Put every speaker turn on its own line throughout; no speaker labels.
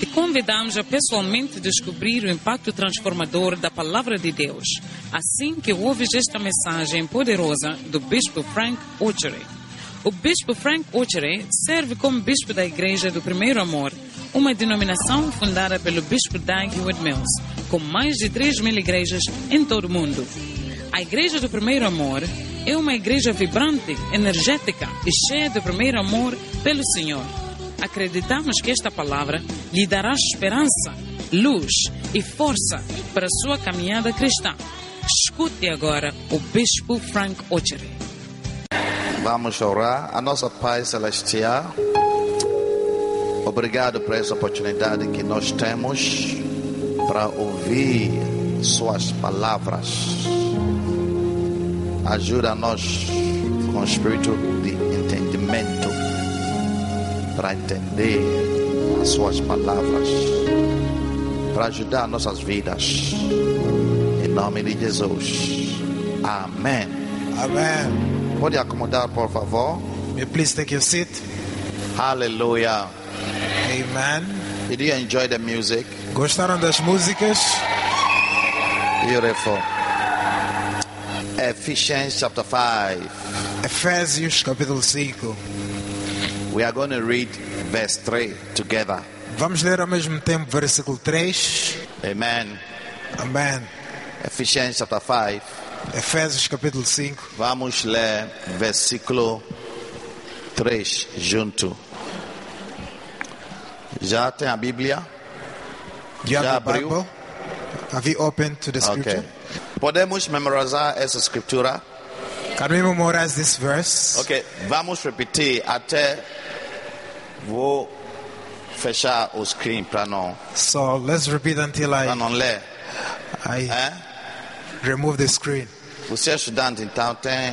Te convidamos a pessoalmente descobrir o impacto transformador da Palavra de Deus, assim que ouves esta mensagem poderosa do Bispo Frank Ochery. O Bispo Frank Ochery serve como Bispo da Igreja do Primeiro Amor, uma denominação fundada pelo Bispo Doug Heward Mills, com mais de 3 mil igrejas em todo o mundo. A Igreja do Primeiro Amor é uma igreja vibrante, energética e cheia de primeiro amor pelo Senhor. Acreditamos que esta palavra lhe dará esperança, luz e força para a sua caminhada cristã. Escute agora o Bispo Frank Ochery.
Vamos orar. A nossa Pai Celestial, obrigado por essa oportunidade que nós temos para ouvir Suas palavras ajuda-nos com o espírito de entendimento para entender as suas palavras, para ajudar nossas vidas. Em nome de Jesus. Amém.
Amen.
Pode acomodar, por favor.
May you please take your seat.
Hallelujah.
Amen.
Did you enjoy the music?
Gostaram das músicas?
Beautiful. Ephesians chapter 5.
Efésios capítulo 5.
We are going to read verse 3 together.
Vamos ler ao mesmo tempo versículo 3.
Amen.
Amém.
Efésios chapter 5.
Efésios capítulo 5.
Vamos ler versículo 3 junto. Já tem a Bíblia?
Do you
Já
have the
abriu?
Bible? Have you opened to the scripture?
Ok. Podemos memorizar essa escritura?
Can we memorize this verse?
Ok. Vamos repetir até vou fechar o screen para não,
So let's repeat until
pra
I,
não ler.
I
Hein?
remove the screen.
Você é estudante, então tem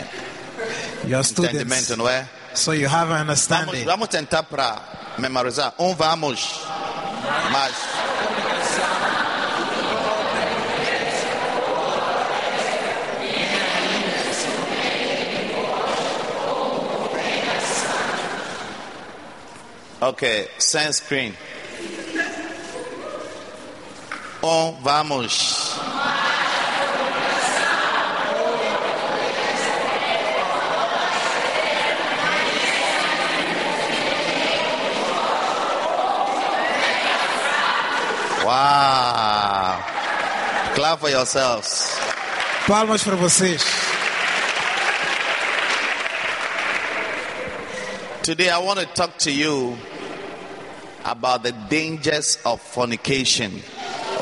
You are
entendimento,
students,
não é?
so you have an
Vamos,
understanding.
vamos tentar para memorizar. Um vamos, mas. Ok, sem screen. Um vamos. Wow! Clap for yourselves.
Palmas para vocês.
Today, I want to talk to you about the dangers of fornication.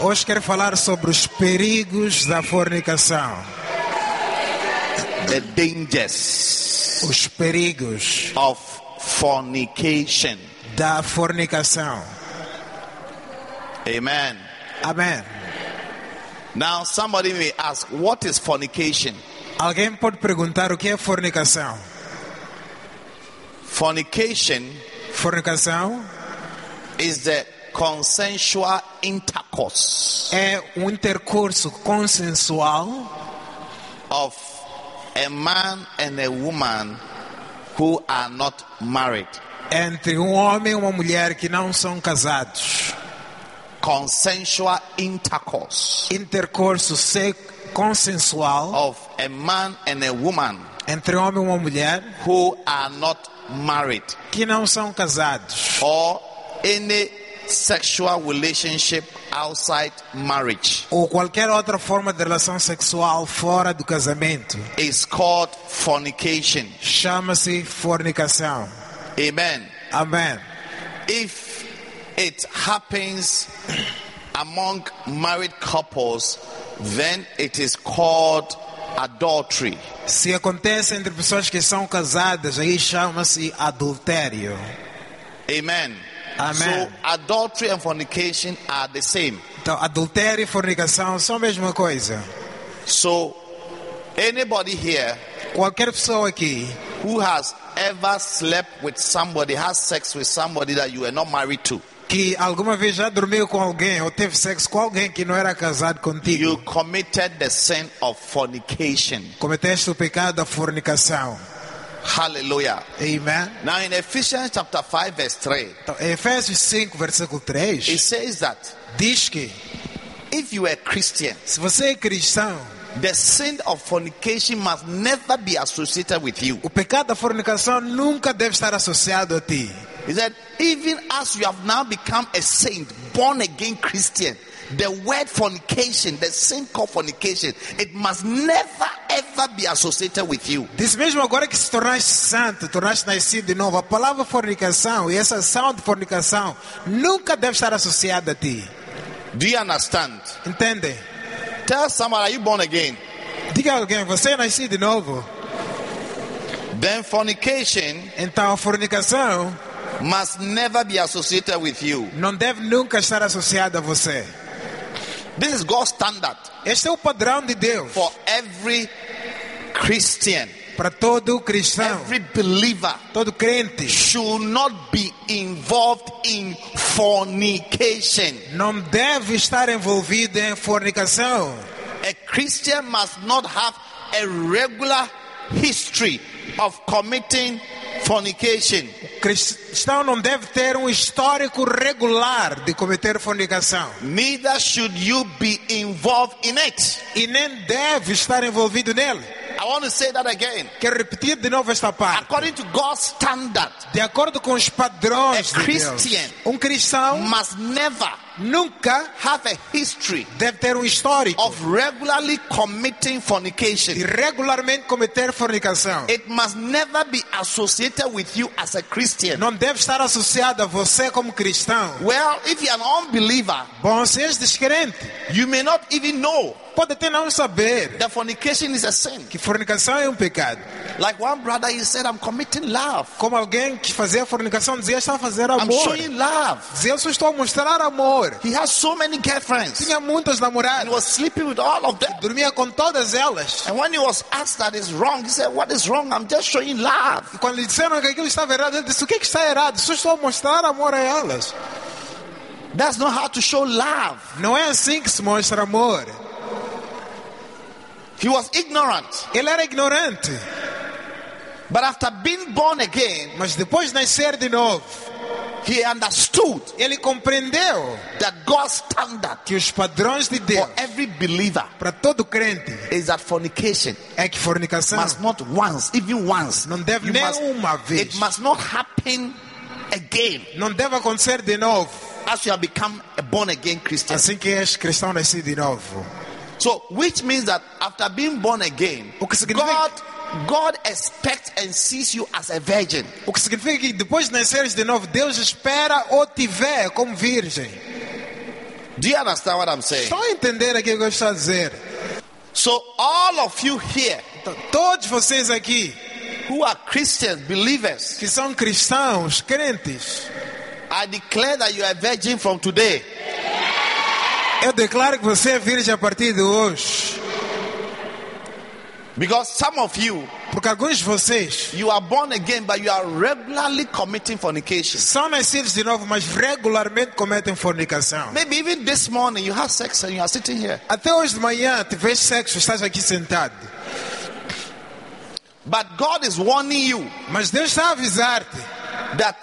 Hoje quero falar sobre os perigos da fornicação.
The dangers
Os perigos
of fornication.
da fornicação.
Amen.
Amém.
Now, somebody may ask, what is fornication?
Alguém pode perguntar o que é fornicação?
Fornication
Fornicação
is the consensual intercourse
é um intercurso consensual
of a man and a woman who are not married.
entre um homem e uma mulher que não são casados.
Consensual intercourse
Intercurso se- consensual
of a man and a woman
entre um homem e uma mulher
who are not married
que não são casados
or any sexual relationship outside marriage
ou qualquer outra forma de relação sexual fora do casamento.
is called fornication.
Chama-se fornicação.
Amen.
Amém.
If it happens among married couples, then it is called adultery.
Se acontece entre pessoas que são casadas, aí chama-se adultério.
Amen.
Amen.
So adultery and fornication are the same.
Então, adultério e fornicação são a mesma coisa.
So anybody here
Qualquer pessoa aqui
who has ever slept with somebody, has sex with somebody that you were not married to,
que alguma vez já dormiu com alguém ou teve sexo com alguém que não era casado contigo,
you committed the sin of fornication.
cometeste o pecado da fornicação.
Hallelujah.
Amen.
Now in Ephesians chapter 5 verse 3,
Então, Efésios 5, versículo
it
3,
says that
diz que
if you are a Christian,
se você é cristão,
the sin of fornication must never be associated with you.
o pecado da fornicação nunca deve estar associado a ti.
He said, even as you have now become a saint, born again Christian, the word fornication, the sin called fornication, it must never ever be associated with you.
Diz mesmo agora que se tornaste santo, tornaste nascido de novo, a palavra fornicação e essa ação de fornicação nunca deve estar associada a ti.
Do you understand?
Entende?
Tell someone, are you born again?
Diga a alguém, você é nascido de novo.
Then fornication
Então a fornicação
must never be associated with you.
não deve nunca estar associada a você.
This is God's standard
Este é o padrão de Deus
for every Christian,
para todo cristão,
every believer
todo crente.
should not be involved in fornication.
Não deve estar envolvido em fornicação.
A Christian must not have a regular history of committing fornication.
Cristão não deve ter um histórico regular de cometer fornicação.
Neither should you be involved in it.
E nem deve estar envolvido nele.
I want to say that again.
Quero repetir de novo esta parte.
According to God's standard,
De acordo com os padrões
A
de Deus,
Christian
um cristão
must never
nunca
have a history
deve ter um histórico
of regularly committing
de
fornication.
regularmente cometer fornicação.
It must never be associated with you as a Christian.
Não deve estar associado a você como cristão.
Well, if you're an unbeliever,
Bom, se és descrente,
you may not even know
pode até não saber
that fornication is a sin.
que fornicação é um pecado.
Like one brother, he said, I'm committing love.
Como alguém que fazia fornicação dizia, está a fazer
I'm
amor.
showing love.
Dizia, eu só estou a mostrar amor.
He has so many girlfriends
Tinha muitas
and
namoradas,
was sleeping with all of them.
dormia com todas elas.
And when he was asked that is wrong, he said, What is wrong? I'm just showing love.
E quando lhe disseram que aquilo estava errado, ele disse, o que, é que está errado? Só estou a mostrar amor a elas.
That's not how to show love.
Não é assim que se mostra amor.
He was ignorant.
Ele era ignorante,
But after being born again,
mas depois de nascer de novo,
he understood
ele compreendeu
that God's standard
que os padrões de Deus
for every believer
para todo crente
is that fornication
é que fornicação
must not once, even once,
Não deve
you
nem
Hmm. must-
uma vez.
it must not happen again.
não deve acontecer de novo,
as you have become a born again Christian.
assim que és cristão nascido de novo.
So, which means that after being born again,
O que significa-
God, God expects and sees you as a virgin.
O que significa que depois de nasceres de novo, Deus espera ou te vê como virgem.
Do you understand what I'm saying?
Estão a entender aquilo que eu estou a dizer?
So, all of you here
Então, todos vocês aqui
who are Christians, believers,
que são cristãos, crentes,
I declare that you are a virgin from today.
eu declaro que você é virgem a partir de hoje.
Because some of you,
Porque alguns de vocês
you are born again, but you are regularly committing fornication.
são nascidos de novo, mas regularmente cometem fornicação.
Maybe even this morning you have sex and you are sitting here.
Até hoje de manhã tiveste sexo, estás aqui sentado.
But God is warning you
Mas Deus está a avisar-te
that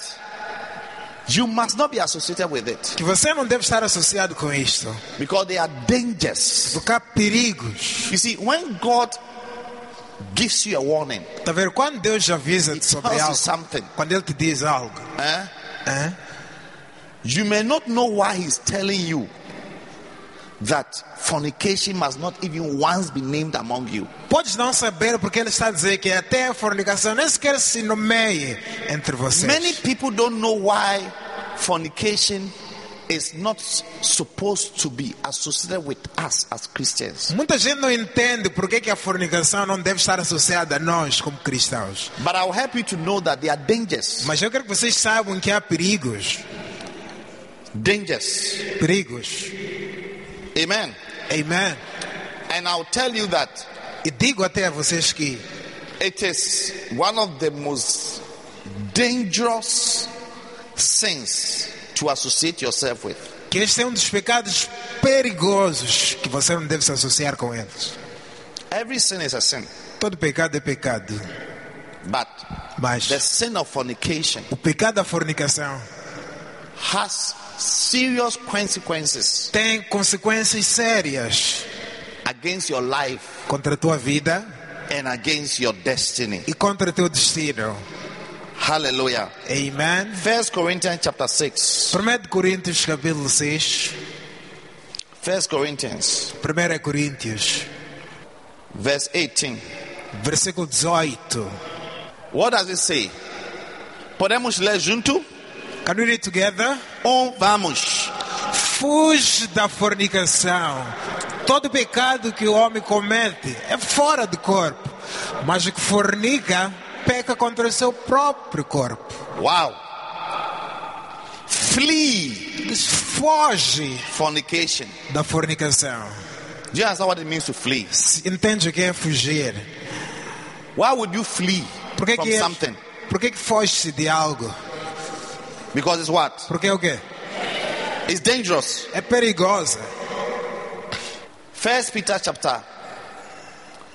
you must not be associated with it.
que você não deve estar associado com isto,
Because there are dangers.
porque há perigos.
You see, when God gives you a warning,
Está a ver? Tá Quando Deus te avisa sobre
tells you
algo,
something.
quando Ele te diz algo,
eh,
hã?
you may not know why He's telling you that fornication must not even once be named among you.
podes não saber porque Ele está a dizer que até a fornicação nem sequer se nomeie entre vocês.
Many people don't know why fornication is not s- supposed to be associated with us as Christians.
Muita gente não entende porque que a fornicação não deve estar associada a nós como cristãos.
But I'll help you to know that there are dangers.
Mas eu quero que vocês saibam que há perigos.
Dangers.
Perigos.
Amen.
Amém.
And I'll tell you that
E digo até a vocês que
It is one of the most dangerous sins to associate yourself with.
que este é um dos pecados perigosos que você não deve se associar com eles.
Every sin is a sin,
Todo pecado é pecado,
but
Mas
The sin of fornication
o pecado da fornicação
has serious consequences
tem consequências sérias
against your life
contra a tua vida
and against your destiny.
e contra o teu destino.
Hallelujah.
Amém.
First Corinthians chapter 6.
1 de Coríntios, capítulo 6.
First Corinthians
1 é Coríntios,
verse 18.
versículo 18.
What does it say? Podemos ler junto?
Can we read together?
Um, vamos.
Fuge da fornicação. Todo pecado que o homem comete é fora do corpo, mas o que fornica peca contra o seu próprio corpo.
Wow. Flee
Diz, Foge
fornication.
da fornicação.
Do you understand what it means to flee?
Se- Entende o que é fugir?
Why would you flee
Por que
from
que é-
something?
Por que, que foge de algo?
Because it's what?
Porque é o quê?
It's dangerous.
É perigosa.
First Peter chapter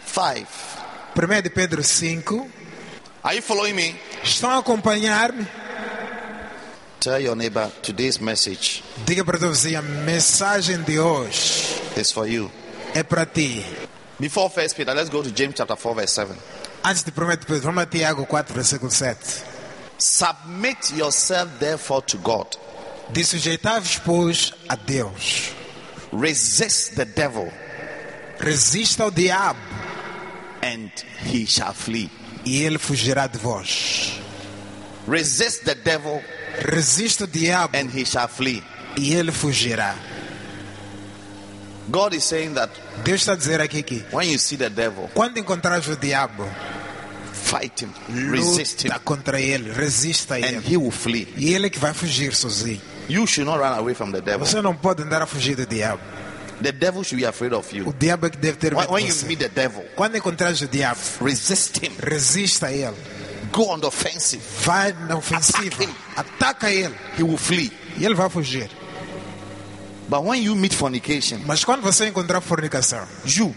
5.
1 de Pedro 5.
Are you following me?
Estão a acompanhar-me?
Tell your neighbor today's message
Diga para todos a mensagem de hoje
is for you.
é para ti.
Before First Peter, let's go to James chapter 4, verse 7.
Antes de 1 de Pedro, vamos a Tiago 4, versículo 7.
Submit yourself therefore to God.
De sujeitar-vos, pois, a Deus.
Resist the devil,
Resista ao diabo
and he shall flee.
e ele fugirá de vós.
Resist the devil,
Resista ao diabo
and he shall flee.
e ele fugirá.
God is saying that
Deus está a dizer aqui que
when you see the devil,
quando encontrares o diabo,
fight him, resist him,
luta contra ele, resista a
and
ele.
he will flee.
E ele é que vai fugir sozinho.
You should not run away from the devil.
Você não pode andar a fugir do diabo.
The devil should be afraid of
O
you.
diabo é que deve ter
When,
medo
when
de
you
você.
meet the devil,
Quando encontrares o diabo,
resist him,
resista a ele.
go on the offensive,
Vai na ofensiva, ataca ele
he will flee.
e ele vai fugir.
But when you meet fornication,
Mas quando você encontrar fornicação,
you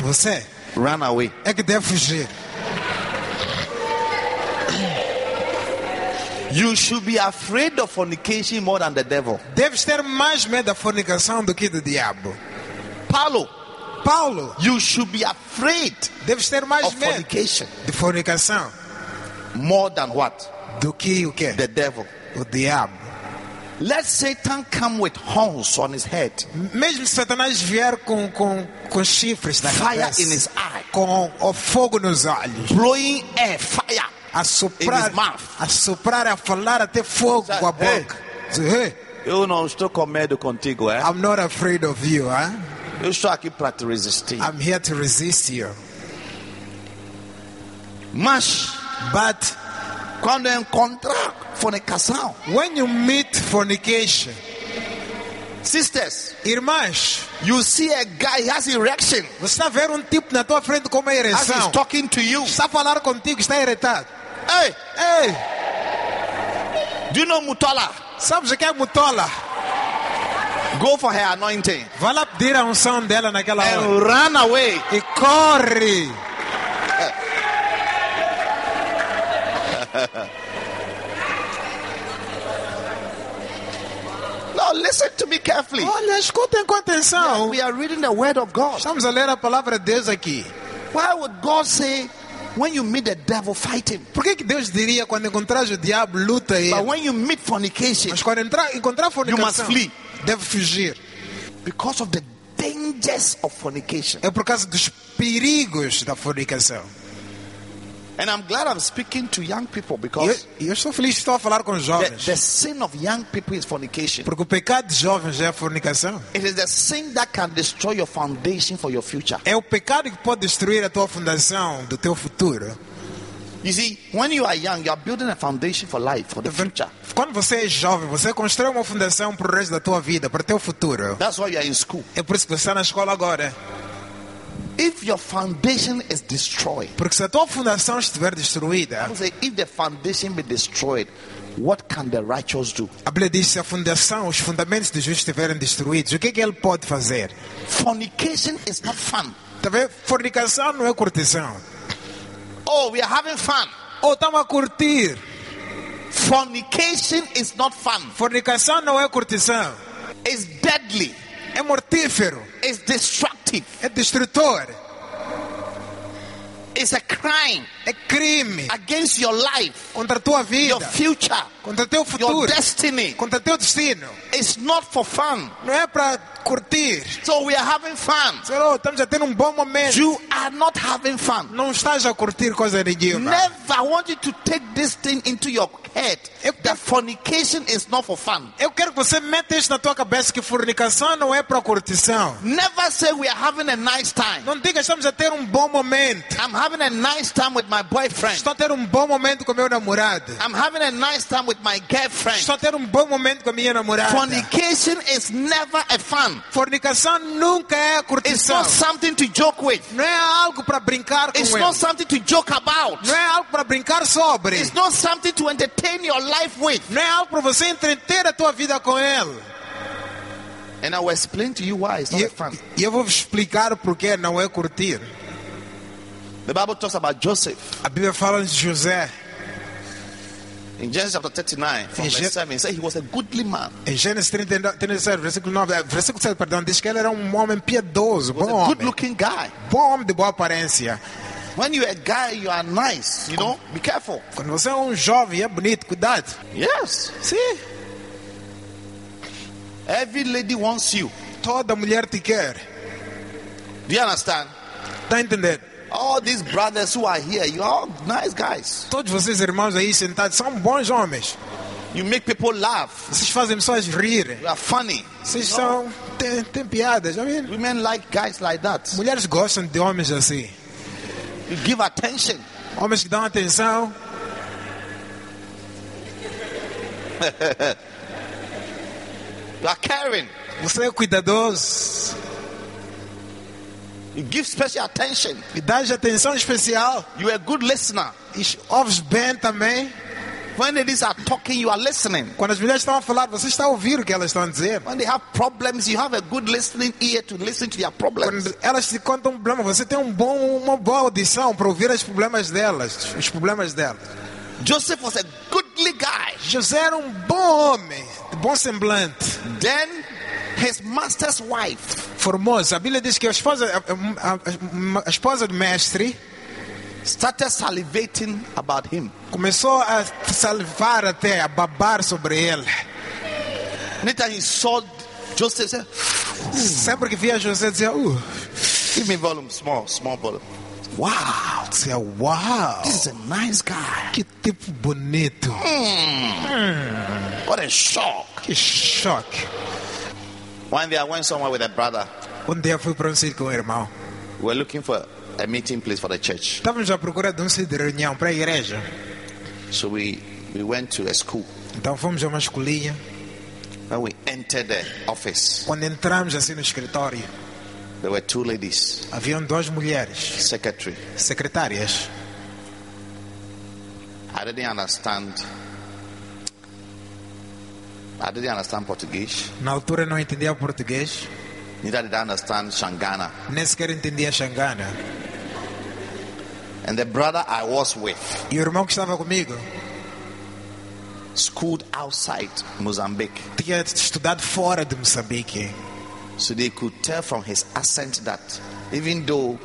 você
run away.
é que deve fugir.
You should be afraid of fornication more than the devil.
Deves ter mais medo da fornicação do que do diabo.
Paulo,
Paulo,
you should be afraid
deves ter mais
of
medo
fornication
de fornicação
more than what?
do que o quê?
The devil.
O diabo.
Let Satan come with horns on his head,
Mesmo se Satanás vier com, com, com chifres na
Fire
cabeça,
in his eye.
com o fogo nos olhos,
blowing air, fire.
a
In
soprar,
his mouth.
a soprar, a falar até fogo com a
Hey.
boca. Diz, "Hey,
Eu não estou com medo contigo, eh? é?
I'm not afraid of you, huh?
Eu estou aqui para te resistir.
I'm here to resist you.
Mas,
But
quando encontrar fornicação,
when you meet fornication,
sisters,
irmãs,
you see a guy has erection
você está a ver um tipo na tua frente com uma
as he's
ereção.
talking to you.
Está a falar contigo, está eretado.
Hey,
Ei,
do you know Mutola?
sabes o que é mutola?
Go for her anointing
Vai lá pedir a unção dela naquela hora.
and run away.
E corre.
Now listen to me carefully.
Olha, escutem com atenção.
We are reading the word of God.
Estamos a ler a palavra de Deus aqui.
Why would God say, when you meet the devil, fight him?
Por que, que Deus diria quando encontrares o diabo, luta ele?
But when you meet fornication,
Mas quando entrar, encontrar fornicação,
You must
deve fugir.
because of the dangers of fornication.
É por causa dos perigos da fornicação.
And I'm glad I'm speaking to young people
E
because
eu, e eu estou feliz de estar a falar com os
the,
jovens.
the sin of young people is fornication.
Porque o pecado de jovens é a fornicação.
It is the sin that can destroy your foundation for your future.
É o pecado que pode destruir a tua fundação do teu futuro.
You see, when you are young, you are building a foundation for life, for the future.
Quando você é jovem, você constrói uma fundação para o resto da tua vida, para o teu futuro.
That's why you are in school.
É por isso que você está na escola agora.
If your foundation is destroyed,
Porque se a tua fundação estiver destruída,
I say, if the foundation be destroyed, what can the righteous do?
a Bíblia diz que se a fundação, os fundamentos do justo estiverem destruídos, o que é que ele pode fazer?
Fornication is not fun.
Tá vendo? Fornicação não é curtição.
Oh, we are having fun.
Ou estamos a curtir.
Fornication is not fun.
Fornicação não é curtição.
It's deadly.
É mortífero.
It's destructive.
É destrutor.
It's a crime
É crime
against your life,
contra a tua vida.
your future,
Contra teu
your
futuro.
destiny.
Contra teu destino.
It's not for fun.
Não é para curtir.
So we are having fun.
Sei lá, estamos a ter um bom momento.
You are not having fun.
Não estás a curtir coisa nenhuma.
Never I want you to take this thing into your head that fornication is not for fun.
Eu quero que você meta isso na tua cabeça que fornicação não é para curtição.
Never say we are having a nice time.
Não diga estamos a ter um bom momento.
I'm having a nice time with my boyfriend.
Estou a ter um bom momento com meu namorado.
I'm having a nice time with my girlfriend.
Estou a ter um bom momento com a minha namorada.
Fornication is never a fun.
Fornicação nunca é
It's
curtição.
not something to joke with.
Não é algo para brincar com
It's
ele.
not something to joke about.
Não é algo para brincar sobre.
It's not something to entertain your life with.
Não é algo para você entreter a tua vida com ele.
And I will explain to you why it's not
E
a fun.
eu, e eu vou vos explicar o porquê não é curtir.
The Bible talks about Joseph
A Bíblia fala de José.
in Genesis chapter 39, from
In Gen-
verse 7. It says he was a goodly man.
Em Gênesis 39, 37, versículo 9, eh, versículo 7, perdão, diz que ele era um homem piedoso,
He was
bom
a é good
homem,
looking guy.
bom homem de boa aparência.
When you're a guy, you are nice. You know, be careful.
Quando você é um jovem, é bonito, cuidado.
Yes.
Sim,
Every lady wants you.
toda mulher te quer.
Do you understand?
Está entendendo?
All these brothers who are here, you are all nice guys.
Todos vocês irmãos aí sentados são bons homens.
You make people laugh.
Vocês fazem pessoas rirem.
You are funny.
Vocês são tem, tem piadas, já viram?
Women like guys like that.
Mulheres gostam de homens assim.
You give attention.
Homens que dão atenção.
You are caring.
Você é cuidadoso.
You give special attention.
E dás atenção especial.
You are a good listener.
E ouves bem também.
When ladies are talking, you are listening.
Quando as mulheres estão a falar, você está a ouvir o que elas estão a dizer.
When they have problems, you have a good listening ear to listen to their problems.
Quando elas te contam um problema, você tem um bom, uma boa audição para ouvir os problemas delas, os problemas delas.
Joseph was a goodly guy.
José era um bom homem, de bom semblante,
Then his master's wife
formoso. A Bíblia diz que a esposa, a, a- a esposa do mestre
started salivating about him.
começou a salvar até, a babar sobre ele.
Later he saw Joseph said,
Sempre que via José, dizia, uh,
Give me volume, small, small volume. Wow,
dizia, uau,
this is a nice guy.
que tipo bonito,
What a shock.
que choque.
One day I went somewhere with a brother.
Um dia fui para um sítio com o irmão.
We were looking for a meeting place for the church.
Estávamos à procura de um sítio de reunião para a igreja.
So we, we went to a school.
Então fomos a uma escolinha.
When we entered the office,
Quando entramos assim no escritório,
there were two ladies,
haviam duas mulheres,
secretary.
secretárias.
I didn't understand. I didn't understand Portuguese.
Na altura não entendia português,
Neither did I understand Shangana.
nem sequer entendia xangana.
And the brother I was with
E o irmão que estava comigo
schooled outside Mozambique.
tinha estudado fora de Moçambique.
So they could tell from his accent that even though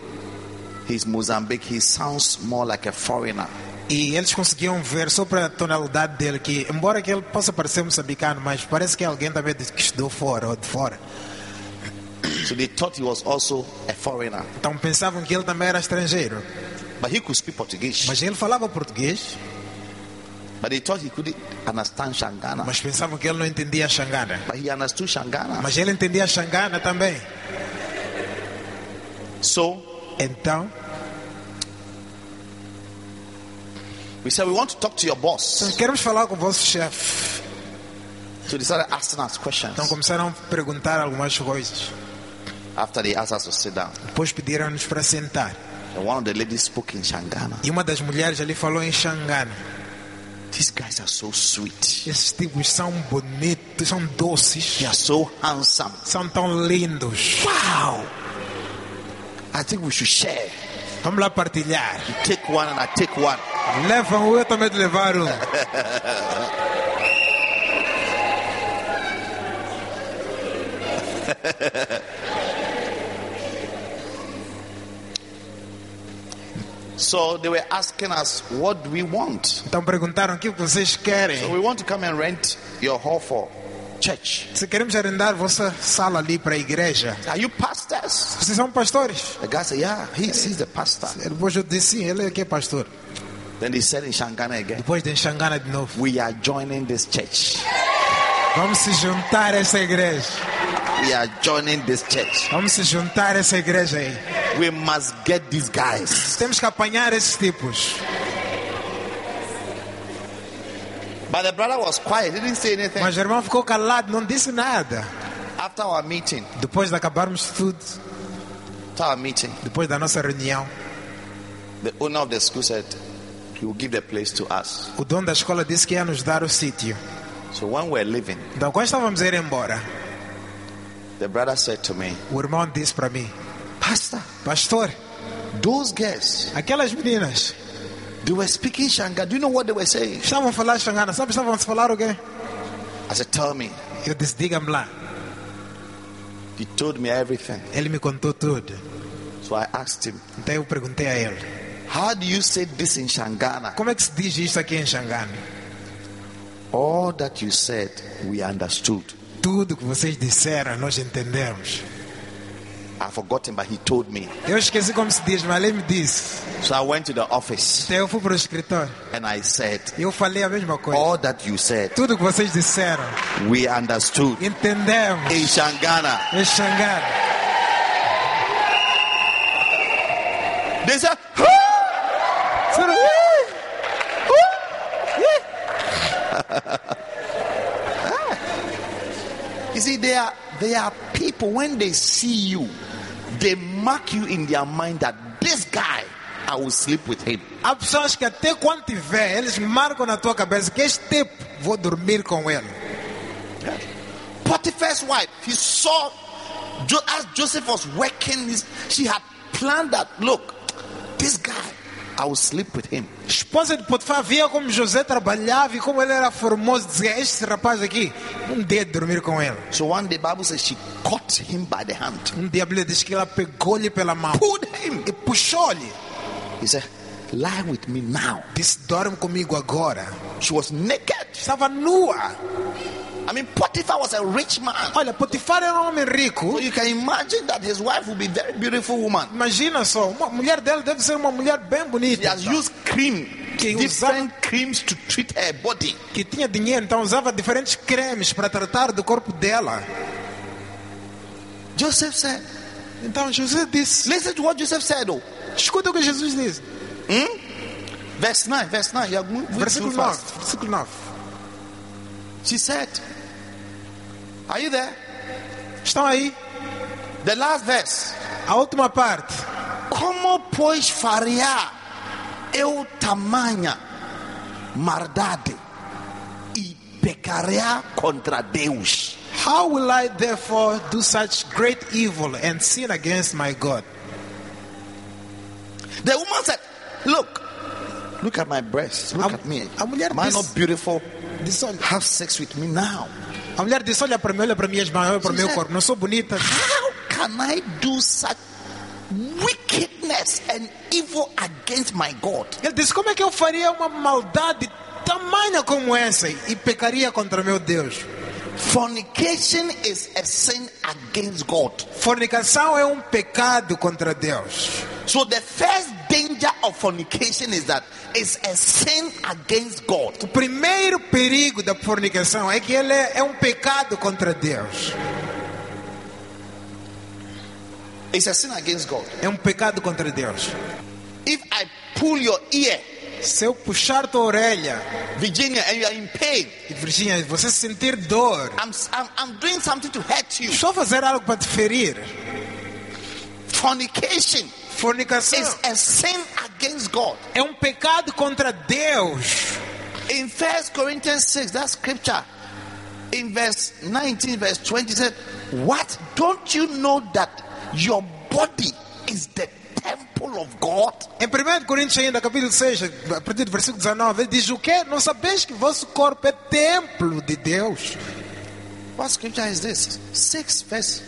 he's Mozambique, he sounds more like a foreigner.
E eles conseguiam ver só pela tonalidade dele que, embora que ele possa parecer moçambicano, mas parece que é alguém também de- que estudou fora ou de fora.
So they thought he was also a foreigner.
Então pensavam que ele também era estrangeiro.
But he could speak Portuguese.
Mas ele falava português,
But they thought he couldn't understand Shangana.
mas pensavam que ele não entendia xangana.
But he understood Shangana.
Mas ele entendia xangana também.
So
Então
we said, We want to talk to your boss.
Queremos falar com o vosso chefe.
So they started asking us
Então
questions.
começaram a perguntar algumas coisas.
After they asked us to sit down,
Depois pediram-nos para sentar.
and one of the ladies spoke in Shangana.
E uma das mulheres ali falou em Xangana.
These guys are so sweet.
Esses tipos são bonitos, são doces,
They are so handsome.
são tão lindos.
Wow. I think we should share.
Vamos lá partilhar.
Take one and I take one.
Leva um, eu também de levar um.
So they were asking us, what do we want?
Então perguntaram o que vocês
So
querem.
we want to come and rent your hall for church.
Se queremos arrendar vossa sala ali para a igreja.
Are you pastors?
Vocês são pastores?
The guy said, yeah, he, he's the pastor.
Depois eu disse sim, ele é que é pastor.
Then they said in Shangana again,
Depois de Xangana de novo.
we are joining this church.
Vamos se juntar a essa igreja.
We are joining this church.
Vamos se juntar a essa igreja aí.
We must get these guys.
Temos que apanhar esses tipos.
But the brother was quiet, didn't say anything.
Mas o irmão ficou calado, não disse nada.
After our meeting,
Depois de acabarmos tudo,
after our meeting,
depois da nossa reunião,
the owner of the school said, he will give the place to us.
o dono da escola disse que ia nos dar o sítio.
So when we're leaving,
Então, quando estávamos a ir embora,
the brother said to me,
o irmão disse para mim:
Pastor,
Pastor,
those girls,
aquelas meninas
they were speaking Shanga. Do you know what they were saying?
estavam a falar Xangana, sabe? Estavam a falar o quê?
I said, tell me.
Eu disse: Diga-me lá.
He told me everything.
Ele me contou tudo.
So I asked him,
Então, eu perguntei a ele:
how do you say this in Shangana?
Como é que se diz isto aqui em Xangana?
All that you said, we understood.
Tudo que vocês disseram, nós entendemos.
I've forgotten, but he told me.
Eu esqueci como se diz, mas ele me disse.
So I went to the office
Então, eu fui para o escritório.
and I said,
Eu falei a mesma coisa.
All that you said,
Tudo que vocês disseram,
we understood.
entendemos.
In Shangana,
Em Xangana.
they said, "Huh?"
Foram-
you see, they are, they are people, when they see you, they mark you in their mind that this guy, I will sleep with him.
Há pessoas que até quando te vê, eles marcam na tua cabeça que este tipo, vou dormir com ele.
Potiphar's wife, he saw jo- as Joseph was working, this, she had planned that look, this guy, I will sleep with him.
Esposa de Potifar via como José trabalhava e como ele era formoso, dizia, este rapaz aqui, um dia de dormir com ele.
So one day, Bible says she caught him by the hand,
Um dia a Bíblia diz que ela pegou-lhe pela mão
pulled him.
e puxou-lhe.
He said, Lie with me now.
Disse, dorme comigo agora.
She was naked.
Estava nua.
I mean, Potiphar was a rich man.
Olha, Potifar era um homem rico.
So you can imagine that his wife would be very beautiful woman.
Imagina só, uma mulher dela deve ser uma mulher bem bonita.
She has used cream,
Que
different creams to treat her body.
que tinha dinheiro, então usava diferentes cremes para tratar do corpo dela.
Joseph said,
Então Jesus disse:
Listen to what Joseph said, oh.
Escuta o que Jesus disse.
Verse 9, verse 9. You are moving too
Versículo
fast.
9. Versículo 9.
She said, Are you there?
Estão aí
The last verse.
a última parte.
Como pois faria eu tamanha maldade e pecaria contra Deus?
How will I therefore do such great evil and sin against my God?
The woman said, Look, look at my breasts. Look
A-
at me.
a mulher
Am I
disse-
not beautiful?
Disse, olha,
Have sex with me now.
a mulher disse: Olha para mim, olha para minhas mãos, olha para o meu corpo. Não sou bonita.
How can I do such wickedness and evil against my God?
Ele disse: Como é que eu faria uma maldade tamanha como essa e pecaria contra meu Deus?
Fornication is a sin against God.
Fornicação é um pecado contra Deus.
So the first danger of fornication is that it's a sin against God.
O primeiro perigo da fornicação é que ele é, é um pecado contra Deus.
It's a sin against God.
É um pecado contra Deus.
If I pull your ear,
Se eu puxar tua orelha,
Virginia, and you are in pain,
e Virginia, você sentir dor,
I'm, I'm, I'm doing something to hurt you.
só fazer algo para te ferir.
Fornication
Fornicação
is a sin against God.
é um pecado contra Deus.
In First Corinthians 6, that scripture, in verse 19, verse 20, said, What? Don't you know that your body is the temple people of God?
Em 1 Coríntios ainda, capítulo 6, a partir do versículo 19, ele diz o quê? Não sabeis que vosso corpo é templo de Deus?
What scripture is this? 6 verse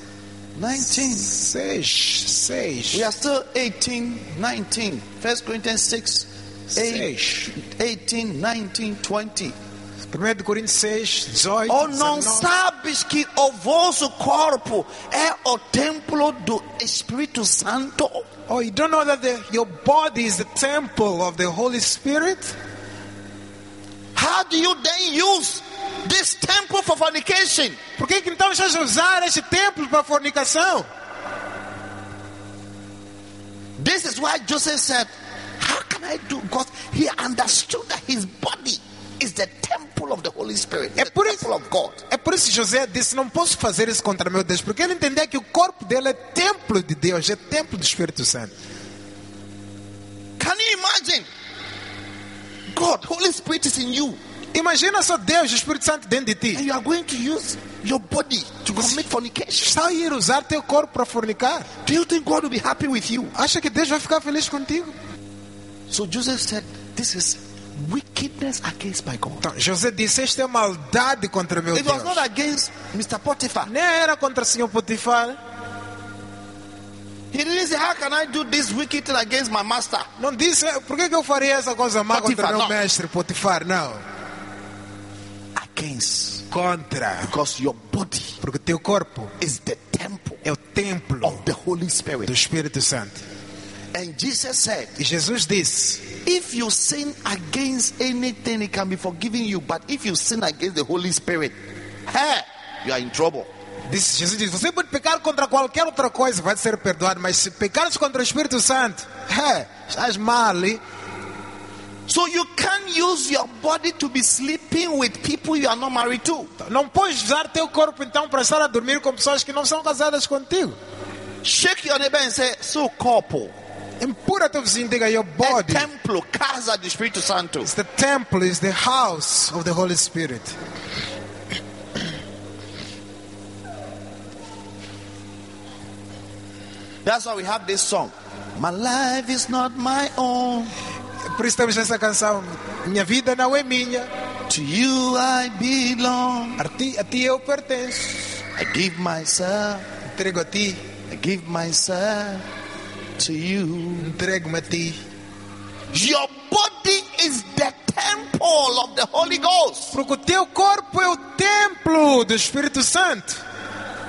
19.
6, 6,
We are still 18, 19. 1 Corinthians 6, 8,
Seis.
18, 19, 20.
1 Coríntios 6, 18,
Ou Oh, não
19.
sabes que o vosso oh, corpo é o templo do Espírito Santo?
Oh, you don't know that the, your body is the temple of the Holy Spirit?
How do you then use this temple for fornication?
Por que que então estás a usar este templo para fornicação?
This is why Joseph said, How can I do? Because he understood that his body is the temple of the Holy Spirit,
É
the
por isso-
temple of God.
É por isso que José disse: Não posso fazer isso contra meu Deus, porque ele entendia que o corpo dele é templo de Deus, é templo do Espírito Santo.
Can you imagine? God, Holy Spirit is in you,
Imagina só Deus, o Espírito Santo dentro de
and
ti.
you are going to use your body to commit fornication.
Está a ir usar teu corpo para fornicar.
Do you think God will be happy with you?
Acha que Deus vai ficar feliz contigo?
So Joseph said, This is wickedness against my God.
Então, José disse: Esta é maldade contra meu
It was
Deus.
not against Mr. Potiphar.
Nem era contra o senhor Potifar.
He didn't say, How can I do this wicked thing against my master?
Não disse: "Eh, Por que que eu faria essa coisa má
Potifar,
contra meu
não.
mestre Potifar? Não.
Against.
Contra.
Because your body
Porque teu corpo
is the temple
é o templo
of the Holy
do
Spirit.
Espírito Santo.
And Jesus said,
E Jesus disse.
If you sin against anything, it can be forgiven you. But if you sin against the Holy Spirit, hey, you are in trouble.
Disse, Jesus disse: Você pode pecar contra qualquer outra coisa, vai ser perdoado, mas se pecares contra o Espírito Santo, é, estás mal. hein?
So you can't use your body to be sleeping with people you are not married to.
Não podes usar teu corpo então para estar a dormir com pessoas que não são casadas contigo.
Shake your neighbor and say, So, corpo,
Impura teu vizinho, diga: Your
é
body.
templo, casa do Espírito Santo.
Is the temple, is the house of the Holy Spirit.
That's why we have this song. My life is not my own.
Por isso temos essa canção: Minha vida não é minha,
To you I belong.
a ti, a ti eu pertenço.
I give myself,
Entrego a ti,
I give myself to you.
entrego-me a ti.
Your body is the temple of the Holy Ghost.
Porque o teu corpo é o templo do Espírito Santo.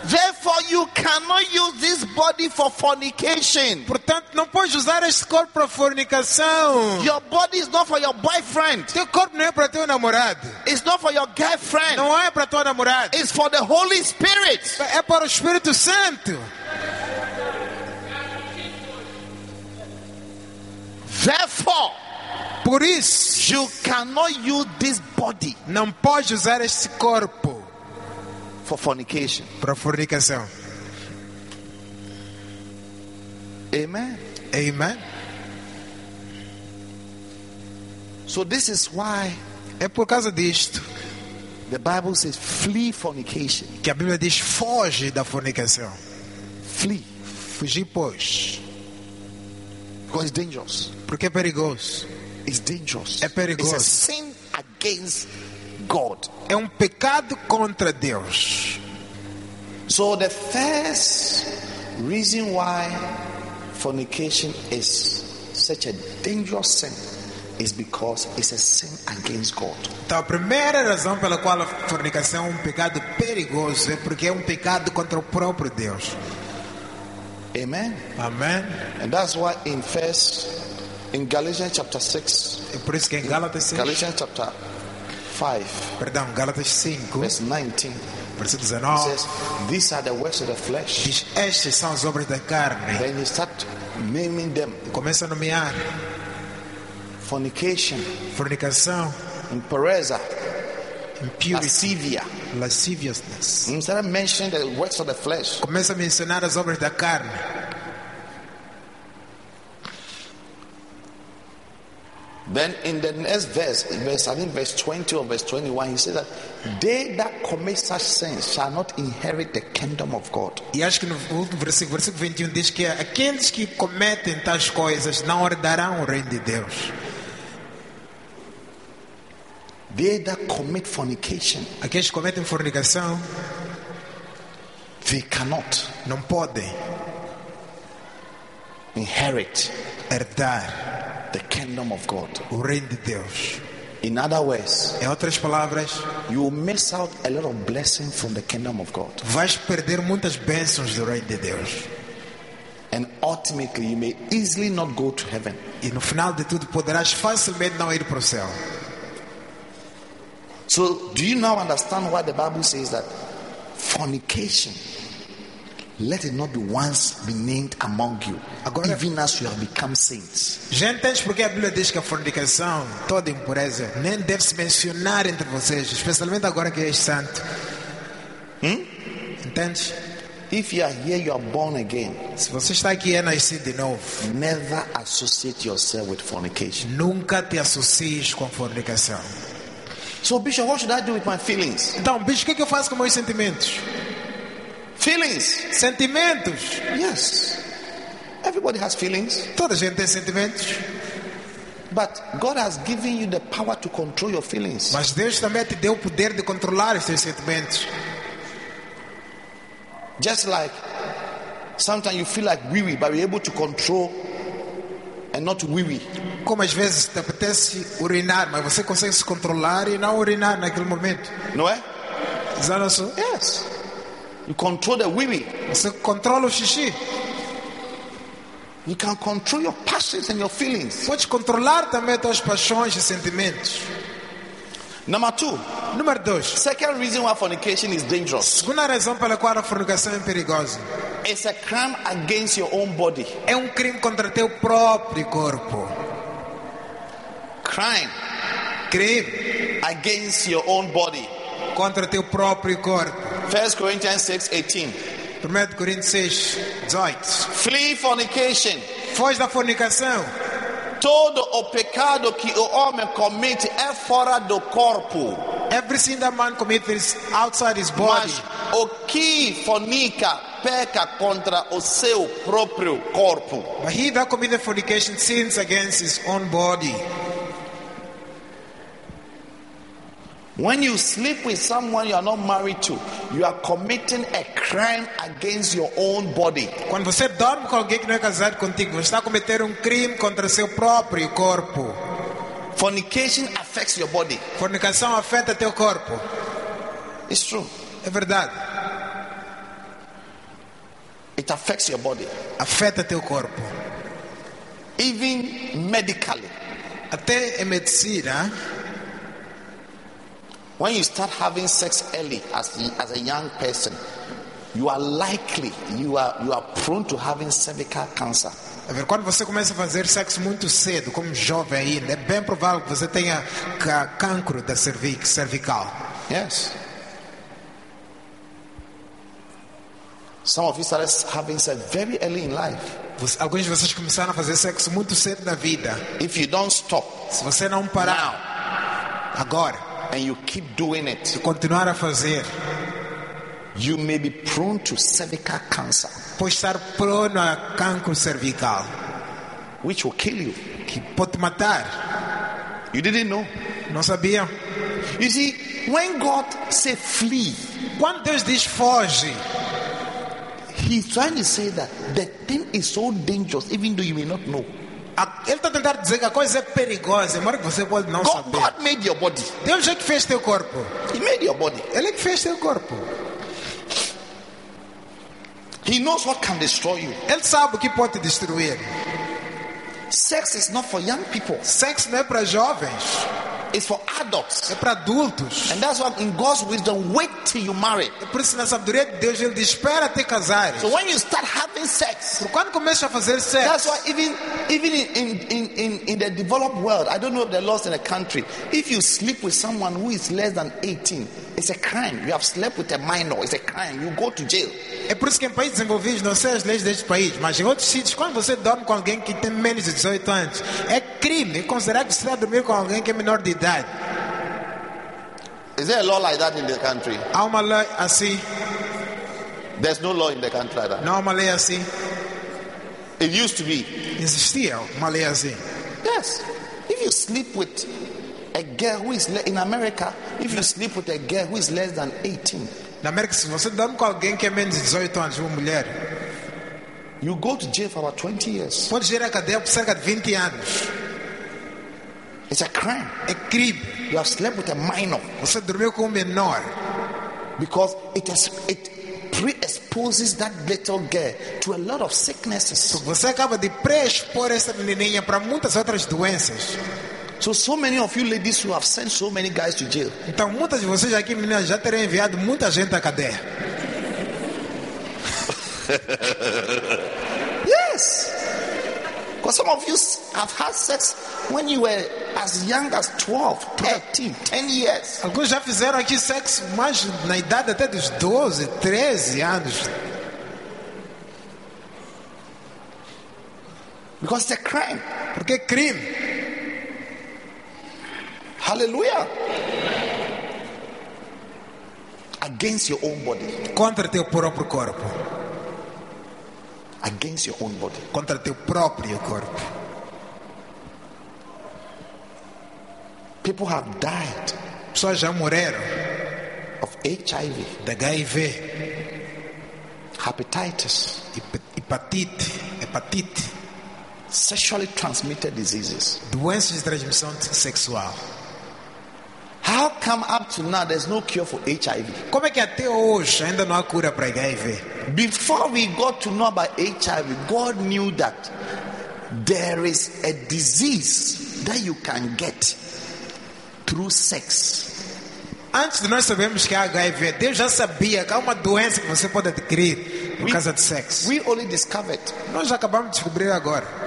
Therefore, you cannot use this body for fornication.
Portanto, não podes usar este corpo para fornicação.
Your body is not for your boyfriend,
Teu corpo não é para teu namorado.
it's not for your girlfriend,
Não é para tua namorada.
it's for the Holy Spirit.
É para o Espírito Santo.
Therefore,
Por isso,
you cannot use this body
não podes usar este corpo
for fornication.
para fornicação.
Amen.
Amém?
So, this is why
É por causa disto
the Bible says flee fornication.
que a Bíblia diz: foge da fornicação.
Flee.
Fugir, pois.
Because it's dangerous.
Porque é perigoso.
It's dangerous.
É perigoso.
It's a sin against God.
É um pecado contra Deus.
So the first reason why fornication is such a dangerous sin is because it's a sin against God.
Então, a primeira razão pela qual a fornicação é um pecado perigoso é porque é um pecado contra o próprio Deus.
Amen.
Amém?
And that's why in first in Galatians chapter 6,
É por isso que em Gálatas 5,
Galatians chapter 5
perdão, Gálatas 5,
verse 19 it
versículo 19,
says these are the works of the flesh.
diz: Estas são as obras da carne.
Then he start naming them
E Começa a nomear
fornication,
fornicação,
impereza,
impurity,
lascivia.
lasciviousness.
He started mentioning the works of the flesh.
Começa a mencionar as obras da carne.
Then in the next verse, in verse I think verse 20 or verse 21, he said that They that commit such sins shall not inherit the kingdom of God.
E acho que no último versículo, versículo 21 diz que aqueles que cometem tais coisas não herdarão o reino de Deus.
They that commit fornication,
Aqueles que cometem fornicação
they cannot
não podem
inherit
herdar
the kingdom of God.
o reino de Deus.
In other words,
Em outras palavras,
you will miss out a lot of blessing from the kingdom of God.
vais perder muitas bênçãos do reino de Deus.
And ultimately, you may easily not go to heaven.
E no final de tudo poderás facilmente não ir para o céu.
So, do you now understand why the Bible says that fornication, let it not be once be named among you,
Agora-
even as you have become saints?
Já entendes porque a Bíblia diz que a fornicação, toda impureza, nem deve se mencionar entre vocês, especialmente agora que és santo. Hum? Entendes?
If you are here, you are born again.
Se você está aqui e é nascido de novo,
Never associate yourself with fornication.
nunca te associes com a fornicação.
So, Bishop, what should I do with my feelings?
Então, bicho, o que é que eu faço com meus sentimentos?
Feelings?
Sentimentos!
Yes. Everybody has feelings,
Toda gente tem sentimentos,
but God has given you the power to control your feelings.
mas Deus também te deu o poder de controlar os teus sentimentos.
Just like sometimes you feel like wee wee, but you're able to control and not wee wee.
Como às vezes te apetece urinar, mas você consegue se controlar e não urinar naquele momento.
No way?
Já não sou?
Yes. You control the wee wee.
Você controla o xixi.
You can control your passions and your feelings.
Podes controlar também as tuas paixões e sentimentos.
Number two,
Número 2.
second reason why fornication is dangerous.
Segunda razão pela qual a fornicação é perigosa.
It's a crime against your own body.
É um crime contra teu próprio corpo.
Crime
Crime
against your own body.
contra teu próprio corpo.
1 Corinthians 6 18.
1 Coríntios 6, 18.
Flee fornication.
Foge da fornicação.
Todo o pecado que o homem comete é fora do corpo.
Every sin that man commits is outside his body.
Mas o que fornica peca contra o seu próprio corpo.
But he that committed fornication sins against his own body.
When you sleep with someone you are not married to, you are committing a crime against your own body.
Quando você dorme com alguém que não é casado contigo, você está a cometer um crime contra seu próprio corpo.
Fornication affects your body.
Fornicação afeta teu corpo.
It's true.
É verdade.
It affects your body.
Afeta teu corpo.
Even medically.
Até em medicina,
When you start having sex early as, as a young person, you are likely, you are, you are prone to having cervical cancer.
a ver, quando você começa a fazer sexo muito cedo, como jovem ainda, é bem provável que você tenha ca- cancro da cervix, cervical.
Yes. Some of you started having sex very early in life.
Você- alguns de vocês começaram a fazer sexo muito cedo na vida.
If you don't stop
Se você não parar
now
agora
and you keep doing it,
e continuar a fazer,
you may be prone to cervical cancer,
pode estar prono a cancro cervical,
which will kill you.
que pode te matar.
You didn't know.
Não sabia?
You see, when God said flee,
Quando Deus diz foge,
He's trying to say that the thing is so dangerous, even though you may not know.
a- Ele está tentando dizer que a coisa é perigosa, embora que você pode não
God,
saber.
God made your body.
Deus é que fez teu corpo.
He made your body.
Ele é que fez teu corpo.
He knows what can destroy you.
Ele sabe o que pode te destruir.
Sex is not for young people,
Sexo não é para jovens,
it's for adults.
é para adultos.
And that's why in God's wisdom, wait till you marry.
É por isso na sabedoria de Deus ele diz, espera até casares.
So when you start having sex,
Por quando começa a fazer
that's
sexo,
why even even in, in, in, in the developed world, I don't know if the laws in the country, if you sleep with someone who is less than 18, it's a crime. You have slept with a minor, it's a crime. You go to jail.
é por isso que em países desenvolvidos não sei as leis deste país, mas em outros sítios, quando você dorme com alguém que tem menos de 18 anos, é crime considerar que você está a dormir com alguém que é menor de idade.
Is there a law like that in the country?
Há uma lei assim,
There's no law in the country like that.
não há uma lei assim.
It used to be.
Existia uma lei assim.
Yes. If you sleep with a girl who is le- in America, if you sleep with a girl who is less than 18,
Na América, se você dorme com alguém que é menos de 18 anos, uma mulher,
you go to jail for about 20 years.
pode gerar cadeia por cerca de 20 anos.
It's a crime.
É crime.
You have slept with a minor
Você dormiu com um menor,
because it has it pre-exposes that little girl to a lot of sicknesses.
porque você acaba de pré-expor essa menininha para muitas outras doenças.
So so many of you ladies who have sent so many guys to jail,
Então, muitas de vocês aqui, meninas, já terão enviado muita gente à cadeia.
Yes. Because some of you s- have had sex when you were as young as 12, 13, 10 years.
Alguns já fizeram aqui sexo mais na idade até dos 12, 13 anos.
Because it's a crime.
Porque é crime.
Hallelujah. Against your own body.
Contra teu próprio corpo.
Against your own body.
Contra teu próprio corpo.
People have died
Pessoas já morreram
of HIV,
de HIV,
hepatitis,
hep- hepatite, hepatite,
sexually transmitted diseases.
doenças de transmissão sexual.
How come up to now there's no cure for HIV?
Como é que até hoje ainda não há cura para HIV?
Before we got to know about HIV, God knew that there is a disease that you can get through sex.
Antes de nós sabermos que há HIV, Deus já sabia que há uma doença que você pode adquirir por causa de sexo.
We only discovered.
Nós acabamos de descobrir agora.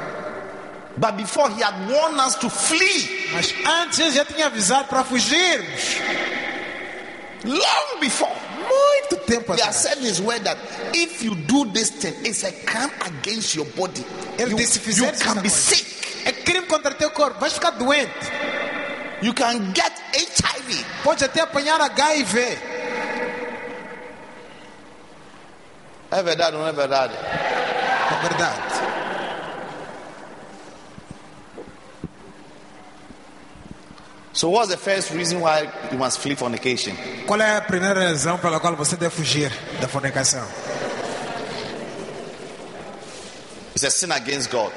But before he had warned us to flee,
Mas antes ele já tinha avisado para fugirmos.
long before.
Muito tempo
He has
atrás.
said in his word that if you do this thing, it's a crime against your body.
Ele
You,
disse:
you
fizeres
can
esta
be
coisa,
sick.
É crime contra teu corpo. Vais ficar doente.
You can get HIV.
Podes até apanhar HIV.
É verdade ou não é verdade?
É verdade.
So what's the first reason why you must flee fornication?
Qual é a primeira razão pela qual você deve fugir da fornicação?
It's a sin against God.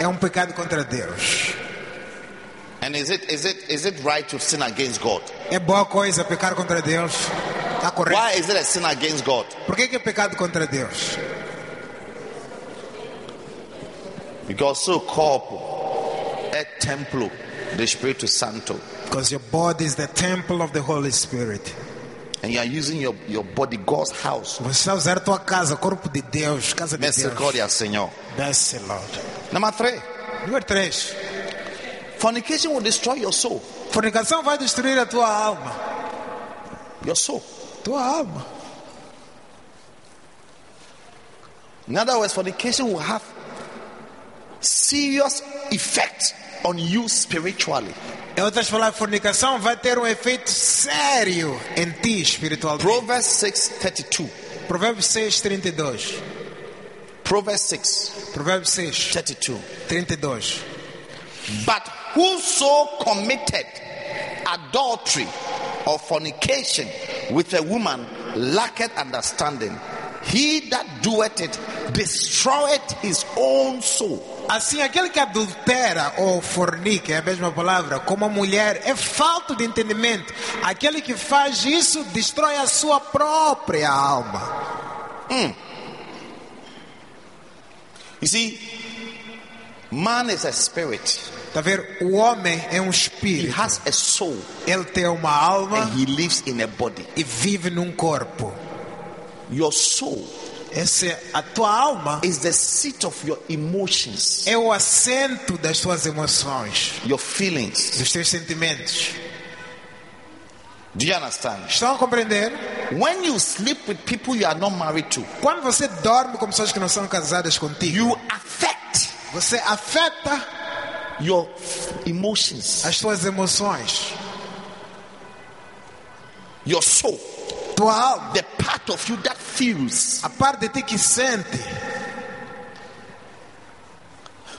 É um pecado contra Deus.
And is it is it is it right to sin against God?
É boa coisa pecar contra Deus. Está correto.
Why is it a sin against God?
Por que, que é pecado contra Deus?
Because seu corpo é templo do Espírito Santo.
Because your body is the temple of the Holy Spirit.
And you are using your, your body, God's house.
Você está usando a tua casa, corpo de Deus, casa de Deus.
Misericórdia, Senhor.
Bless you, Lord.
Number three.
Número 3.
Fornication will destroy your soul.
Fornicação vai destruir a tua alma.
Your soul.
Tua alma.
In other words, fornication will have serious effect on you spiritually.
Em outras palavras, fornicação vai ter um efeito sério em ti espiritualmente.
Proverbs 6:32.
Provérbios 6, 32.
Proverbs 6,
Provérbios 6,
32.
32.
But whoso committed adultery or fornication with a woman lacketh understanding. He that doeth it destroyeth his own soul.
Assim, aquele que adultera ou fornica, é a mesma palavra, como a mulher, é falta de entendimento. Aquele que faz isso destrói a sua própria alma.
You see, man is a spirit.
Tá vendo? O homem é um
He
espírito.
has a soul
Ele tem uma
and
alma
he lives in a body.
e vive num corpo.
Your soul
Essa é a tua alma
is the seat of your emotions,
é o assento das tuas emoções,
your feelings.
dos teus sentimentos.
Do you understand?
Estão a compreender?
When you sleep with people you are not married to,
Quando você dorme com pessoas que não são casadas contigo,
you affect
você afeta
your emotions.
as suas emoções.
your soul,
Tua alma,
the part of you that feels.
a parte de ti que sente.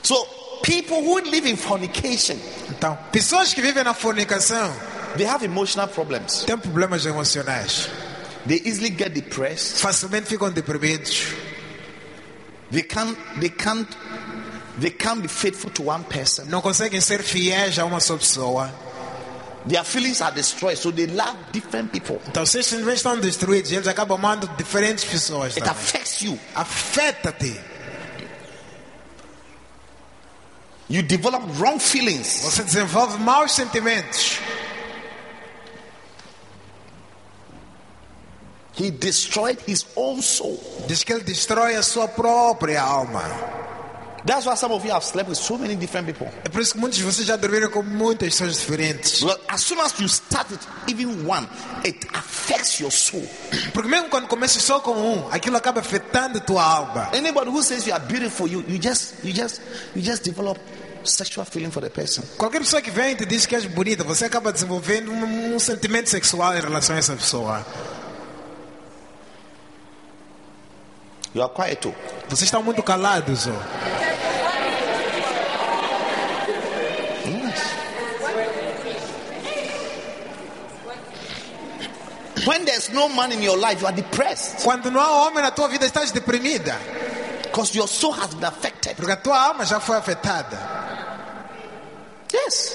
So people who live in fornication,
Então, pessoas que vivem na fornicação
they have emotional problems.
têm problemas emocionais.
They easily get depressed.
Facilmente ficam deprimidos.
They can't they can't they can't be faithful to one person.
Não conseguem ser fiéis a uma só pessoa.
Their feelings are destroyed, so they love different people.
Então, se esses sentimentos estão destruídos, eles acabam amando diferentes pessoas.
It
também.
affects you.
Afeta-te.
You develop wrong feelings.
Você desenvolve maus sentimentos.
He destroyed his own soul.
Diz que ele destrói a sua própria alma.
That's why some of you have slept with so many different people.
É por isso que muitos de vocês já dormiram com muitas pessoas diferentes.
Well, as soon as you start it, even one, it affects your soul.
Porque mesmo quando começas só com um, aquilo acaba afetando tua alma.
Anybody who says you are beautiful, you, you just you just you just develop sexual feeling for the person.
Qualquer pessoa que vem e te diz que és bonita, você acaba desenvolvendo um, um sentimento sexual em relação a essa pessoa.
You are quiet oh. too.
Vocês estão muito calados. ó.
When there's no man in your life, you are depressed
Quando não há homem na tua vida, estás deprimida.
because your soul has been affected.
Porque a tua alma já foi afetada.
Yes.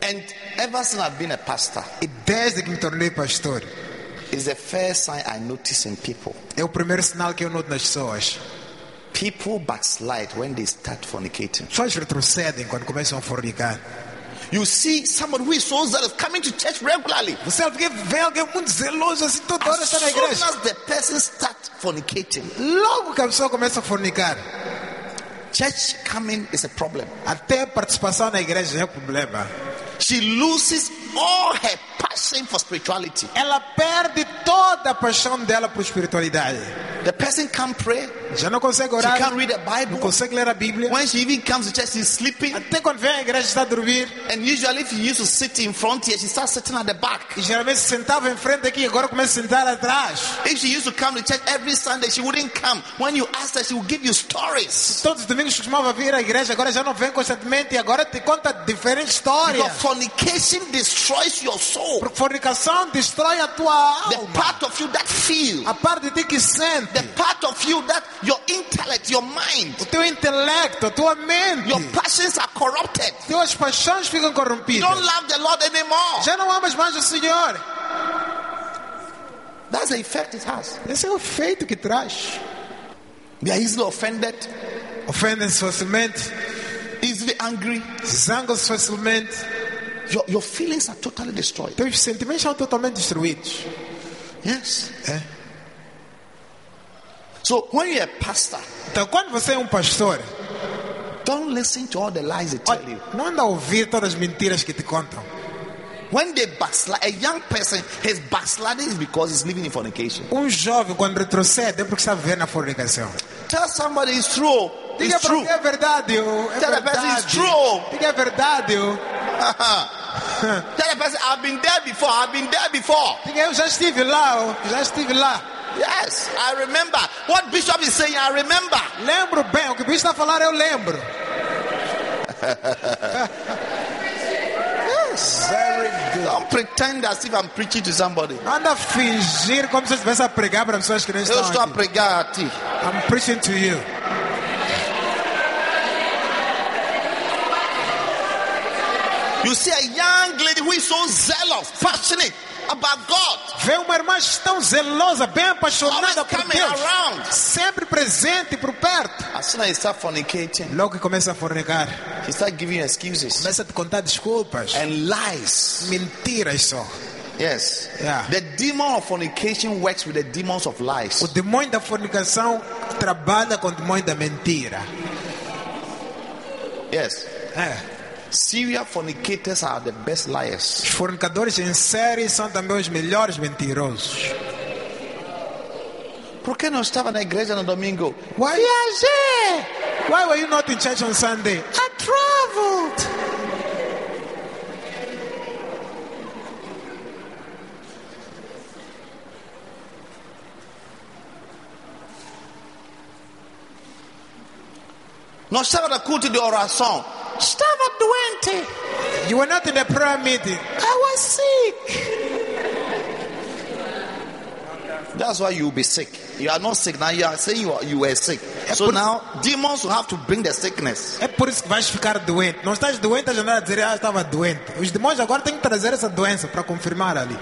And ever since I've been a pastor,
E desde que me tornei pastor,
it's the first sign I notice in people.
é o primeiro sinal que eu noto nas pessoas.
People backslide when they start fornicating.
Pessoas retrocedem quando começam a fornicar.
You see somebody who is so zealous coming to church regularly.
Você é alguém vê alguém muito zeloso assim, toda hora
As
está
soon
na
as
igreja.
the person starts fornicating,
Logo que a pessoa começa a fornicar,
church coming is a problem.
até a participação na igreja é um problema.
She loses all her passion for spirituality.
Ela perde toda a paixão dela por espiritualidade.
The person can't pray.
Já não consegue
She
orar,
can't read the
não
Bible.
consegue ler a Bíblia.
When she even comes to church, she's sleeping.
Até quando vem à igreja está a dormir.
And usually, if you used to sit in front here, she starts sitting at the back.
E geralmente se sentava em frente aqui, agora começa a sentar atrás.
If she used to come to church every Sunday, she wouldn't come. When you asked her, she would give you stories.
Todos os domingos costumava vir à igreja, agora já não vem constantemente e agora te conta diferentes
Because
histórias.
fornication destroys your soul.
Porque fornicação destrói a tua
The
alma.
part of you that feels,
A parte de ti que sente.
the part of you that your intellect, your mind,
O teu intelecto, a tua mente,
your passions are corrupted.
tuas paixões ficam
You don't
corrompidas.
love the Lord anymore.
Já não amas mais o Senhor.
That's the effect it has.
Esse é o efeito que traz.
They are easily offended,
Ofendem-se facilmente,
easily angry.
zangam-se facilmente.
Your, your feelings are totally destroyed.
Teus Então, sentimentos são totalmente destruídos.
Yes.
É.
Eh? So when you're a pastor,
Então, quando você é um pastor,
don't listen to all the lies they tell you.
olha, não anda a ouvir todas as mentiras que te contam.
When they backslide, a young person, his backsliding is because he's living in fornication.
Um jovem, quando retrocede, é porque está vivendo na fornicação.
Tell somebody it's true.
Diga
It's
para
true.
mim é verdade. ô, É
Tell the person
verdade.
it's true.
Diga é verdade. ô.
Tell the person, I've been there before. I've been there before.
Diga eu já estive lá. ô, Já estive lá.
Yes, I remember. What Bishop is saying, I remember.
Lembro bem. O que o bicho está a falar, eu lembro.
Yes. Don't pretend as if I'm preaching to somebody.
Não Anda a fingir como se eu estivesse a pregar para pessoas que não
Eu
estão
estou a
aqui.
pregar a ti.
I'm preaching to you.
You see a young lady who is so zealous, passionate about God.
Vê uma irmã tão zelosa, bem apaixonada
Always
por
coming
Deus.
around.
Sempre presente por perto.
As soon as you start fornicating,
Logo que começa a fornegar,
she start giving you excuses
começa a te contar desculpas. É
and lies.
Mentiras só.
Yes.
Yeah.
The demon of fornication works with the demons of lies.
O demônio da fornicação trabalha com o demônio da mentira.
Yes.
É.
Serial fornicators are the best liars.
Os fornicadores em série são também os melhores mentirosos.
Por que não estava na igreja no domingo?
Why? Viajei! Why were you not in church on Sunday? I traveled.
Non stava da culto di orazione, stava doente.
You were not in the prayer meeting.
I was sick. That's why you'll be sick. You are not sick now. You are saying you, are, you were sick. So now demons will have to bring the sickness.
É por isso que vais ficar doente. Não estás doente, a janela dizer, ah, estava doente. Os demônios agora têm que trazer essa doença para confirmar ali.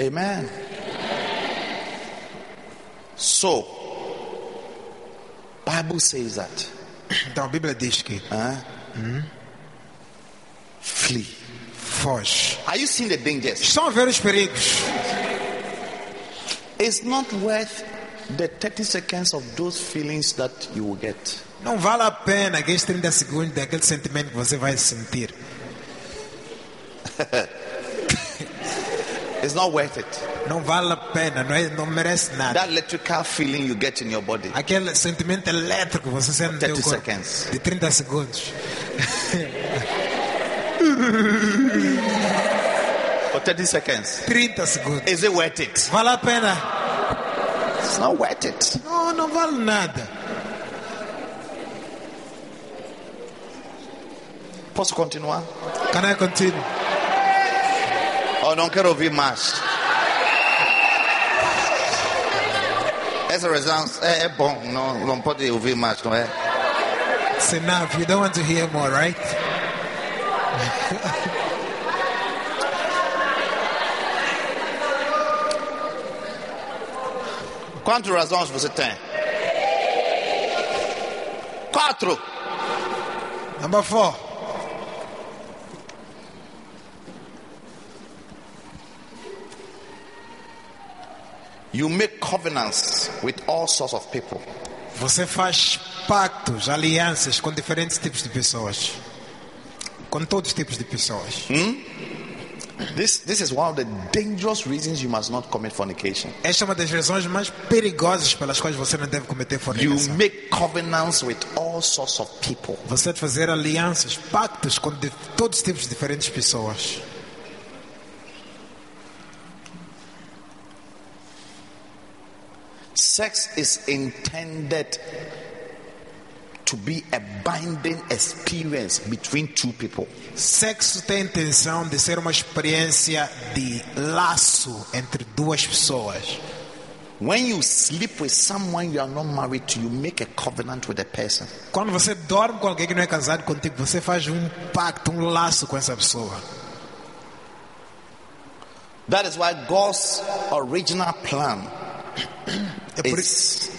Amen. So, Bible says that
Então a Bíblia diz que ah, hum?
flee.
foge.
Are you seeing the dangers?
Estão a ver os perigos.
It's not worth the 30 seconds of those feelings that you will get.
Não vale a pena aqueles 30 segundos daquele sentimento que você vai sentir.
It's not worth it.
Não vale a pena, não, é, não merece nada.
That electrical feeling you get in your body.
Aquele sentimento elétrico que você sente no teu
30
corpo.
seconds.
De 30 segundos.
For 30 seconds.
30 segundos.
Is it worth it?
Vale a pena?
It's not worth it.
Não, não vale nada.
Posso continuar?
Can I continue?
Oh, não quero ouvir mais. Essa resposta é, é bom, não, não pode ouvir mais, não é?
It's enough. You don't want to hear more, right?
Quantas razões você tem? Quatro.
Number four.
You make covenants with all sorts of people.
Você faz pactos, alianças com diferentes tipos de pessoas. Com todos os tipos de pessoas.
This, this is one of the dangerous reasons you must not commit fornication.
Esta é uma das razões mais perigosas pelas quais você não deve cometer
You
fornicação.
make covenants with all sorts of people.
Você deve fazer alianças, pactos com de, todos os tipos de diferentes pessoas.
Sex is intended to be a binding experience between two people.
Sexo tem a intenção de ser uma experiência de laço entre duas pessoas.
When you sleep with someone you are not married to, you make a covenant with a person.
Quando você dorme com alguém que não é casado contigo, você faz um pacto, um laço com essa pessoa.
That is why God's original plan
É por isso.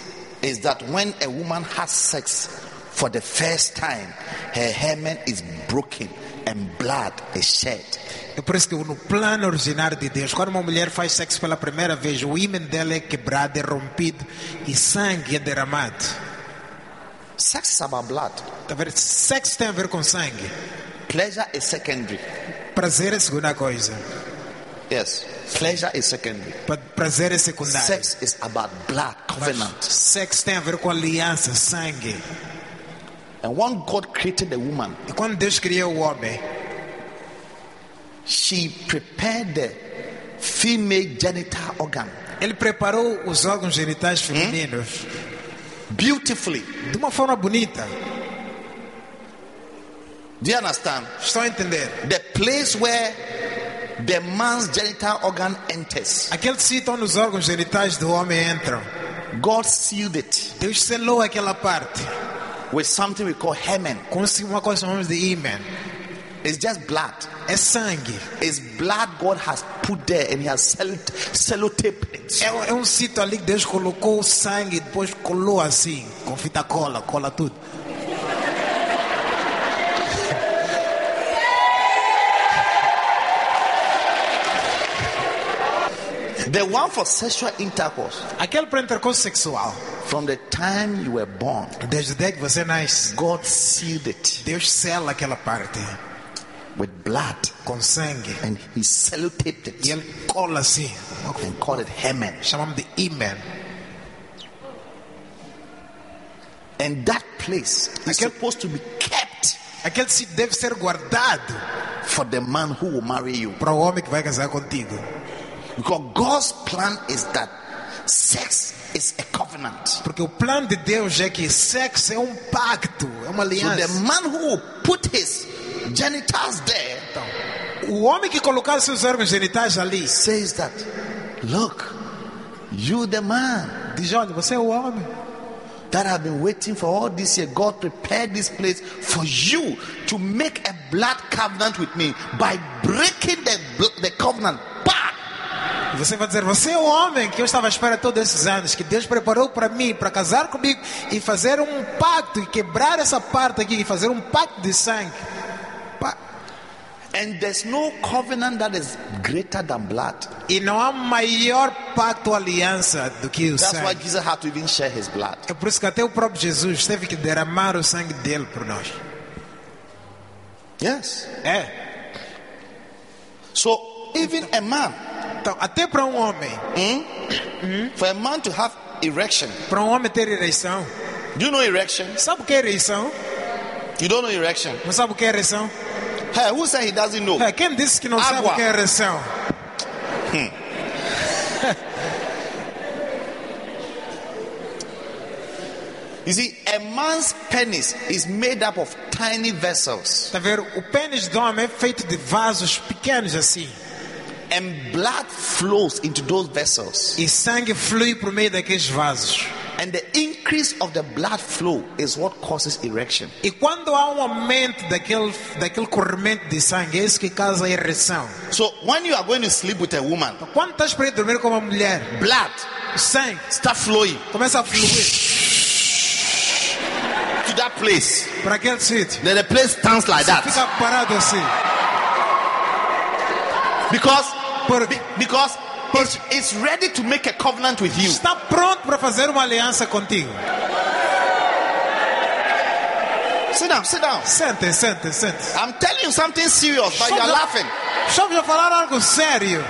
is, is that when a woman has sex for the first time, her hymen is broken and blood is shed.
É por isso que no plano originário de Deus, quando uma mulher faz sexo pela primeira vez, o ímã dela é quebrado, é rompido e sangue é derramado.
Sex is about blood.
Tá vendo? Sexo tem a ver com sangue.
Pleasure is secondary.
Prazer é a segunda coisa.
Yes, pleasure is secondary.
Pra- Prazer é secundário.
Sex is about blood covenant.
Sexo tem a ver com aliança, sangue.
And when God created the woman,
E quando Deus criou o homem,
she prepared the female genital organ
Ele preparou os órgãos genitais femininos
beautifully.
de uma forma bonita.
Do you understand?
Estão a entender?
The place where the man's genital organ enters,
Aquele sítio onde os órgãos genitais do homem entram,
God sealed it
Deus selou aquela parte
with something we call hymen.
com um uma coisa chamamos de ímã.
It's just blood.
É sangue.
It's blood God has put there and He has cell- sellotaped it.
É, um- é um sítio ali que Deus colocou o sangue e depois colou assim, com fita cola, cola tudo.
The one for sexual intercourse,
Aquele para intercurso sexual,
from the time you were born,
desde o dia que você nasce,
God sealed it
Deus sela aquela parte
with blood
com sangue.
and He sellotaped it
E ele cola assim,
and called it hymen.
chamamos de ímã.
And that place is
Aquel-
supposed to be kept
Aquele sítio deve ser guardado
for the man who will marry you.
para o homem que vai casar contigo.
Because God's plan is that sex is a covenant.
Porque o plano de Deus é que sexo é um pacto, é uma
So
aliança.
the man who will put his genitals there
O homem que colocar seus órgãos genitais ali
says that, look, you the man
diz: Olha, você é o homem.
that have been waiting for all this year. God prepared this place for you to make a blood covenant with me by breaking the, bl- the covenant. Bah!
E Você vai dizer: Você é o homem que eu estava à espera todos esses anos, que Deus preparou para mim, para casar comigo e fazer um pacto e quebrar essa parte aqui e fazer um pacto de sangue. Pa-
And there's no covenant that is greater than blood.
E não há maior pacto ou aliança do que o
That's why
sangue.
Jesus had to even share his blood.
É por isso que até o próprio Jesus teve que derramar o sangue dele por nós.
Yes.
É.
So even a man, hmm?
Então, até para um homem,
for a man to have erection,
para um homem ter ereção.
do you know erection?
Sabe o que é ereção?
You don't know erection.
Não sabe o que é ereção?
Hey, who said he doesn't know?
É, quem disse que não sabe
Água.
o que é ereção?
You see, a man's penis is made up of tiny vessels,
Tá vendo? O pênis do homem é feito de vasos pequenos assim.
and blood flows into those vessels.
E sangue flui por meio daqueles vasos.
And the increase of the blood flow is what causes erection.
E quando há um aumento daquele, daquele corrente de sangue, é isso que causa a ereção.
So when you are going to sleep with a woman,
Quando estás para ir dormir com uma mulher,
blood
o sangue
start flowing
começa a fluir
to that place.
para aquele sítio.
Then the place stands like that
Fica parado assim.
because
Porque
be- because it's, it's ready to make a covenant with you.
está pronto para fazer uma aliança contigo.
Sit down, sit down.
Sente, sente, sente.
I'm telling you something serious, but you are
Shut up.
laughing.
Estamos a falar algo sério.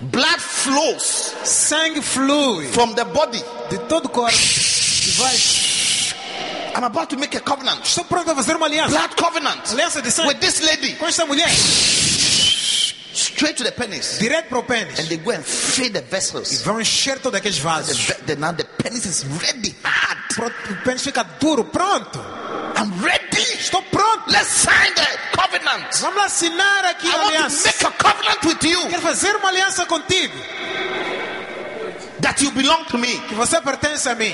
Blood flows
Sangue flui
from the body.
de todo o corpo. E vai.
I'm about to make a covenant,
Estou pronto a fazer uma aliança.
blood covenant
Aliança de sangue
with this lady,
com esta mulher.
straight to the penis,
Direto para o
and
pênis.
they go and fill the
E
vessels.
vão encher todos aqueles
The,
vasos.
ve- the- now the penis is ready, hard.
Pronto, o pênis fica duro, pronto.
I'm ready.
Estou pronto.
Let's sign the covenant.
Vamos lá assinar aqui
I
a
want to
aliança.
make a covenant with you
Quero fazer uma aliança contigo.
that you belong to me.
Que você pertence a mim.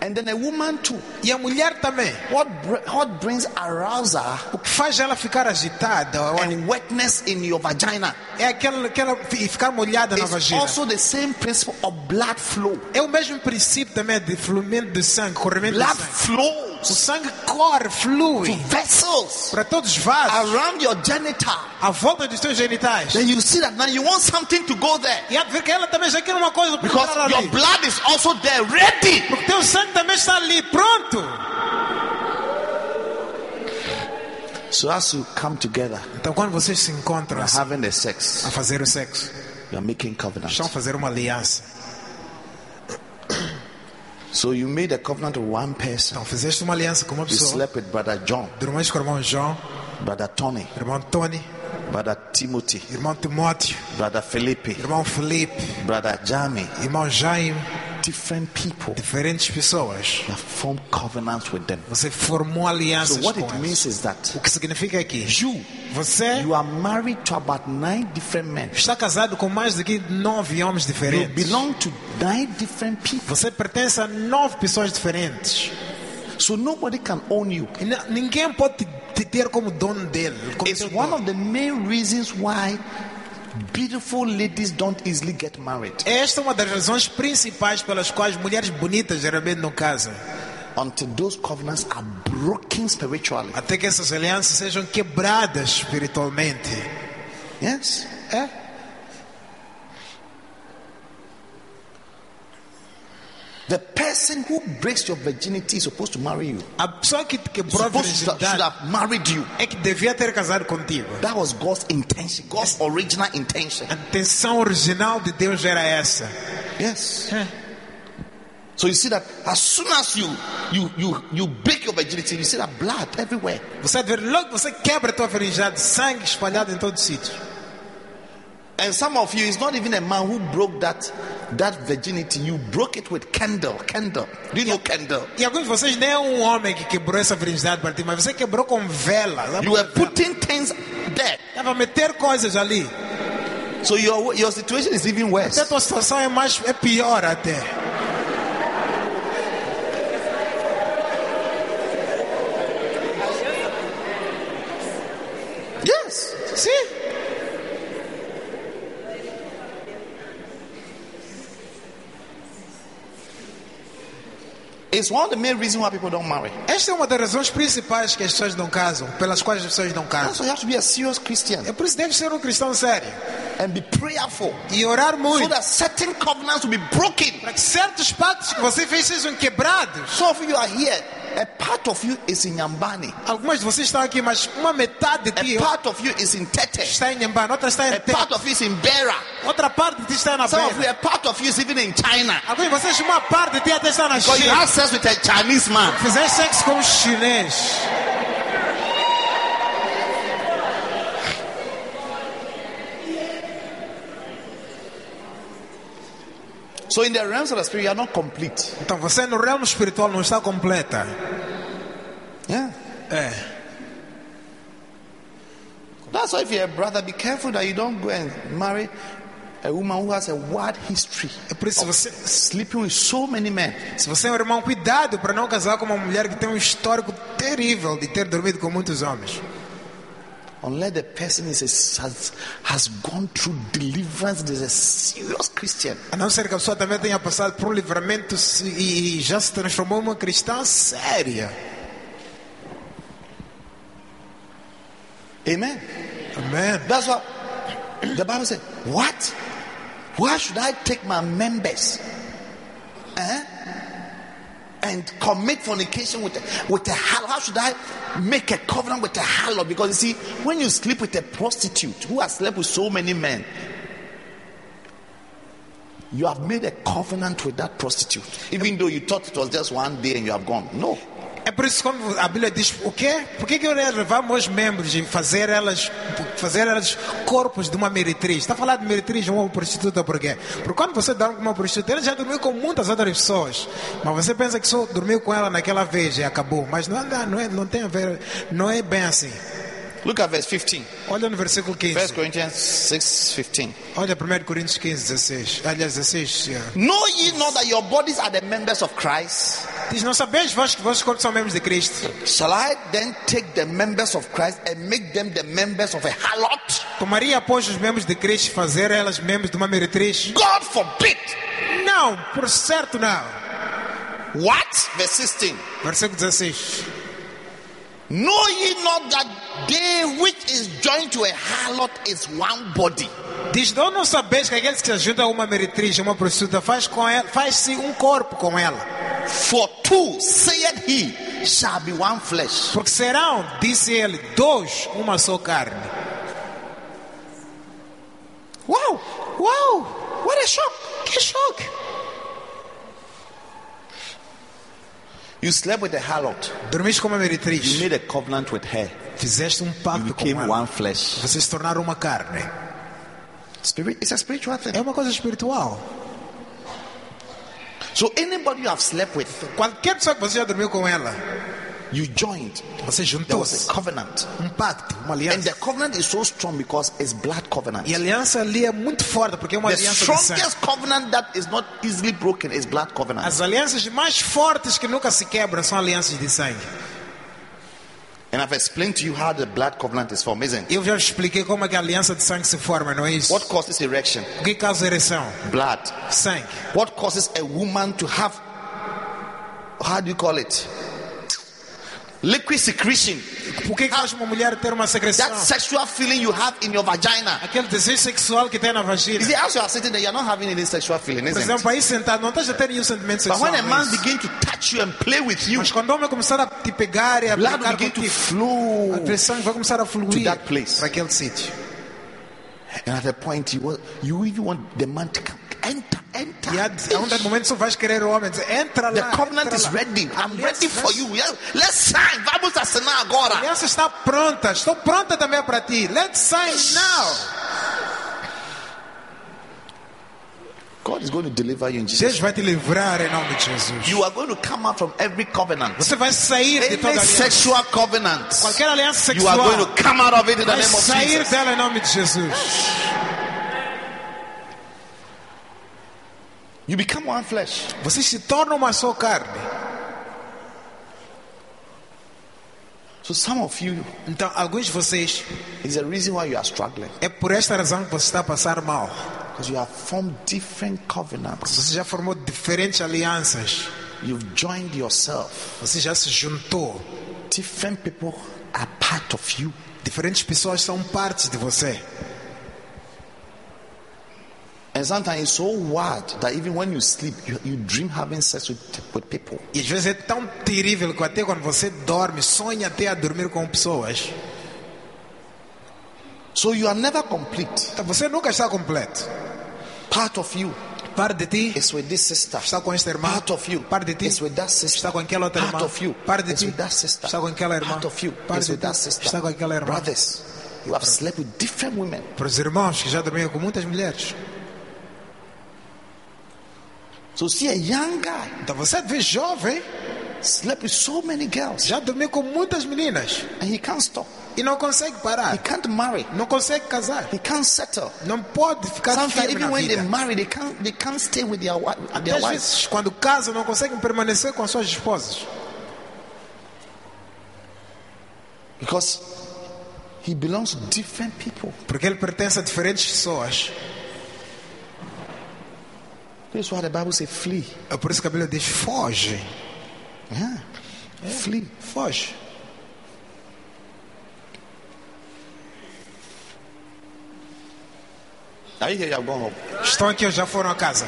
And then a woman too.
E a mulher também.
What br- what brings arousal
O que faz ela ficar agitada ó,
and wetness in your vagina
é aquela, aquela e ficar molhada na
is
vagina.
also the same principle of blood flow.
É o mesmo princípio também de fluimento de sangue, corrimento de
Blood
sangue. O
flows
sangue corre,
to
flui
vessels
para todos os vasos,
around your genital.
à volta dos teus genitais.
Then you see that now you want something to go there
E há de ver que ela também já quer uma coisa para
because
entrar ali.
your blood is also there, ready.
Porque teu sangue também está ali, pronto.
So as you come together,
Então quando vocês se encontram
you're
assim,
having the
a
sex,
fazer o sexo,
you're making covenant.
estão a fazer uma aliança.
So you made a covenant with one person.
Então fizeste uma aliança com uma
You
pessoa.
slept with Brother John,
Dormiste com o irmão João,
Brother Tony,
irmão Tony,
Brother Timothy,
irmão Timóteo,
Brother Felipe,
irmão Felipe,
Brother Jami.
irmão Jaime.
Different people.
Diferentes pessoas.
You have formed covenants with them.
Você formou
So
alianças
what
com
it
elas.
means is that
O que significa aqui?
you
Você
you are married to about nine different men.
está casado com mais de que nove homens
You
diferentes.
belong to nine different people.
Você pertence a nove pessoas diferentes.
So nobody can own you.
E n- ninguém pode te- te ter como dono dele. Como
It's
seu
one
dono.
of the main reasons why beautiful ladies don't easily get married
Esta é uma das razões principais pelas quais mulheres bonitas geralmente não casam.
until those covenants are broken spiritually.
Até que essas alianças sejam quebradas espiritualmente.
Yes. Eh?
É?
The person who breaks your virginity is supposed to marry you.
A pessoa que te quebrou a
Supposed to, should
virgindade
have married you.
é que devia ter casado contigo.
That was God's intention, God's original intention.
A intenção original de Deus era essa.
Yes.
É.
So you see that as soon as you you you you break your virginity, you see that blood everywhere.
Você deve ver, logo você quebra a tua virgindade, sangue espalhado em todo sítio.
And some of you, it's not even a man who broke that that virginity. You broke it with candle, candle. Do you know candle?
E alguns de vocês nem é um homem que quebrou essa virgindade para ti, mas você quebrou com vela.
You were putting things there.
Estava a meter coisas ali.
So your your situation is even
Até a
worse.
tua situação é, mais, é pior até.
Yes.
Sim.
It's one of the main reasons why people don't marry.
Esta é uma das razões principais que as pessoas não casam, pelas quais as pessoas não
That's why
casam.
you have to be a serious Christian
É por isso que deve ser um cristão sério
and be prayerful.
e orar
So
muito
that certain covenants will be broken.
para que certos pactos que você fez sejam quebrados.
Some of you are here. A part of you is in Yambani.
Algumas de vocês estão aqui, mas uma metade de ti
A part of you is in Tete.
está em Nhambana, outra está em
A
Tete,
part of you is in Bera.
outra parte de ti está na
Some of you,
Beira.
a part of you is even in China.
Alguns de vocês, uma parte de ti até está na
Because you
China.
have sex with a Chinese man.
Fizeste sexo com um chinês.
So in the realms of the spirit, you are not complete.
Então você no realmo espiritual não está completa.
Yeah.
É.
That's why if you're a brother, be careful that you don't go and marry a woman who has a wide history.
É por isso que você,
Sleeping with so many men.
se você é um irmão, cuidado para não casar com uma mulher que tem um histórico terrível de ter dormido com muitos homens.
Unless the person is a, has, has gone through deliverance, there's a serious Christian.
A não ser que a pessoa também tenha passado por um livramento se- e, e já se transformou em uma cristã séria.
Amen.
Amém.
That's what the Bible said. What? Why should I take my members eh, and commit fornication with a, with a harlot? How should I make a covenant with a harlot? Because you see, when you sleep with a prostitute who has slept with so many men, you have made a covenant with that prostitute, even though you thought it was just one day and you have gone. No.
É por isso que quando a Bíblia diz o quê? Por que, que eu ia levar meus membros e fazer elas, fazer elas corpos de uma meretriz? Está falando de meretriz, uma prostituta, por quê? Porque quando você dorme com uma prostituta, ela já dormiu com muitas outras pessoas. Mas você pensa que só dormiu com ela naquela vez e acabou. Mas não, é- não, é, não tem a ver, não é bem assim.
Look at verse 15.
Olha no versículo
1
15.
Corinthians 6 15.
Olha 1 Coríntios 15, 16. Aliás, 16. yeah.
Know ye not that your bodies are the members of Christ?
Diz, não sabeis vós que vossos corpos são membros de Cristo.
Shall I then take the members of Christ and make them the members of a harlot?
Tomaria, pois, os membros de Cristo e fazer elas membros de uma meretriz?
God forbid!
Não, por certo não.
What? Verse 16.
Versículo 16.
Know ye not that they which is joined to a harlot is one body?
Diz, não, não sabeis que aqueles que se ajudam a uma meretriz, a uma prostituta, faz com ela, faz-se um corpo com ela.
For two, saith he, shall be one flesh.
Porque serão, disse ele, dois, uma só carne.
Wow!
Uau, what a shock, que choque.
You slept with a harlot,
Dormiste com uma
you
meretriz,
made a covenant with her,
fizeste um
you
pacto com
became one
ela,
flesh.
vocês se tornaram uma carne.
Spirit, it's a spiritual
É
thing.
uma coisa espiritual.
So anybody you have slept with,
Qualquer pessoa que você já dormiu com ela,
you joined.
você
There was
juntou-se.
a covenant.
Um pacto, uma
And the
aliança.
covenant is so strong because it's blood covenant.
E a aliança ali é muito forte, porque é uma
The
aliança de sangue.
strongest covenant that is not easily broken is blood covenant.
As alianças mais fortes que nunca se quebram são alianças de sangue.
And I've explained to you how the blood covenant is formed, isn't it?
Eu já expliquei como é que a aliança de sangue se forma, não é isso?
What causes erection?
O que causa ereção?
Blood.
Sangue.
What causes a woman to have, how do you call it? Liquid secretion.
O que faz uma mulher ter uma secreção?
That sexual feeling you have in your vagina.
Aquele desejo sexual que tem na
You
vagina.
see, as you are sitting there, you're not having any sexual feeling,
Por
isn't it?
exemplo, aí sentado, não estás a ter nenhum sentimento
But
sexual.
when a
não é
man
isso?
begins to touch you and play with you,
Mas quando o homem começar a te pegar e a
blood will
pegar
begin to
contigo,
flow.
a pressão vai começar a fluir
To that place.
para aquele sítio.
And at a point, you, will, you even want the man to come, enter enter.
E a, a um dado momento só vais querer o homem dizer, entra
The
lá.
covenant
entra
is
lá.
ready.
A
I'm
aliança-
ready for you. Yeah, Let's sign. Vamos assinar
A
agora.
aliança está pronta, estou pronta também para ti. Let's sign now.
God is going to deliver you in Jesus.
Deus vai te livrar em nome de Jesus.
You are going to come out from every covenant.
Você vai sair de toda
Any
aliança.
sexual covenant.
Qualquer aliança
é You are
sexual
going to come out of it in the
vai
name of
sair
Jesus.
dela em nome de Jesus.
You become one flesh.
Vocês se tornam uma só carne.
So some of you,
Então, alguns de vocês,
it's a reason why you are struggling.
é por esta razão que você está a passar mal.
Because you have formed different covenants.
Você já formou diferentes alianças.
You've joined yourself.
Você já se juntou.
Different people are part of you.
Diferentes pessoas são parte de você.
And sometimes it's so wild that even when you sleep, you, you dream having sex with, with people.
E às vezes é tão terrível que até quando você dorme, sonha até a dormir com pessoas.
So you are never complete.
Então você nunca está completo.
Part of you
Parte de ti
is with this sister.
está com esta irmã.
Part of you
Parte de ti
is with that sister.
está com aquela outra irmã.
Part of you
Parte de
is
ti
with that sister.
está com aquela irmã.
Part of you
Parte
is
de
with
ti
that sister.
está com aquela irmã.
Brothers, you have slept with different women.
Para os irmãos que já dormiam com muitas mulheres.
So see a young guy
Então você vê jovem,
slept with so many girls
já dormiu com muitas meninas.
and he can't stop.
E não consegue
He
parar.
can't marry.
Não consegue casar.
He can't settle.
Não pode ficar
Sometimes
firme na
even when they
vida.
marry, they can't they can't stay with their wife their
Às
wives.
vezes, quando casam, não conseguem permanecer com as suas esposas.
Because he belongs to different people.
Porque ele pertence a diferentes pessoas.
This is why the Bible says flee.
É por isso que a Bíblia diz: foge.
Yeah. Flee.
Foge.
Are you here? You have gone home.
Estão aqui ou já foram a casa?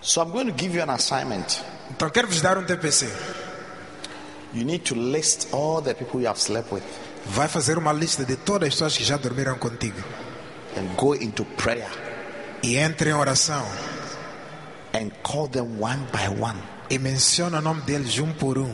So I'm going to give you an assignment.
Então quero vos dar um TPC.
You need to list all the people you have slept with
Vai fazer uma lista de todas as pessoas que já dormiram contigo.
and go into prayer
E entre em oração.
and call them one by one.
E menciona o nome deles um por um.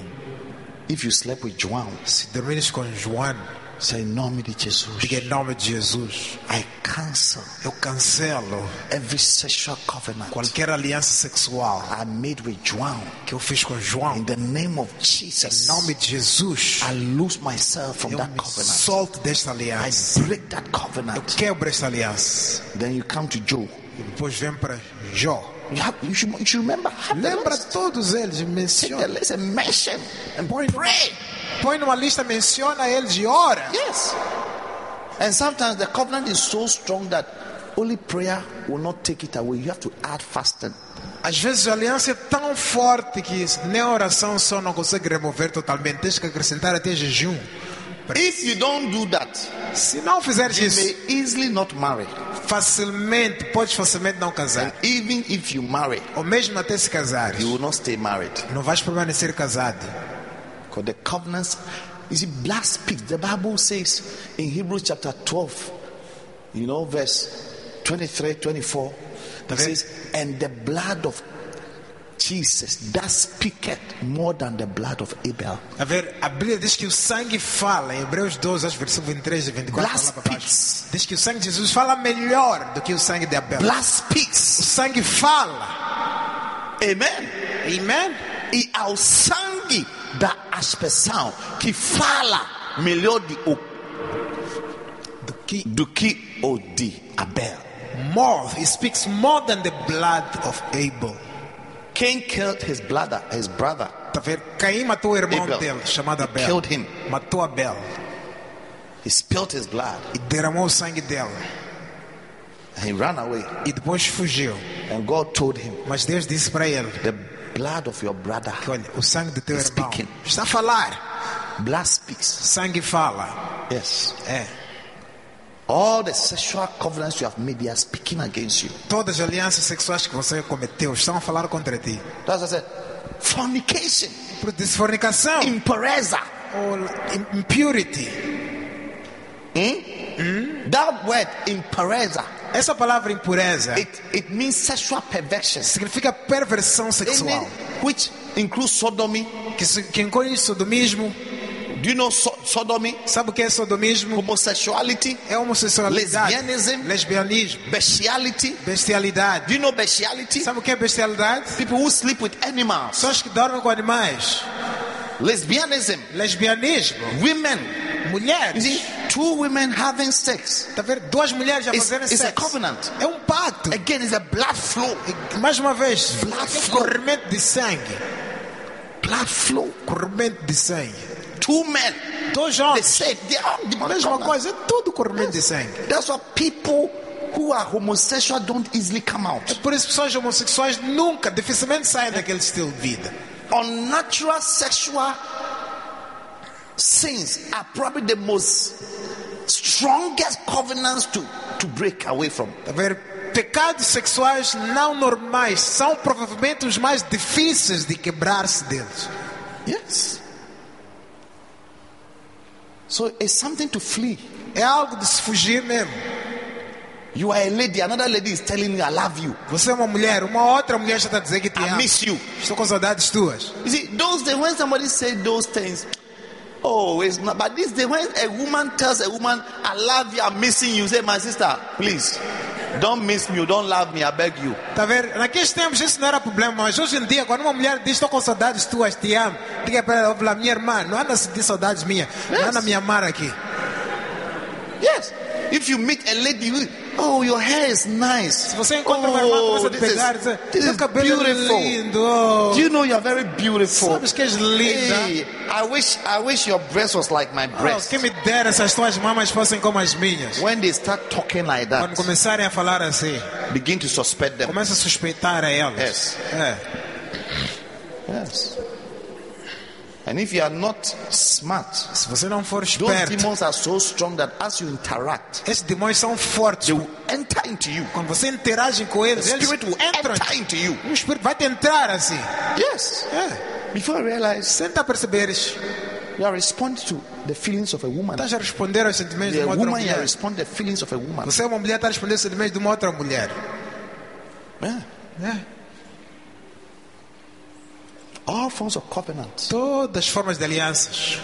If you slept with João,
Se dormires com João,
say, Em nome de
diga
Jesus,
em nome de Jesus.
I cancel
Eu cancelo
every sexual covenant
qualquer aliança sexual
I made with João.
que eu fiz com João.
In
Em
the name of Jesus,
nome de Jesus,
I lose myself from
eu
that
me
covenant.
solto desta
I
aliança.
break that
Eu
covenant.
quebro esta aliança.
Then you come to Joe.
E depois vem para Jó.
You, have, you, should, you should remember. have the
Lembra
list.
todos eles,
Take the
menciona.
list and mention and
Põe
pray.
numa, põe numa lista, menciona eles e ora.
Yes. And sometimes the covenant is so strong that only prayer will not take it away. You have to add fasting.
Às vezes a aliança é tão forte que nem a oração só não consegue remover totalmente. Tens que acrescentar até jejum.
If you don't do that,
Se não fizeres
you
isso,
may easily not marry.
facilmente, podes facilmente não casar.
Even if you marry,
Ou mesmo até se casar,
you will not stay married.
não vais permanecer casado.
Because the covenants, you see, blood speaks. The Bible says in Hebrews chapter 12, you know, verse 23, 24, it
Okay.
says, And the blood of Jesus that speaketh more than the blood of Abel.
A ver, a Bíblia diz que o sangue fala, em Hebreus 12, acho, versículo 23 e 24, fala para baixo.
Blasphemes.
diz que o sangue de Jesus fala melhor do que o sangue de Abel.
Blood
O
speaks.
sangue fala.
Amen.
Amém?
E ao sangue da aspersão que fala melhor de o,
Do que
do que o de Abel.
more, he speaks more than the blood of Abel.
Cain killed his brother, his brother.
Tá vendo? Caim matou o irmão
Abel.
dele, chamado
He
Abel.
killed him.
Matou Abel
He spilled his blood
e derramou o sangue dele.
and he ran away.
E depois fugiu.
And God told him,
Mas Deus disse para ele:
The blood of your brother,
que, Olha, o sangue do teu
He's
irmão
speaking.
está a falar.
blood speaks.
Sangue fala.
Yes.
É.
All the sexual covenants you have made, they are speaking against you.
Todas as alianças sexuais que você cometeu estão a falar contra ti.
That's what I said. Fornication,
Por disse fornicação,
impereza.
ou im- impurity.
Hmm? That word, impereza,
Essa palavra impureza
it, it means sexual perversions.
significa perversão sexual,
Any- which includes sodomy.
que, se- que inclui sodomismo.
Do you know so- sodomy?
Sabe o que é sodomismo?
Homosexuality,
É homossexualidade,
Lesbianism.
lesbianismo,
bestiality.
bestialidade.
Do you know bestiality?
Sabe o que é bestialidade?
People who sleep with animals.
Pessoas que dormem com animais,
Lesbianism,
lesbianismo,
women. You
mulheres.
see, two women having sex.
Tá vendo? Duas mulheres já
It's-
fazendo
it's a
sexo.
covenant.
É um pacto.
Again, it's a blood flow.
Mais uma vez,
Blood flow.
corrente de sangue.
Blood flow.
Corrente de sangue.
Two men.
Dois
They
homens.
said they are
A
demonic
mesma
covenant.
coisa, é tudo corrente de sangue.
That's why people who are homosexual don't easily come out.
Por isso, pessoas homossexuais nunca, dificilmente saem daquele estilo de vida.
Unnatural sexual sins are probably the most strongest covenants to, to break away from.
Tá vendo? Pecados sexuais não normais são provavelmente os mais difíceis de quebrar-se deles.
Yes. So it's something to flee.
É algo de se fugir mesmo.
You are a lady, another lady is telling you, I love you.
Você é uma mulher, uma outra mulher já está a dizer que te
I
ama.
miss you.
Estou com saudades tuas.
You see, those days when somebody said those things, oh, it's not. But this day when a woman tells a woman, "I love you, I'm missing you," say, "My sister, please, don't miss me, don't love me, I beg you."
Tá vendo? Naqueles tempos isso não era problema, mas hoje em dia, quando uma mulher diz estou com saudades tuas, te amo, diga para ela, "Olá, minha irmã, não anda a sentir saudades minha, não anda a me amar aqui.
Yes. If you meet a lady, you, oh, your hair is nice.
Se você encontra uma irmã,
Oh,
começa a te
this
pegar, e
is-
dizer,
this
teu
is
cabelo é
beautiful.
lindo, oh,
Do you know you are very beautiful?
sabes que és linda.
Hey, I wish, I wish your breast was like my
Oh,
breast.
quem me dera essas tuas mamas fossem como as minhas.
When they start talking like that,
Quando começarem a falar assim,
begin to suspect them.
começa a suspeitar a elas.
Yes.
É.
Yes. And if you are not smart,
Se você não for
Those
esperto,
demons are so strong that as you interact,
esses demônios são fortes.
they will enter into you.
Quando você interage com
The
eles, eles
spirit will
entram.
enter into you.
O espírito vai te entrar assim.
Yes.
É.
Before you realize,
Senta a perceberes.
you are responding to the feelings of a woman.
Estás a responder aos sentimentos de
The
uma outra
woman, you are
mulher.
responding to the feelings of a woman.
Você é uma mulher, está a responder aos sentimentos de uma outra mulher.
Yeah.
É.
All forms of covenant.
Todas as formas de alianças.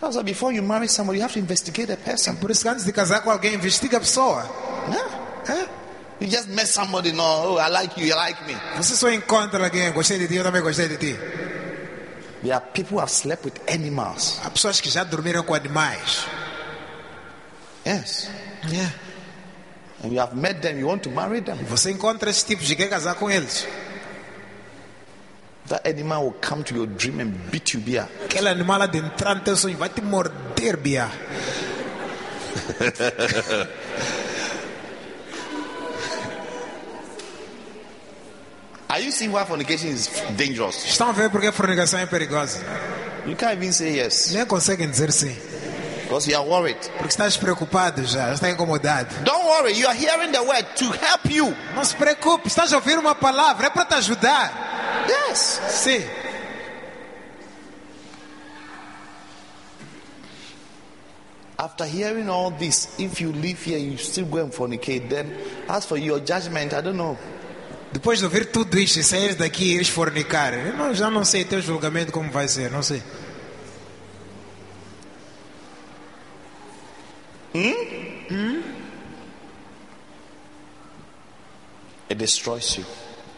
That's why before you marry somebody, you have to investigate the person.
Por isso, que antes de casar com alguém, investiga a pessoa.
Yeah.
É.
You just met somebody, no, oh, I like you, you like me.
Você só encontra alguém, gostei de ti, eu também gostei de ti.
There are people who have slept with animals.
Há pessoas que já dormiram com animais.
Yes.
É.
And you have met them, you want to marry them.
Você encontra esses tipos e quer casar com eles.
That animal will come to your dream and beat you beer.
Aquele animal lá de entrar no teu sonho vai te morder, Bia.
Are you seeing why fornication is dangerous?
Estão a ver porque a fornicação é perigosa.
You can't even say yes
Nem conseguem dizer sim.
because you are worried.
Porque estás preocupado já, está incomodado.
Don't worry, you are hearing the word to help you.
Não se preocupe, estás a ouvir uma palavra, é para te ajudar.
Yes.
Sim.
After hearing all this, if you live here, you still go and fornicate, then as for your judgment, I don't know.
Depois de ouvir tudo isto e sair daqui e ires fornicar, eu não- já não sei teu julgamento como vai ser, não sei.
It destroys you.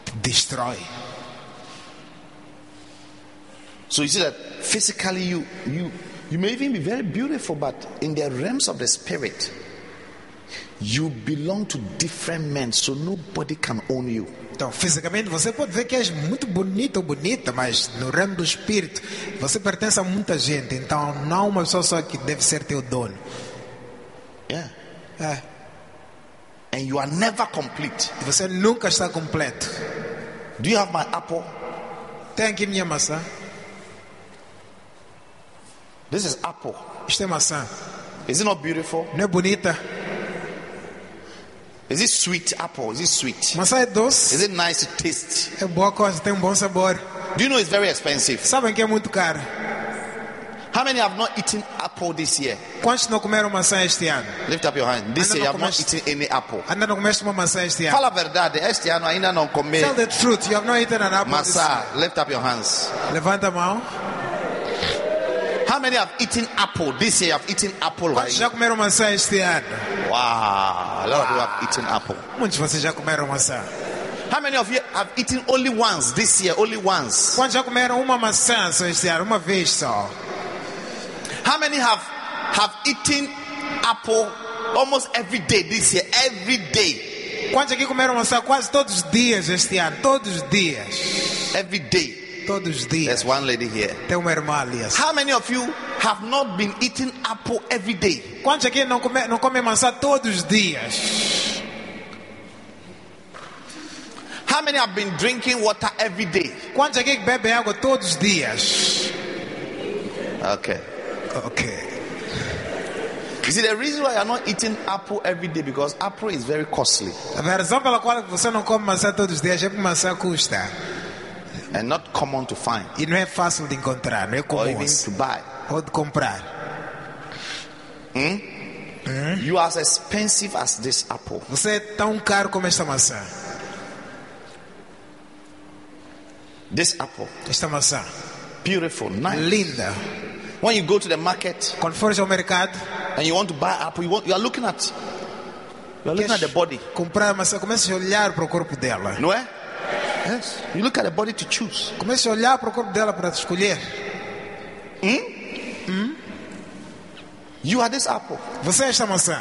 Te destrói.
So you see that physically you you you may even be very beautiful, but in the realms of the spirit, you belong to different men, so nobody can own you.
Então, fisicamente você pode ver que és muito bonito ou bonita, mas no reino do espírito você pertence a muita gente, então não há uma pessoa só que deve ser teu dono.
Yeah.
É.
And you are never complete.
E Você nunca está completo.
Do you have my apple?
Tem aqui minha maçã.
This is apple.
Isto é maçã.
Is it not beautiful?
Não é bonita?
Is it sweet apple? Is it sweet?
Maçã é doce.
Is it nice to taste?
É boa coisa, tem um bom sabor.
Do you know it's very expensive?
Sabem que é muito caro.
How many have not eaten apple this year?
Quantos não comeram maçã este ano?
Lift up your hand. This
Ainda
year you have
não
not
comeste.
eaten any apple.
Ainda não comeste uma maçã este ano?
Fala a verdade, este ano ainda não comeu
Tell the truth, you have not eaten an apple this year.
maçã. Lift up your hands.
Levanta a mão.
How many have eaten apple this year? Have eaten apple right?
Quantos já comeram maçã este ano?
Wow, a lot of people have eaten apple.
Muitos de vocês já comeram maçã.
How many of you have eaten only once this year? Only once.
Quantos já comeram uma maçã só este ano? Uma vez só.
How many have have eaten apple almost every day this year? Every day,
Quantos aqui comeram maçã quase todos os dias este ano? Todos os dias.
every day.
Todos os dias.
There's one lady here.
Tem uma irmã ali. assim.
How many of you have not been eating apple every day?
Quantos aqui não comem não come maçã todos os dias?
How many have been drinking water every day?
Quantos aqui que bebem água todos os dias?
Okay.
Ok.
You see, the reason why you're not eating apple every day because apple is very costly
A razão pela qual você não come maçã todos os dias é porque maçã custa.
and not common to find
E não é fácil de encontrar, não é
or
comum.
even to
assim.
buy.
Ou de comprar.
You are as expensive as this apple.
Você é tão caro como esta maçã.
This apple,
Esta maçã.
beautiful, nice.
Linda.
When you go to the market
Quando fores ao mercado,
and you want to buy apple, you, want, you are looking at you are looking at the body.
comprar maçã, começa a olhar para o corpo dela.
No eh? Yes. You look at the body to choose.
Comece a olhar para o corpo dela para escolher.
You are this apple.
Você é esta maçã.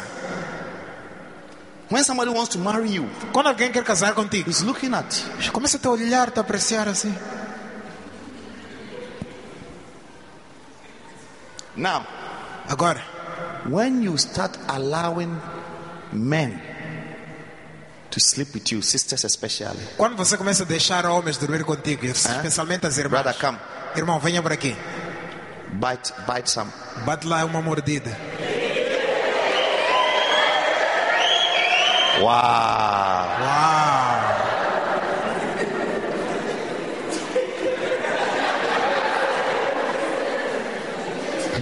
When somebody wants to marry you,
Quando alguém quer casar contigo,
he's looking at
começa a te olhar, te apreciar assim.
now.
Agora,
When you start allowing men to sleep with you, sisters especially,
quando você começa a deixar homens dormir contigo, especialmente as irmãs.
brother, come
Irmão, venha para aqui.
bite bite some.
Bate lá uma mordida.
Wow.
Uau!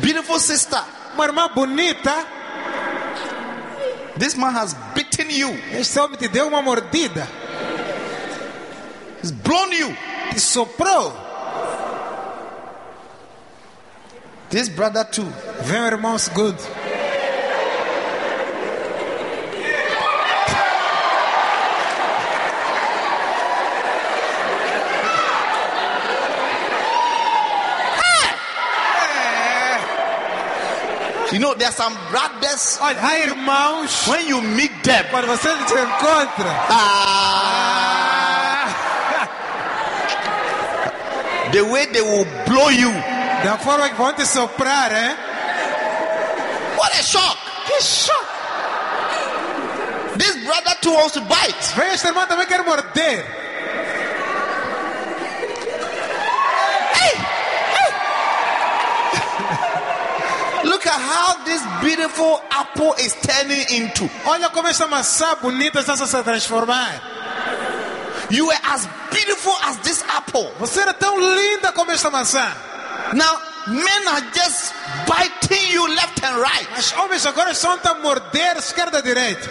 Beautiful sister.
Uma irmã bonita.
This man has bitten you.
Este homem te deu uma mordida.
He's blown you.
Te soprou.
This brother too.
Vem, irmão segundo.
You know, there are some brothers
Olha, há irmãos.
when you meet them.
Quando você se encontra,
Ah, the way they will blow you.
da forma que vão te soprar, é?
What a shock!
Que choque!
This brother too wants to bite.
Vem, esta irmã também quer morder.
Look at how this beautiful apple is turning into.
Olha como esta maçã bonita está a se transformar.
You were as beautiful as this apple.
Você era tão linda como esta maçã.
Now, men are just biting you left and right.
Mas homens agora só estão a morder esquerda e direita.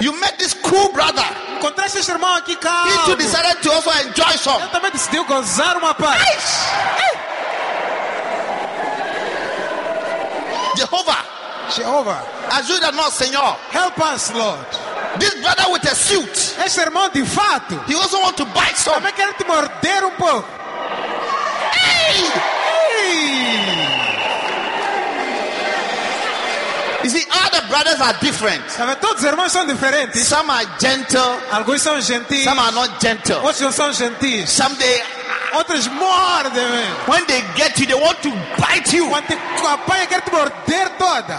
You met this cool brother.
Encontraste este irmão aqui, calmo.
He too decided to also enjoy some.
Ele também decidiu gozar uma parte.
Jehovah,
Jeová,
ajuda nós, Senhor.
help us, Lord.
This brother with a suit,
Este irmão, de fato,
he also want to bite some.
também quer te morder um pouco.
Hey!
Ei!
You see, all the brothers are different.
Tá vendo? Todos os irmãos são diferentes.
Some are gentle,
Alguns são gentis,
some are not gentle.
outros não são gentis.
Some they,
Outros mordem. mesmo.
when they get you, they want to bite you.
Quando te apanha, quer te morder toda.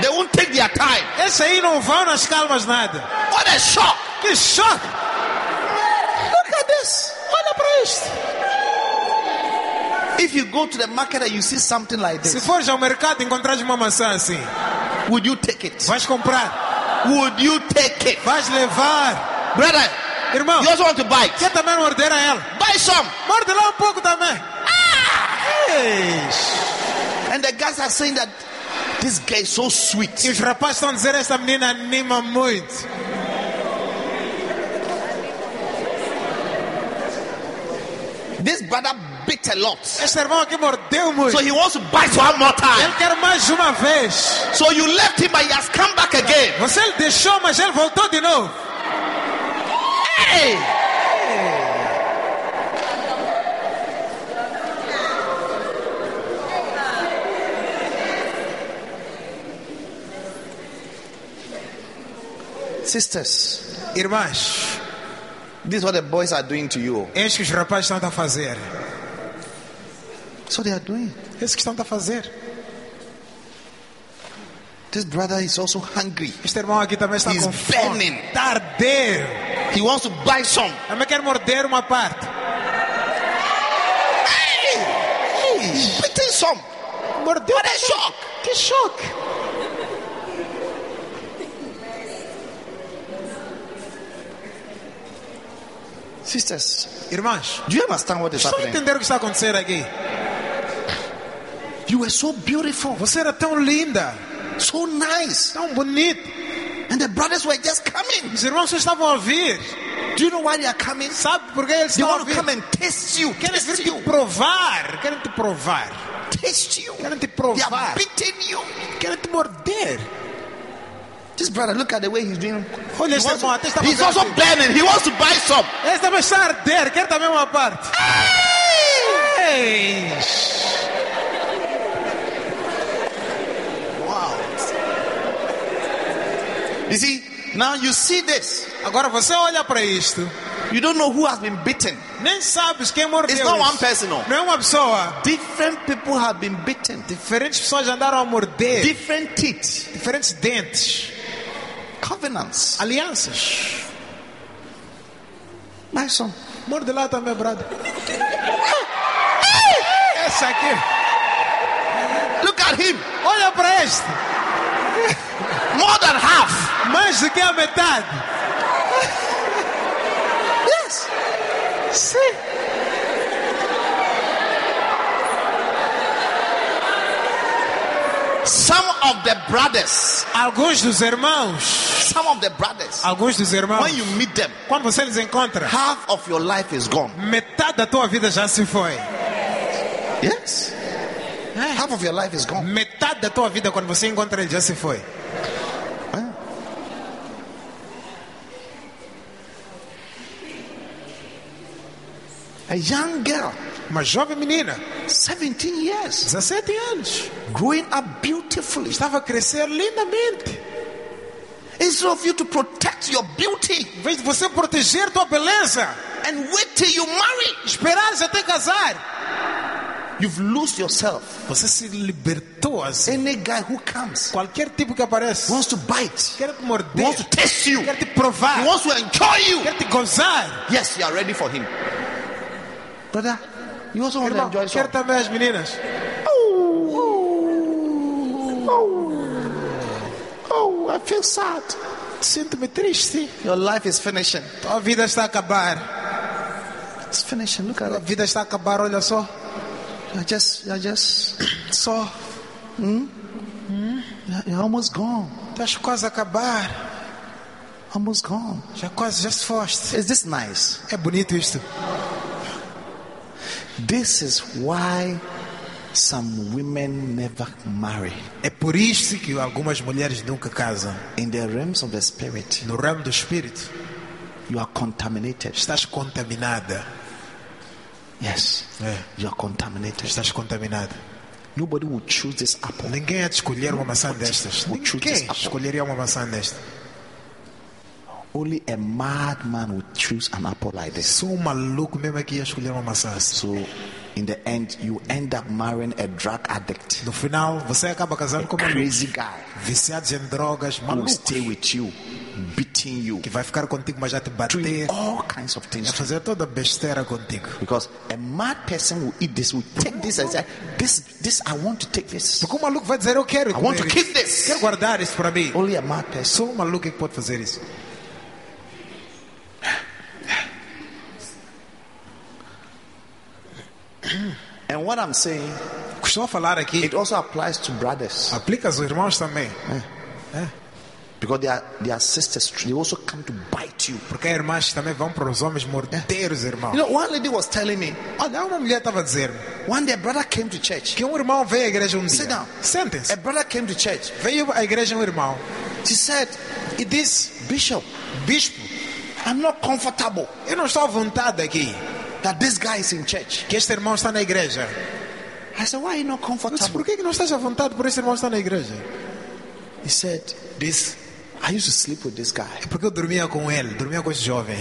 They won't take their time.
Esse aí não vão nas calmas nada.
What a shock!
Que choque!
Look at this. Olha para isto. If you go to the market and you see something like
Se
this,
fores ao mercado e encontrares uma maçã assim,
would you take it?
vais comprar,
Would you take it?
vais levar.
Brother,
Irmão,
you also want to buy it?
quer também morder a ela?
Buy some.
Morde lá um pouco também. Eis.
And the guys are saying that this guy is so
E
sweet.
os rapazes estão a dizer esta menina anima muito.
This brother bit a lot.
Este irmão aqui mordeu
So
muito.
he wants to bite one more time.
Ele quer mais uma vez.
So you left him, but he has come back again.
Você lhe deixou, mas ele voltou de novo.
Hey! Sisters,
Irmãs,
this is what the boys are doing to you.
eis que os rapazes estão a fazer.
So they are doing.
Eis que estão a fazer.
This brother is also hungry.
Este irmão aqui também está
He's
com fome.
burning.
Está a arder.
He wants to buy some.
Também quer morder uma parte.
Hey! Hey! He's biting some.
Mordeu.
What a shock!
Que choque.
Sisters,
Irmãs,
do you understand what is
estão a
happening?
entender o que está acontecendo aqui?
You were so beautiful,
Você era tão linda,
so nice,
tão bonita.
and the brothers were just coming.
Os irmãos só estavam a ouvir.
Do you know why they are coming?
Sabe por que eles
They
estão a
want to
ouvir?
come and test you,
Querem vir
test you,
te provar. Querem te provar.
test you.
Querem te
They are
provar.
beating you.
Querem te morder.
This brother, look at the way he's doing.
Olha
He
este
wants
irmão, até
to-
está
he's also
fazendo.
burning. He wants to buy some.
Esse também está a arder. Quer também uma parte. Eis.
Wow. You see, now you see this.
Agora você olha para isto.
You don't know who has been beaten.
Nem sabes quem mordeu.
It's not
isso.
one person, no.
Não é uma pessoa.
Different people have been beaten.
Diferentes pessoas andaram a morder.
Different teeth,
Diferentes dentes.
covenants.
Alianças.
Buy some.
Morde lá também, brother. Essa aqui.
Look at him.
Olha para este.
More than half.
Mais do que a metade.
Yes.
Sim.
Some of the brothers,
Alguns dos irmãos.
some of the brothers,
Alguns dos irmãos.
when you meet them,
Quando você les encontra.
half of your life is gone.
Metade da tua vida já se foi.
Yes. Half of your life is gone.
Metade da tua vida, quando você encontra ele, já se foi.
A young girl,
Uma jovem menina,
17 years,
17 anos,
growing up beautifully.
estava a crescer lindamente.
Instead of you to protect your beauty
Em vez de você proteger tua beleza,
and wait till you marry,
esperares até casar,
you've lost yourself.
você se libertou assim.
Any guy who comes
Qualquer tipo que aparece,
wants to bite,
quer te
wants to
morder,
test you,
quer te provar,
he wants to enjoy you.
quer te gozar.
Yes, you are ready for him. Brother, you also want to
Irmão,
enjoy
quer
some.
também as meninas.
Oh, I feel sad.
Sinto-me triste.
Your life is finishing.
Tua vida está a acabar.
It's finishing. Look at
Tua
it.
vida está a acabar, olha só.
You're just, you're just,
Só.
you're- you're almost gone.
Estás quase a acabar.
Almost gone.
Já quase, já se foste.
Is this nice?
É bonito isto.
This is why some women never marry
É por isso que algumas mulheres nunca casam.
in the realms of the spirit.
No ramo do espírito,
You are contaminated.
estás contaminada.
Yes,
É.
you are contaminated.
Estás contaminada.
Nobody will choose this apple.
Ninguém há de escolher uma maçã destas.
Vou chutar
Ninguém
essa porra.
escolheria uma maçã desta.
Only a madman would choose an apple like this.
Sou um maluco mesmo aqui ia escolher uma maçã. assim.
So, in the end, you end up marrying a drug addict,
No final, você acaba casando com um maluco.
crazy guy
Viciados em drogas,
who will
maluco.
stay with you, beating you,
Que vai ficar contigo, mas já te
doing
bater.
all kinds of
Vai
things. to you.
fazer toda besteira contigo.
Because a mad person will eat this, will take this and say, "This, this, I want to take this.
Porque o maluco vai dizer, eu quero
I want to
comer
keep
isso.
this."
Quero guardar isso para mim.
Only a mad person.
Só um maluco é que pode fazer isso.
And what I'm saying,
Estou a falar aqui.
it also applies to brothers
Aplica aos irmãos também.
because they are they are sisters. They also come to bite you.
Porque as irmãs também vão para os homens morder os irmãos.
You know, one lady was telling me "Oh,
Olha, uma mulher estava a dizer
one day a brother came to church.
que um irmão veio à igreja um
Sit
dia.
down. A
Sentem-se.
brother came to church.
Veio à igreja um irmão
She said,
e disse:
Bishop,
Bispo,
I'm not comfortable
eu não estou à vontade aqui.
that this guy is in church.
Que este irmão está na igreja.
I said, Why are you not
Eu disse:
comfortable?
Por que que não estás à vontade por este irmão estar na igreja?
He said,
Disse:
I used to sleep with this guy
Porque eu dormia com ele, dormia com esse jovem.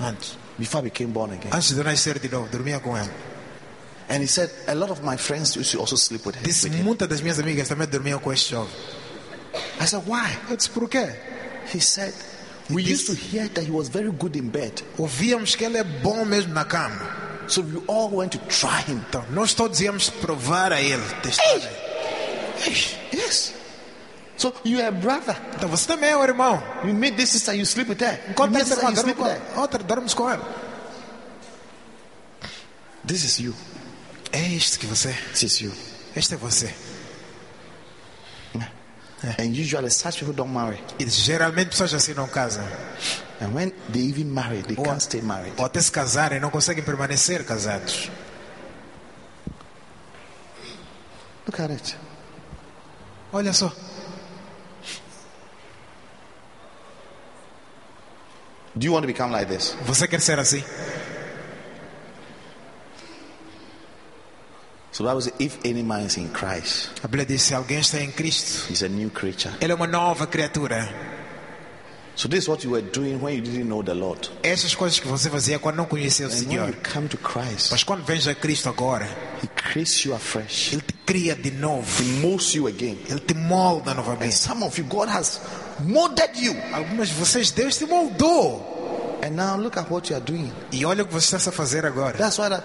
Antes,
before I became born again.
antes de eu nascer de novo, dormia com ele.
And he said, A lot of my friends used to also sleep with him.
Disse:
with him."
Muitas das minhas amigas também dormiam com este jovem.
I said, Why?
Eu disse: Por quê?
He said, We used to hear that he was very good in bed.
Ouvíamos que ele é bom mesmo na cama.
So we all went to try him.
Então, nós todos íamos provar a ele, testar ele.
Yes. So you're a brother.
Então você também é um irmão.
You meet this sister, you sleep with her. You
Enquanto
meet
essa
sister,
irmã
you
dorme
sleep
com
with her.
outra, dormes com ela.
This is you.
É isto que você é.
This is you.
Este é você.
And usually such people don't marry.
E geralmente pessoas assim não casam.
And when they even marry, they
Boa.
can't stay married.
Ou até se casarem, não conseguem permanecer casados.
Look at it.
Olha só.
Do you want to become like this?
Você quer ser assim?
So Bible says, if any man is in Christ,
A Bíblia diz: se alguém está em Cristo,
he's a new creature.
ele é uma nova criatura.
So this is what you were doing when you didn't know the Lord.
Estas coisas que você fazia quando não conhecia o
And when you
Senhor.
come to Christ,
Mas quando vens a Cristo agora,
He creates you afresh.
Ele te cria de novo.
He molds you again.
Ele te molda
And
novamente.
some of you, God has molded you.
Algumas de vocês, Deus te moldou.
And now look at what you are doing.
E olha o que você está a fazer agora.
That's why that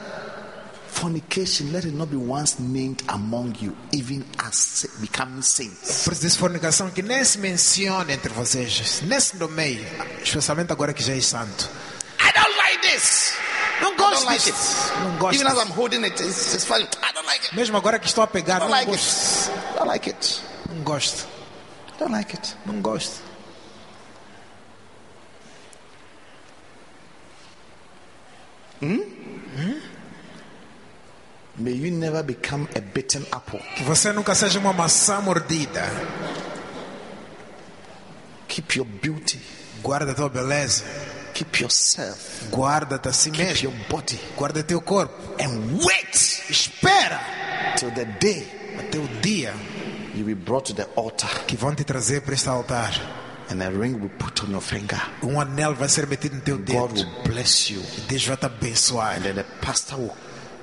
fornication, let it not be once named among you, even as sa- becoming saints.
Por isso disse fornicação que nem se menciona entre vocês, nem se nomeia, especialmente agora que já é santo.
I don't like this.
Não
I don't
gosto
like
disso. Não
it.
gosto
Even as
disso.
I'm holding it, it's, it's funny. I don't like it.
Mesmo agora que estou a
I
pegar, não
don't like
gosto.
it. Oh, I don't like it.
Não gosto.
I don't like it.
Não gosto.
Hmm? May you never become a bitten apple.
Que você nunca seja uma maçã mordida.
Keep your beauty.
Guarda a tua beleza.
Keep yourself.
Guarda-te a si
Keep
mesmo.
your body.
Guarda teu corpo.
And wait
Espera
till the day
até o dia
you will be brought to the altar
que vão te trazer para este altar.
and a ring will be put on your finger.
Um anel vai ser metido no teu
God
dedo.
will bless you.
E Deus vai te abençoar.
And then the pastor will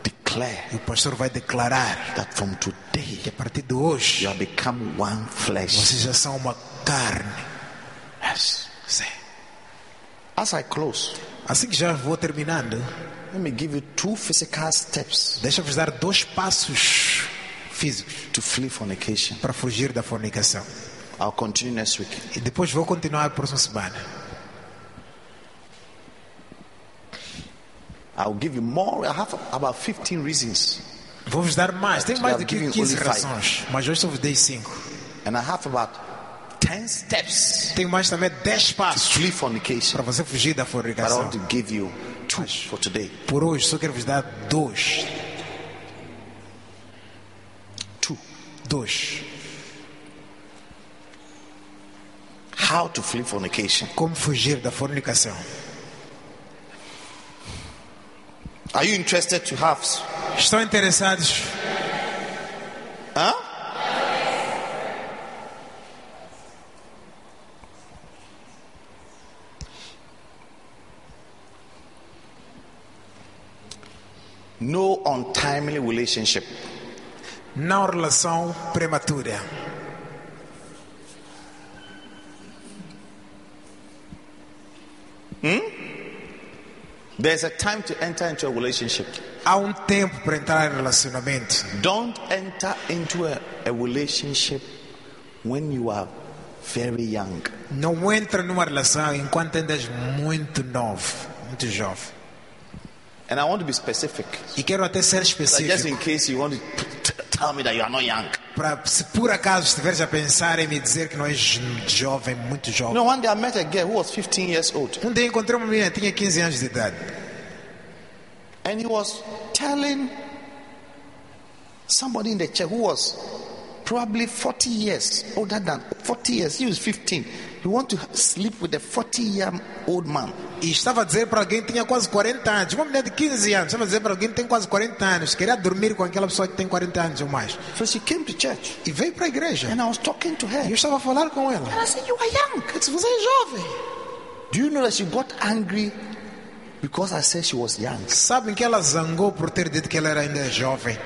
declare
E o pastor vai declarar
that from
que
today
a partir de hoje
you have become one flesh.
Vocês já são uma carne.
Yes.
Sim.
As I close,
Assim que já vou terminando,
let me give you two physical steps
deixa-vos dar dois passos físicos
to flee fornication.
para fugir da fornicação.
I'll continue next week.
E depois vou continuar a próxima semana.
I'll give you more. I have about 15 reasons,
Vou-vos dar mais. Tem mais do
Giving
que
only
15
five.
razões, mas hoje só vos dei 5.
and I have about 10 steps
Tem mais também 10
to
passos
flee fornication.
para você fugir da
But I
fornicação.
want to give you two for today.
Por hoje só quero vos dar dois.
Two.
Dois.
How to flee fornication.
Como fugir da fornicação.
Are you interested to have?
Estão interessados?
Huh? No untimely relationship.
Não relação prematura.
There's a time to enter into a relationship.
Há um tempo para entrar em relacionamento.
Don't enter into a, a relationship when you are very young.
Não entra numa relação enquanto ainda és muito novo, muito jovem.
And I want to be specific.
E quero até ser
Like, just in
específico.
case you want to t- t- tell me that you are not young.
Para, se por acaso estiveres a pensar em me dizer que não és jovem, muito jovem.
No, one day I met a girl who was 15 years old.
Um dia encontrei uma menina, tinha 15 anos de idade.
And he was telling somebody in the church who was probably 40 years older than 40 years. He was 15. He want to sleep with a 40 year old man.
E estava a dizer para alguém que tinha quase 40 anos. Uma mulher de 15 anos. Estava a dizer para alguém que tem quase 40 anos. Queria dormir com aquela pessoa que tem 40 anos ou mais.
So she came to church
E veio para a igreja.
and I was talking to her.
E eu
And
estava a falar com ela.
I said, You are young.
Eu disse, você é jovem.
Do you know that she got angry because I said she was young?
Sabem que ela zangou por ter dito que ela era ainda jovem.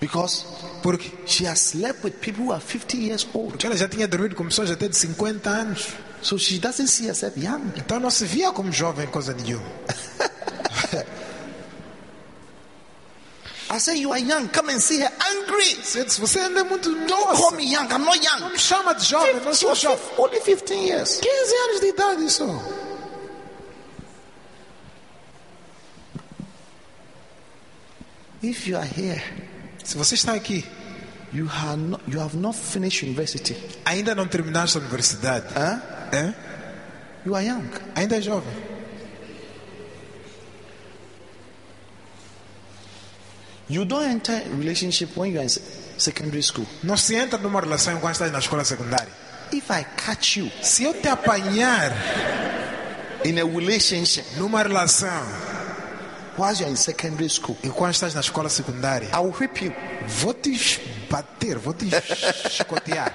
Because
Por quê?
she has slept with people who are 50 years old.
Porque ela já tinha dormido com pessoas até de 50 anos.
So she doesn't see herself young.
Então não se via como jovem coisa nenhuma.
I said, You are young. Come and see her angry.
Eu disse, você ainda é muito
Don't call
novo.
me young. I'm not
Não
young.
me chama de jovem, não
She
sou
was
jovem.
fif- only 15 years.
15 anos de idade só.
If you are here,
Se você está aqui,
you, are not, you have not finished university.
ainda não terminaste a universidade.
Huh?
Hã?
You are young.
Ainda é jovem.
You don't enter a relationship when you are in se- secondary school.
Não se entra numa relação enquanto estás na escola secundária.
If I catch you
Se eu te apanhar
in a relationship
numa relação
whilst you are in secondary school,
enquanto estás na escola secundária,
I will whip you.
vou te bater, vou te chicotear.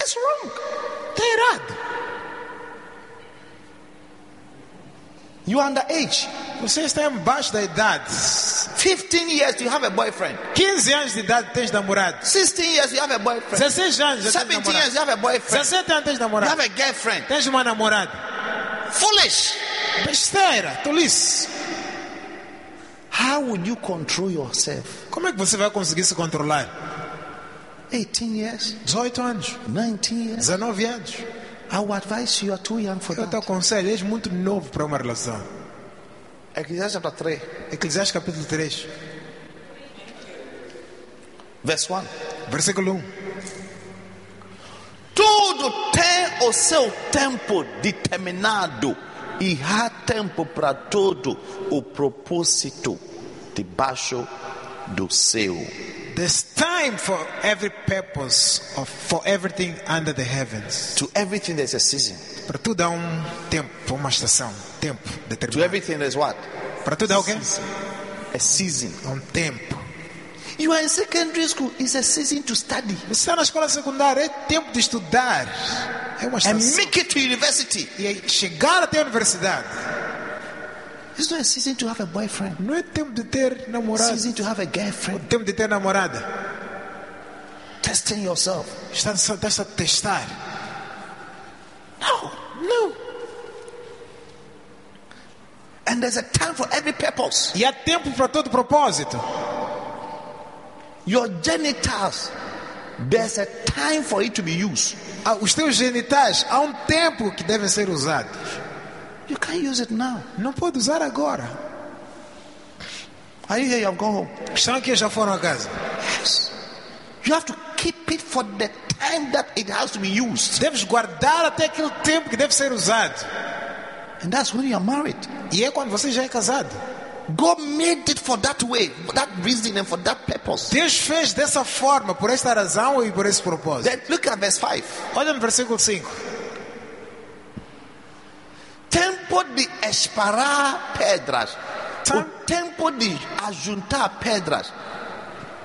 It's wrong.
Está Tá errado.
You are underage.
Você está embaixo da idade.
15 years you have a boyfriend.
15 anos de idade tens namorado.
16 years you have a boyfriend.
16 anos já tens
17 years
namorado.
you have a boyfriend.
17 anos tens
You have
namorado.
a girlfriend.
Tens uma namorada.
Foolish.
Besteira, tolice.
How would you control yourself?
Como é que você vai conseguir se controlar?
18 years?
18 anos,
19 years?
19 anos.
I would advise you, you are too young for
Eu te
that.
aconselho, és muito novo para uma relação.
Ecclesiastes chapter 3,
Eclesiastes capítulo 3,
verse 1.
versículo 1.
Tudo tem o seu tempo determinado, e há tempo para todo o propósito debaixo do céu.
There's time for every purpose of for everything under the heavens.
To everything there's a season.
Para tudo há um tempo, uma estação, tempo
To
determinado.
everything there's what?
Para tudo há o quê?
A season.
Há um tempo.
You are in secondary school, it's a season to study.
Você está na escola secundária, é tempo de estudar. É uma
And
estação.
make it to university.
E aí, chegar até a universidade
It's not a season to have a boyfriend.
não é tempo de ter namorado.
Season to have a
É
girlfriend.
tempo de ter namorada.
Testing yourself.
Está, está, está a testar.
No.
Não.
And there's a time for every purpose.
E há tempo para todo propósito.
Your genitals, there's a time for it to be used.
Há- Os teus genitais, há um tempo que devem ser usados.
You can't use it now.
Não pode usar agora.
Are you here? You have gone home.
Estão aqui ou já foram a casa?
Yes. You have to keep it for the time that it has to be used.
Deves guardar até aquele tempo que deve ser usado.
And that's when you are married.
E é quando você já é casado.
God made it for that way, for that reason, and for that purpose.
Deus fez dessa forma, por esta razão e por esse propósito.
Then look at verse 5.
Olha no versículo 5.
Tempo de esperar pedras. O tempo de ajuntar pedras.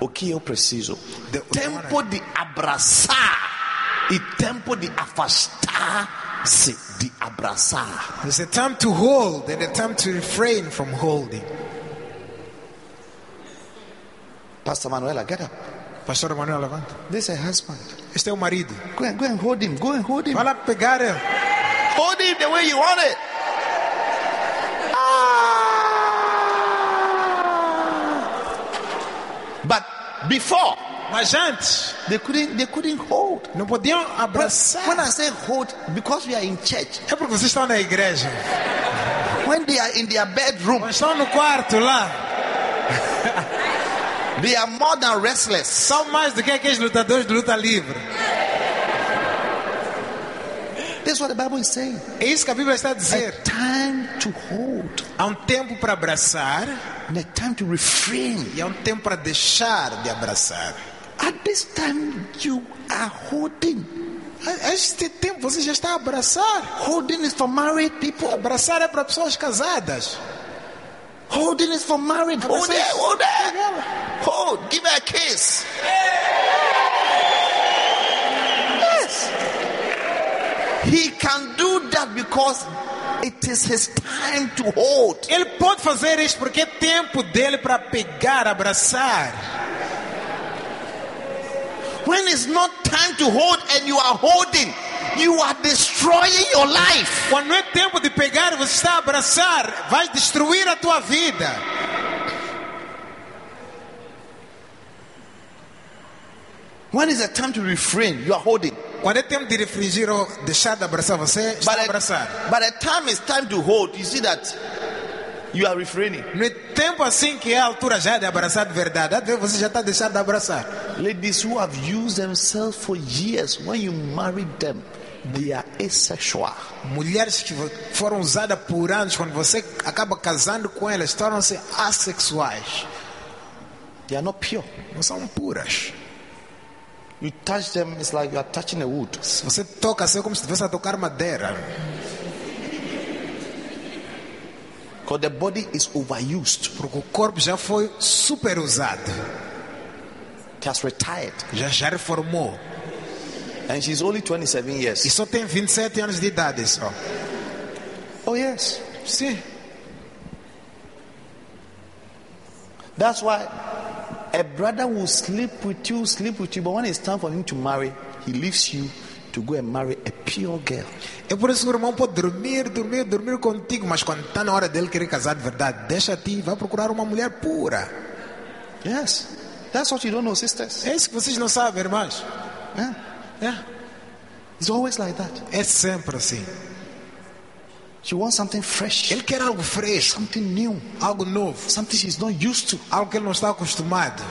O que eu preciso?
The-
tempo de abraçar e tempo de afastar
c'est d'y abrasar.
There's a time to hold and a time to refrain from holding.
Pastor Manuela, get up.
Pastor Manuel, levanta.
This is her husband.
Este é o marido.
Go and, go and hold him. Go and hold him.
Vai lá pegar eh, ela.
Hold him the way you want it. Ah! But before
Mas antes,
they couldn't they couldn't hold.
não podiam abraçar.
When I say hold, because we are in church,
É porque vocês estão na igreja.
when they are in their bedroom,
Mas estão no quarto lá.
they are more than restless.
São mais do que aqueles lutadores de luta livre.
That's what the Bible is saying.
É isso que a Bíblia está a
A
dizer.
time to hold,
Há um tempo para abraçar
and a time to refrain.
e há um tempo para deixar de abraçar.
At this time, you are holding.
A- a Este tempo você já está a abraçar.
Holding is for married people.
Abraçar é para pessoas casadas.
Holding is for married. Hold
Abraçar-
it, hold it. Hold. Give her a kiss. Yes. He can do that because it is his time to hold.
Ele pode fazer isso porque é tempo dele para pegar, abraçar.
When it's not time to hold and you are holding, you are destroying your life.
Quando não é tempo de pegar, você está a abraçar. Vai destruir a tua vida.
When is the time to refrain? You are holding.
Quando é tempo de refringir ou deixar de abraçar você, está a abraçar.
by the time it's time to hold, you see that you are refraining.
No tempo assim que é a altura já de abraçar de verdade, às vezes você já está a deixar de abraçar.
Ladies who have used themselves for years, when you marry them, they are asexual.
Mulheres que foram usadas por anos, quando você acaba casando com elas, tornam-se assexuais.
They are not pure.
Não são puras.
You touch them, it's like you are touching a wood.
Se você toca assim, é como se estivesse a tocar madeira,
Because the body is overused.
porque o corpo já foi super usado,
It has retired.
já, já reformou.
And she's only 27
E
years.
só tem 27 anos de idade. Só.
Oh, yes.
Sim.
That's why a brother will sleep with you, sleep with you, but when it's time for him to marry, he leaves you to go and marry a pure girl.
É por isso que o irmão pode dormir, dormir, dormir contigo, mas quando está na hora dele querer casar de verdade, deixa-te e vai procurar uma mulher pura.
Yes. That's what you don't know, sisters.
É isso que vocês não sabem, irmãos.
Yeah.
É,
It's always like that.
é sempre assim.
She wants something fresh,
Ele quer algo fresco,
something new,
algo novo,
something she's not used to.
algo que ele não está acostumado.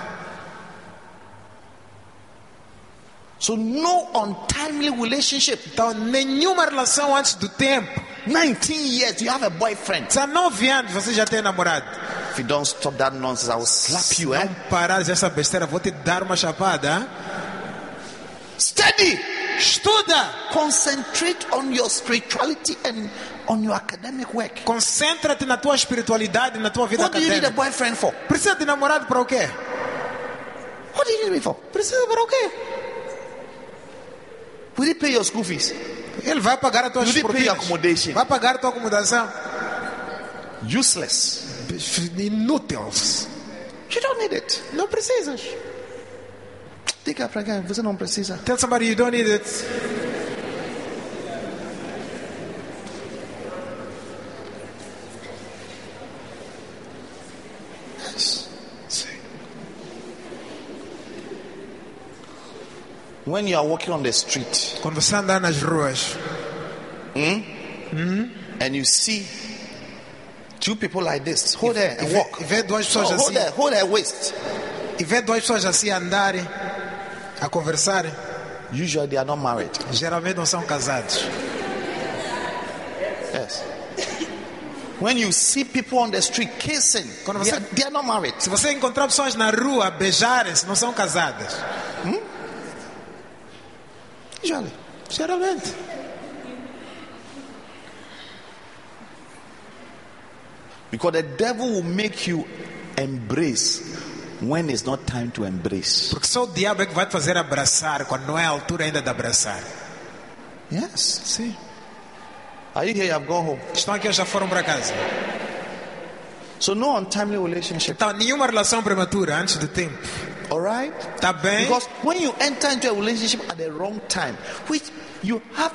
So, no untimely relationship.
Então, nenhuma relação antes do tempo.
19 years, you have a boyfriend.
19 anos você já tem namorado.
If you don't stop that nonsense, I will slap you, eh?
Não parar dessa besteira, vou te dar uma chapada. Hein?
Steady!
Estuda!
Concentrate on your spirituality and on your academic work.
Concentra-te na tua espiritualidade, na tua vida
What do you need a
acadêmica.
boyfriend for?
Precisa de namorado para o quê?
What do you need me for?
Precisa para o quê?
Will you pay your school fees?
Ele vai pagar a tua
You didn't pay
propinas.
accommodation.
Vai pagar a tua acomodação.
Useless.
Inúteis.
You don't need it.
Não precisas.
Diga pra cá, você não precisa.
Tell somebody you don't need it.
When you are walking on the street
Quando você andar nas ruas
and you see two people like this, hold there
e
and
vê,
É, walk.
e vê duas
Oh,
pessoas
hold
assim,
there, hold there, waist.
e vê duas pessoas assim andarem, a conversarem,
Usually they are not married.
geralmente não são casados.
Yes. When you see people on the street kissing,
Quando
they
você-
are, they are not married.
Se você encontrar pessoas na rua a beijarem-se, não são casadas.
Usually.
Geralmente.
Because the devil will make you embrace when it's not time to embrace.
Porque só o diabo é que vai te fazer abraçar quando não é a altura ainda de abraçar.
Yes.
Sim.
Are you here? You have gone home.
Estão aqui ou já foram para casa?
So no untimely relationship.
Então, nenhuma relação prematura antes do tempo.
All right?
Tá bem?
Because when you enter into a relationship at the wrong time, which you have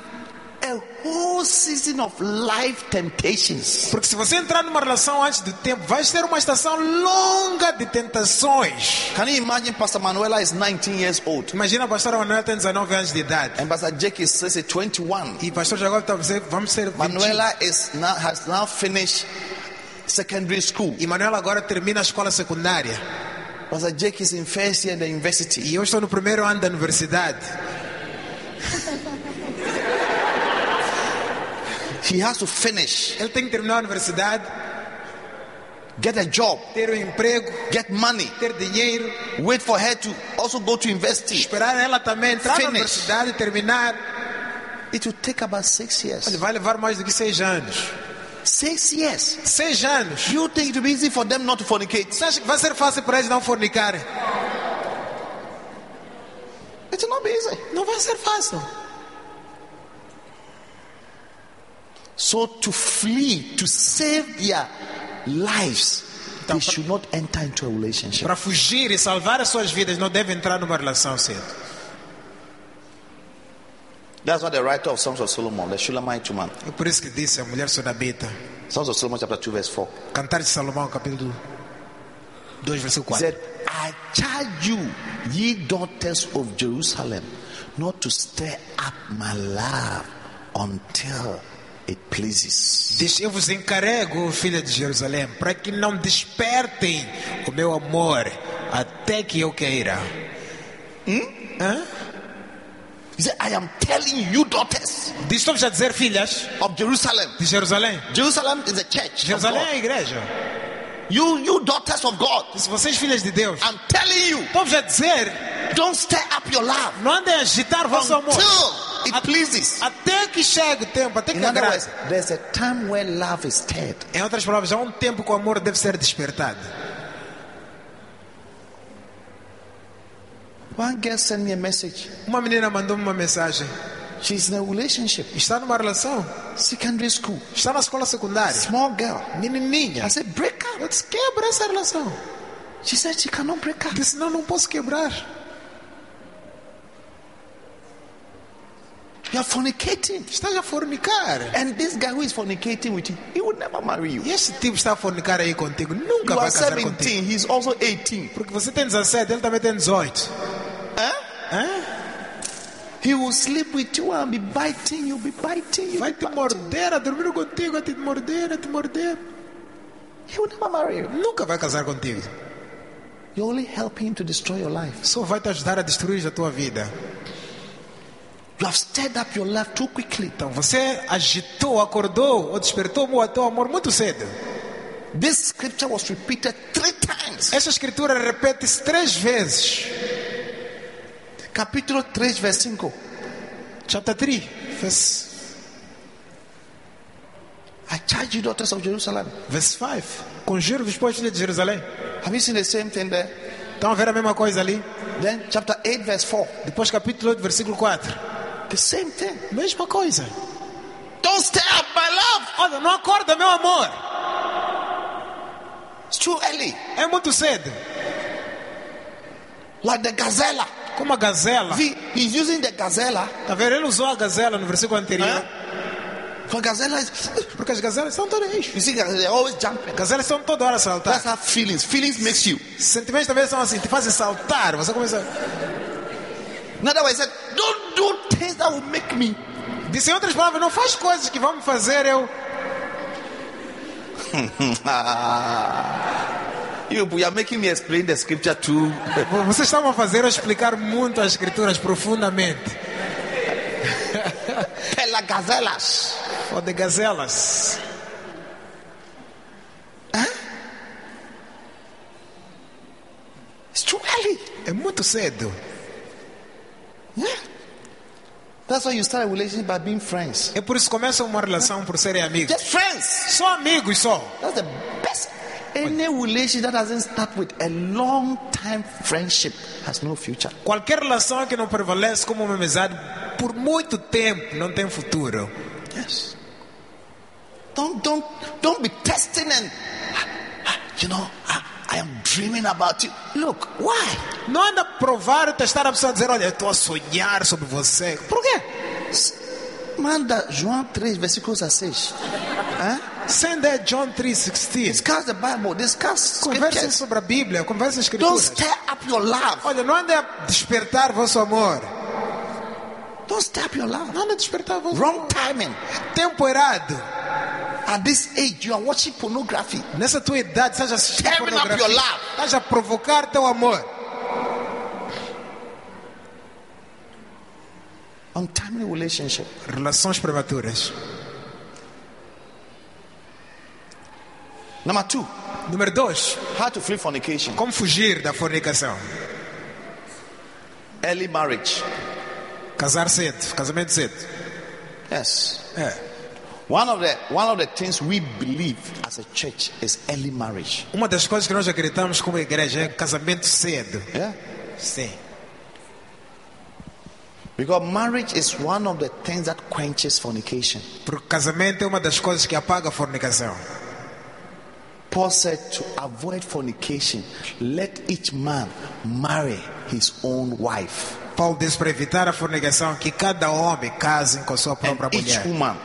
a whole season of life temptations.
Porque se você entrar numa relação antes do tempo, vais ter uma estação longa de tentações.
Can you imagine Pastor Manuela is 19 years old
Imagina, pastor Manuel tem 19 anos de idade.
and Pastor Jake is let's say, 21.
E pastor Jacob está a dizer, vamos ser 20.
Manuela is now has now finished secondary school.
E Manuel agora termina a escola secundária.
Pastor Jake is in first year in the university.
E eu estou no primeiro ano da universidade.
He has to finish,
Ele tem que terminar a universidade,
get a job,
ter um emprego,
get money,
ter dinheiro,
wait for her to also go to university.
esperar ela também entrar
Finish.
na universidade e terminar.
It will take about six
Ele
years.
vai levar mais do que seis anos.
Six years.
Seis anos.
You think it will be easy for them not to fornicate?
Você acha que vai ser fácil para eles não fornicarem?
It will not be easy.
Não vai ser fácil.
So to flee, to save their lives, they should not enter into a relationship.
Para fugir e salvar as suas vidas, não deve entrar numa relação cedo.
That's what the writer of Songs of Solomon, the Shulamite woman,
É por isso que disse a mulher sonabita.
Songs of Solomon chapter 2 verse 4,
Cantar de Salomão, capítulo 2, versículo 4.
he said, I charge you, ye daughters of Jerusalem, not to stir up my love until it pleases.
Diz, eu vos encarrego, filha de Jerusalém, para que não despertem o meu amor até que eu queira.
He said, I am telling you, daughters
Diz, estou-vos a dizer, filhas
of Jerusalem.
de Jerusalém.
Jerusalem is the church. of
Jerusalém é
God.
a igreja.
You, you daughters of God,
Diz, vocês, filhas de Deus,
I'm telling you,
estou-vos a dizer,
don't stir up your love.
não andem a agitar o vosso amor.
until it
At-
pleases.
Até que chegue o tempo, até
In
que
other words,
agrade.
there's a time where love is stirred.
Em outras palavras, há um tempo que o amor deve ser despertado.
One girl sent me a message.
Uma menina mandou-me uma mensagem.
She's in a relationship,
Está numa relação,
secondary school,
está na escola secundária.
small girl.
Menininha.
I said, break
Eu
up.
disse, quebra essa relação.
She said she cannot break up.
Disse, não, não posso quebrar.
You're fornicating.
Estás a fornicar.
And this guy who is fornicating with you, he would never marry you.
E este tipo está a fornicar aí contigo. Nunca
You
vai
are
casar contigo.
17, he's also 18.
Porque você tem 17, ele também tem 18. Hã?
He will sleep with you and be biting you, be biting you.
Vai te morder, a dormir contigo, vai te morder, a te morder.
He will never marry you.
Nunca vai casar contigo.
You're only helping him to destroy your life.
Só vai te ajudar a destruir a tua vida.
You have stirred up your love too quickly.
Então você agitou, acordou ou despertou o teu amor muito cedo.
This scripture was repeated three times.
Essa escritura repete-se três vezes.
Capítulo 3, verso 5.
Chapter 3, verse,
I charge you, daughters of Jerusalem.
verse 5. Conjuro-vos, pois, filha de Jerusalém.
Have you seen the same thing there?
Estão a ver a mesma coisa ali?
Then, chapter 8, verse 4.
Depois, capítulo 8, versículo 4.
The same thing.
Mesma coisa.
Don't stir up my love.
Olha, não acorda, meu amor.
It's too early.
É muito cedo.
Like the gazella.
Como a gazela.
See, he's using the gazella.
Tá vendo? Ele usou a gazela no versículo anterior.
For gazella is.
Porque as gazelas são todas isso.
You see, they're always jumping.
Gazelas são toda hora
That's
saltar.
how feelings. Feelings makes you.
Sentimentos também são assim, te fazem saltar. Você começa.
In other words, he said, don't do things that will make me.
Disse em outras palavras, não faz coisas que vão me fazer eu.
You, you are making me explain the scripture too.
Vocês estavam a fazer eu explicar muito as escrituras profundamente.
Pela gazellas.
Ou de gazelas.
It's too early.
É muito cedo.
Yeah. That's why you start a relationship by being friends.
É por isso que começam uma relação por serem amigos.
Just friends.
Só amigos só.
That's the best. Any relation that doesn't start with a long time friendship has no future.
Qualquer relação é que não prevalece como uma amizade por muito tempo não tem futuro.
Yes.
Don't don't don't be testing and "Ah, ah, you know I, I am dreaming about you. Look, why?
Não anda a provar ou testar a pessoa a dizer, olha, eu estou a sonhar sobre você. Por quê?
Manda João 3, versículos a 6. Huh?
Send that John 3,16.
Discuss the Bible, discuss
Conversem
scriptures.
sobre a Bíblia, conversem as
Don't
escrituras.
stir up your love.
Olha, não ande a despertar vosso amor.
Don't stir up your love.
Não ande a despertar vosso
Wrong timing.
Tempo errado.
At this age, you are watching pornography.
Nessa tua idade, estás a assistir
Tearing up
pornografia.
your love.
Estás a provocar teu amor.
Untimely relationship.
Relações prematuras.
Number two,
Número 2.
how to flee fornication.
Como fugir da fornicação?
Early marriage.
Casar cedo, casamento cedo.
Yes.
É.
One of the one of the things we believe as a church is early marriage.
Uma das coisas que nós acreditamos como igreja é casamento cedo.
Yeah.
Sim.
Because marriage is one of the things that quenches fornication.
Porque casamento é uma das coisas que apaga a fornicação.
Paul said to avoid fornication, let each man marry his own wife
Paulo disse para evitar a fornicação que cada homem case com sua
and
própria
each
mulher.
woman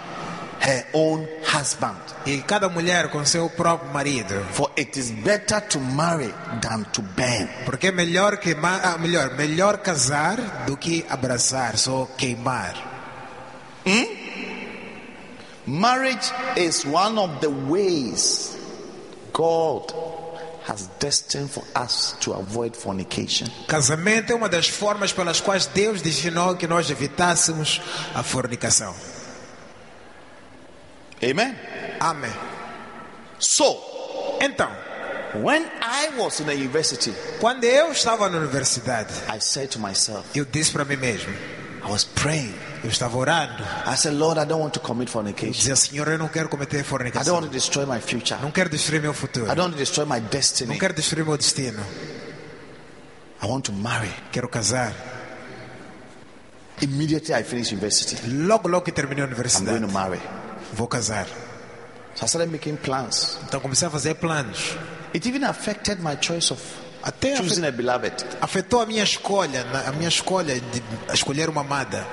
her own husband.
E cada mulher com seu próprio marido.
For it is better to marry than to burn.
Porque é melhor queimar, ah, melhor, melhor casar do que abraçar, só queimar.
Marriage is one of the ways God has destined for us to avoid fornication.
Casamento é uma das formas pelas quais Deus destinou que nós evitássemos a fornicação.
Amen.
Amém.
So,
Então,
when I was in the university,
quando eu estava na universidade,
I said to myself,
eu disse para mim mesmo,
I was praying.
eu estava orando,
I said, Lord, I don't want to commit
eu
fornication.
dizia, Senhor, eu não quero cometer
I don't want
fornicação,
to destroy my future.
não quero destruir meu futuro,
I don't want to destroy my
não
destiny.
quero destruir meu destino,
I want to marry.
quero casar.
Immediately I finished university,
Logo, logo que terminei a
I'm going
universidade,
to marry.
vou casar.
So I started making plans.
Então comecei a fazer planos.
It even affected my choice of
Até a
choosing a beloved.
afetou a minha escolha, na- a minha escolha de escolher uma amada.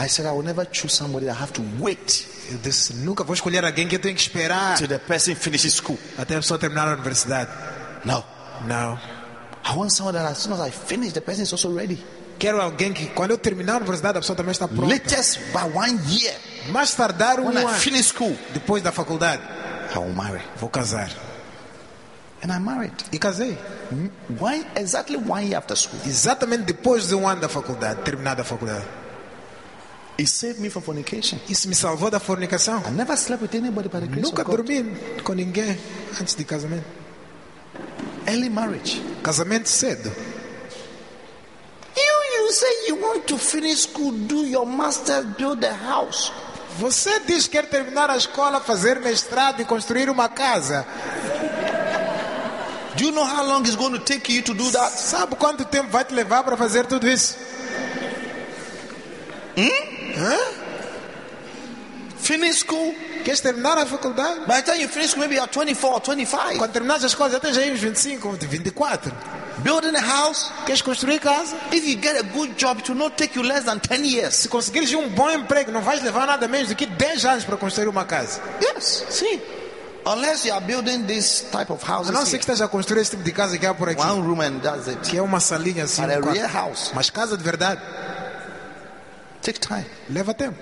I said, I will never choose somebody that I have to wait
Eu disse, nunca vou escolher alguém que eu tenho que esperar
till the person finishes school.
até a pessoa terminar a universidade.
No.
Não.
I want someone that as soon as I finish, the person is also ready.
Quero alguém que, quando eu terminar a universidade, a pessoa também está pronta.
Latest by one year,
Mais tardar um
when I
ano
finish school,
depois da faculdade,
I will marry.
vou casar.
And I married.
E casei.
One, exactly one year after school.
Exatamente depois de um ano da faculdade, terminada a faculdade.
It saved me from fornication.
Isso me salvou da fornicação.
I never slept with anybody by the grace
Nunca
of God.
dormi com ninguém antes de casamento.
Early marriage.
Casamento cedo.
You, you say you want to finish school, do your master's, build a house.
Você diz que quer terminar a escola, fazer mestrado e construir uma casa.
Do you know how long it's going to take you to do that?
Sabe quanto tempo vai te levar para fazer tudo isso?
Finish school.
Queres terminar a faculdade?
By the time you finish school, maybe you're 24 or 25.
Quando terminares as coisas, até já uns 25, 24.
Building a house.
Queres construir casa?
If you get a good job, it will not take you less than 10 years.
Se conseguires um bom emprego, não vais levar nada menos do que 10 anos para construir uma casa.
Yes.
Sim.
Unless you are building this type of
A não
houses.
ser
here.
que esteja a construir esse tipo de casa que há por aqui.
One room and that's it.
Que é uma salinha assim. um
Para a
quarto.
real house.
Mas casa de verdade,
Take time.
leva tempo.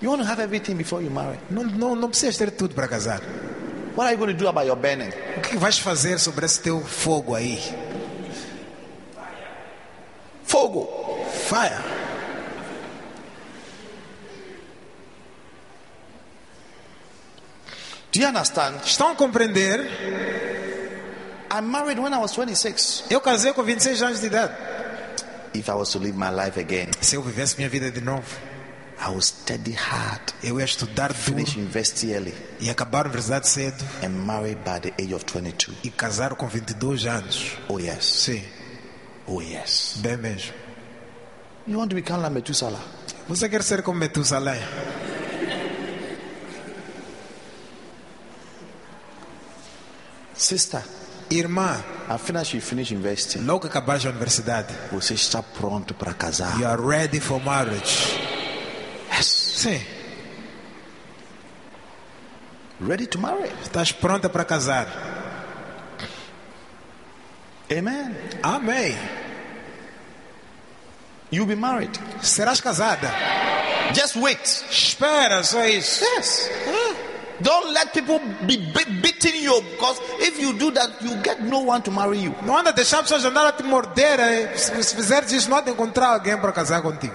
You want to have everything before you marry.
Não, não, não precisas ter tudo para casar.
What are you going to do about your burning?
O que vais fazer sobre esse teu fogo aí?
Fogo.
Fire.
Do you understand?
Estão a compreender?
I married when I was 26.
Eu casei com 26 anos de idade.
If I was to live my life again,
Se eu vivesse minha vida de novo,
I would study hard,
eu ia estudar duro
finish university early,
e acabar a universidade cedo
and marry by the age of 22.
e casar com 22 anos.
Oh, yes.
Sim,
Oh, yes.
bem mesmo.
You want to become like Methuselah?
Você quer ser como Metusalém?
Sister,
Irmã,
afinal you finish investing,
logo que acabares a universidade,
você está pronto para casar.
you are ready for marriage.
Yes.
Sim,
Ready to marry.
estás pronta para casar.
Amen.
Amém.
You'll be married.
Serás casada.
Just wait.
Espera só isso.
Yes. Don't let people be be- beating you because if you do that, you get no one to marry you.
Não anda a deixar pessoas andar a te morder. eh? Se, se fizeres isso, não há de encontrar alguém para casar contigo.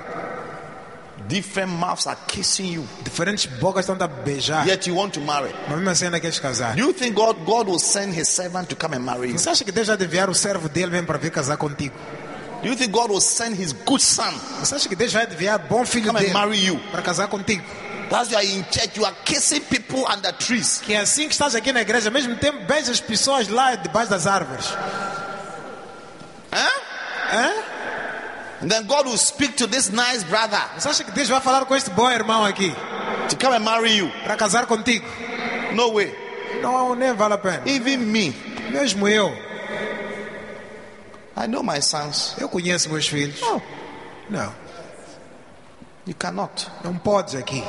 Different mouths are kissing you,
Diferentes bocas estão a beijar.
yet you want to marry.
Mas mesmo assim ainda queres casar.
Do you think God God will send His servant to come and marry you?
Você acha que Deus vai enviar o servo dele mesmo para vir casar contigo?
Do you think God will send His good son?
Você acha que Deus vai enviar bom filho
Come and
dele
marry you.
para casar contigo?
That's why in church you are kissing people under trees.
Que é assim que estás aqui na igreja, ao mesmo tempo beijas as pessoas lá debaixo das árvores.
Huh?
Hã?
And then God will speak to this nice brother
Você acha que Deus vai falar com este bom irmão aqui
to come and marry you.
para casar contigo?
No way.
Não, nem vale a pena.
Even me,
Mesmo eu,
I know my sons.
eu conheço meus filhos.
No,
Não,
you cannot.
não podes aqui.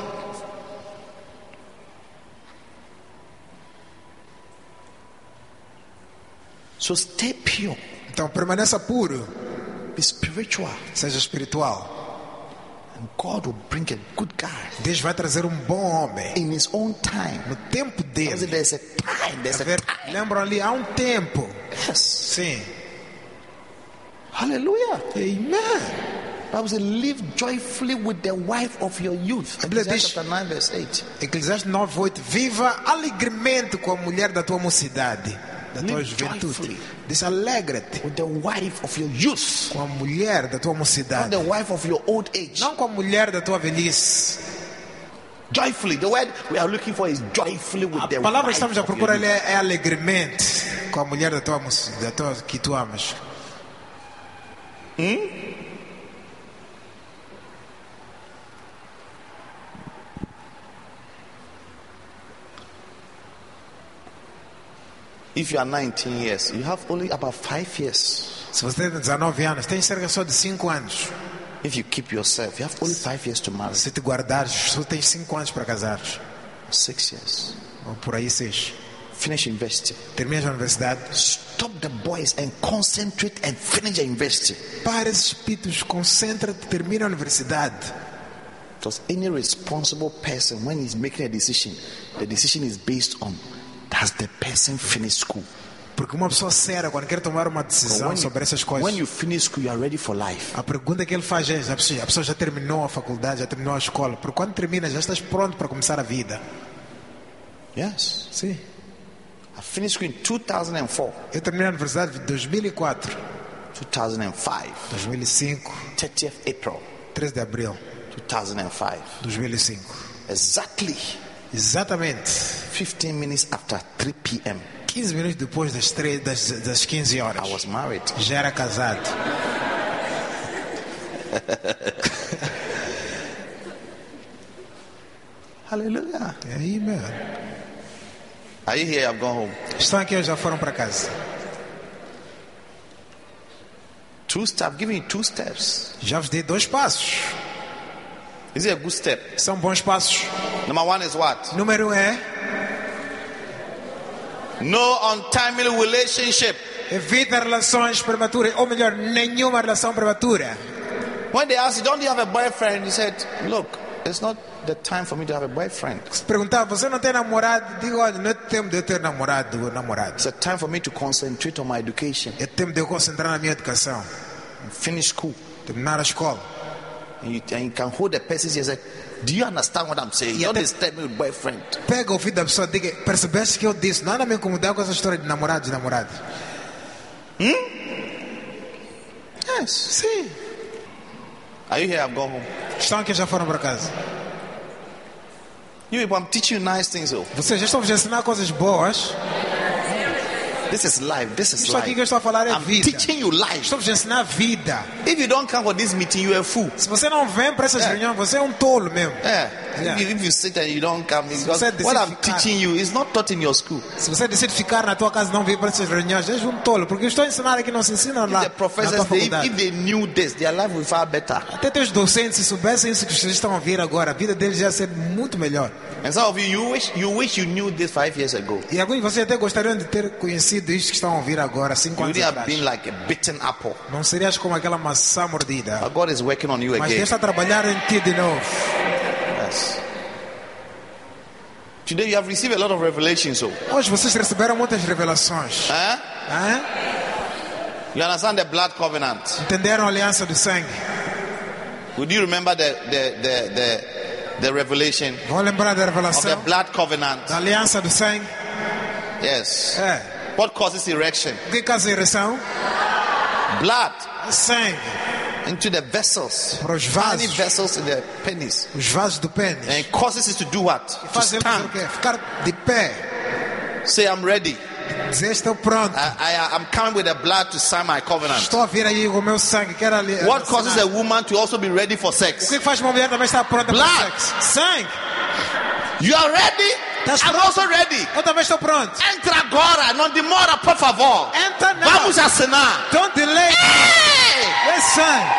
So stay pure.
Então permaneça puro,
Be spiritual.
seja espiritual.
And God will bring a good guy
Deus vai trazer um bom homem
in His own time.
no tempo
Because
dele.
there's a time. There's
Tá
a
vendo? Lembram ali, há um tempo.
yes.
Sim.
Hallelujah.
Amen.
Bible says, live joyfully with the wife of your youth.
I believe
Ecclesiastes
this-
chapter 9, verse 8.
Eclesiastes 9:8 Viva alegremente com a mulher da tua mocidade, da tua
Live
juventude.
joyfully.
Diz alegra-te
With the wife of your youth.
com a mulher da tua
Not
mocidade,
the wife of your old age.
não com a mulher da tua velhice.
Joyfully. The word we are looking for is joyfully with
A
the
palavra que
wife
estamos à
of your
procura ali
youth.
é, é alegremente com a mulher da tua mocidade, da tua, que tu amas.
If you are 19 years, you have only about 5 years.
Se você tem 19 anos, tens cerca só de 5 anos.
If you keep yourself, you have only 5 years to marry.
Se te guardares, só tens 5 anos para casares.
6 years.
Ou por aí 6.
Finish investing.
Terminas a universidade,
Stop the boys and concentrate and finish investing.
Para esses pitos, concentra-te, termina a universidade.
Because any responsible person, when he's making a decision, the decision is based on has the person finished school?
Porque uma pessoa séria, quando quer tomar uma decisão sobre essas
when
coisas,
you finish school, you are ready for life.
a pergunta que ele faz é: a pessoa, a pessoa já terminou a faculdade, já terminou a escola. Porque quando termina, já estás pronto para começar a vida.
Yes.
Sim.
I finished school in 2004,
Eu terminei a universidade em 2004,
2005,
2005,
30th April
13 de abril
2005.
de 2005.
Exactly
Exatamente
15 minutes after 3 p.m.,
15 minutos depois das, 3, das, das 15
I
horas.
was married.
Já era casado.
Hallelujah.
E aí, mano.
Are you here? I've gone home.
Estão aqui ou já foram para casa?
Two steps. Give me two steps.
Já vos dei dois passos.
Is it a good step?
São bons passos.
Number one is what?
Número um é
No untimely relationship.
evita é relações prematuras, ou melhor, nenhuma relação prematura.
When they asked you, don't you have a boyfriend? He said, look, it's not the time for me to have a boyfriend.
Se perguntar, você não tem namorado? Digo, olha, não é tempo de eu ter namorado ou namorado.
It's a time for me to concentrate on my education,
É tempo de eu concentrar na minha educação,
finish school.
terminar a escola.
And you, and you can hold the person's ear and say, do you understand what I'm saying?
Yeah,
Don't
but-
disturb me with boyfriend.
Pega o ouvido da pessoa, diga, percebeste que eu disse, não anda a me incomodar com essa história de namorado e namorado.
Yes.
Sim.
Are you here? I've gone home.
Estão aqui ou já foram para casa.
You people, I'm teaching you nice things though.
Vocês já estão vos a ensinar coisas boas.
This is life. This is
Isso aqui
life.
que eu estou a falar é
I'm
vida.
teaching you life.
Estou vos a ensinar a vida.
If you don't come for this meeting, you're a fool.
Se você não vem para essas
É.
reuniões, você é um tolo mesmo.
Eh,
Yeah.
Yeah.
If, you, if you sit and you don't come, it's because
said this
what
is
I'm
Ricardo.
teaching you is not taught in your school.
Se você decide ficar na tua casa e não vir para essas reuniões, és um tolo, porque eu estou a ensinar aqui, não se ensina lá
the
na tua
professors, they, if,
faculdade.
if they knew this, their life would be far better.
Até teus docentes, se soubessem isso que vocês estão a vir agora, a vida deles ia ser muito melhor.
And some of you, you wish you wish you knew this five years ago.
E alguns de vocês até gostariam de ter conhecido isto que estão a ouvir agora, cinco
You would
anos
have been
atrás.
like a bitten apple.
Não serias como aquela maçã mordida.
But God is working on you
Mas
again.
Deus está a trabalhar em ti de novo.
Yes. Today you have received a lot of revelations. So,
Hoje vocês receberam muitas revelações. né?
huh?
Hã?
you understand the blood covenant?
Entenderam a aliança do sangue?
Would you remember the the the the, the revelation
Vão lembrar da
of the
revelação
blood covenant?
da aliança do sangue?
Yes.
É.
What causes erection?
O que causa ereção?
Blood
Sangue.
into the vessels,
Para os
tiny
vasos.
vessels in the penis,
Os vasos do
and
pênis.
it causes it to do what? To
Fazemos o
stand.
quê? Ficar de pé.
Say, I'm ready.
Dizer, estou pronto.
I, I, I'm coming with the blood to sign my covenant.
Estou a vir aí com o meu sangue. Quero ali. eh,
What causes a woman to also be ready for
O
sex?
que faz uma mulher também estar pronta para
Blood.
o sexo? Sangue.
You are ready.
That's
I'm
right.
also ready.
Eu também estou pronto.
Entra agora, não demora, por favor.
Entra não.
Vamos assinar.
Don't delay.
Hey!
É sangue.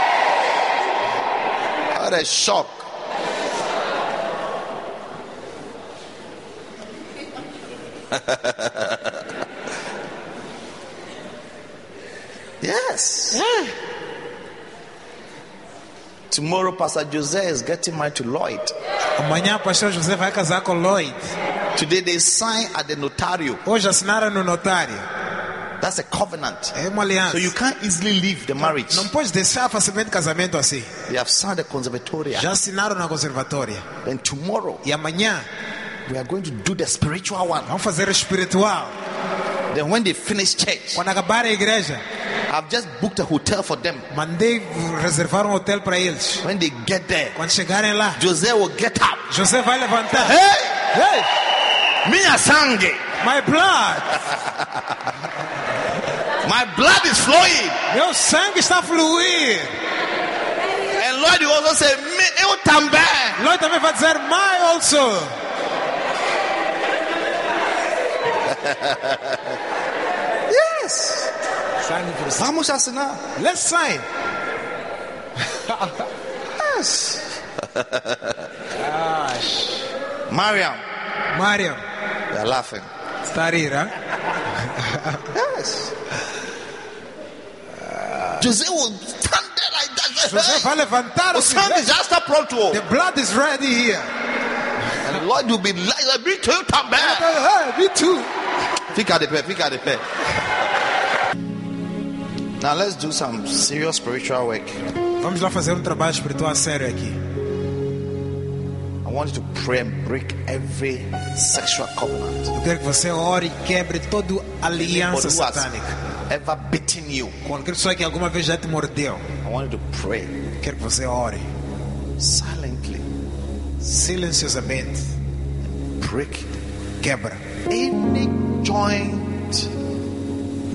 What a shock. yes. Tomorrow, Pastor Jose is getting married to Lloyd.
Amanhã o pastor José vai casar com Lloyd.
Today, they sign at the notario.
Hoje assinaram no notário.
That's a covenant.
É uma aliança.
So you can't easily leave the marriage.
Não pode deixar facilmente casamento assim.
They have signed the conservatoria.
Já assinaram na conservatória.
Then tomorrow
E amanhã
we are going to do the spiritual one.
vão fazer o espiritual.
Then when they finish church,
Quando acabar a igreja,
I've just booked a hotel for them.
mandei reservar um hotel para eles.
When they get there,
Quando chegarem lá,
Jose will get up.
José vai levantar.
Hey,
Hey,
minha sangue,
my blood!
my blood is flowing.
Meu sangue está a fluir.
And Lord will also say, me eu também.
Lloyd também vai dizer, my also.
Yes. Vamos assinar.
Let's sign.
Yes. Mariam,
Mariam,
they're laughing.
está a rir, hein?
Yes. Jose will stand there like that.
José
Hey. oh,
vai levantar
O
assim.
sangue já está pronto.
The blood is ready here.
And Lord will be like, like, bring to you também.
Hey, me too.
Fica de pé, fica de pé. Now let's do some serious spiritual work.
Vamos lá fazer um trabalho espiritual sério aqui.
I want you to pray and break every sexual covenant.
Eu quero que você ore e quebre toda
Anybody
aliança
who has
satânica.
ever beaten you,
Qualquer pessoa que alguma vez já te mordeu,
I want you to pray
eu quero que você ore
silently.
silenciosamente.
Break
Quebra
any joint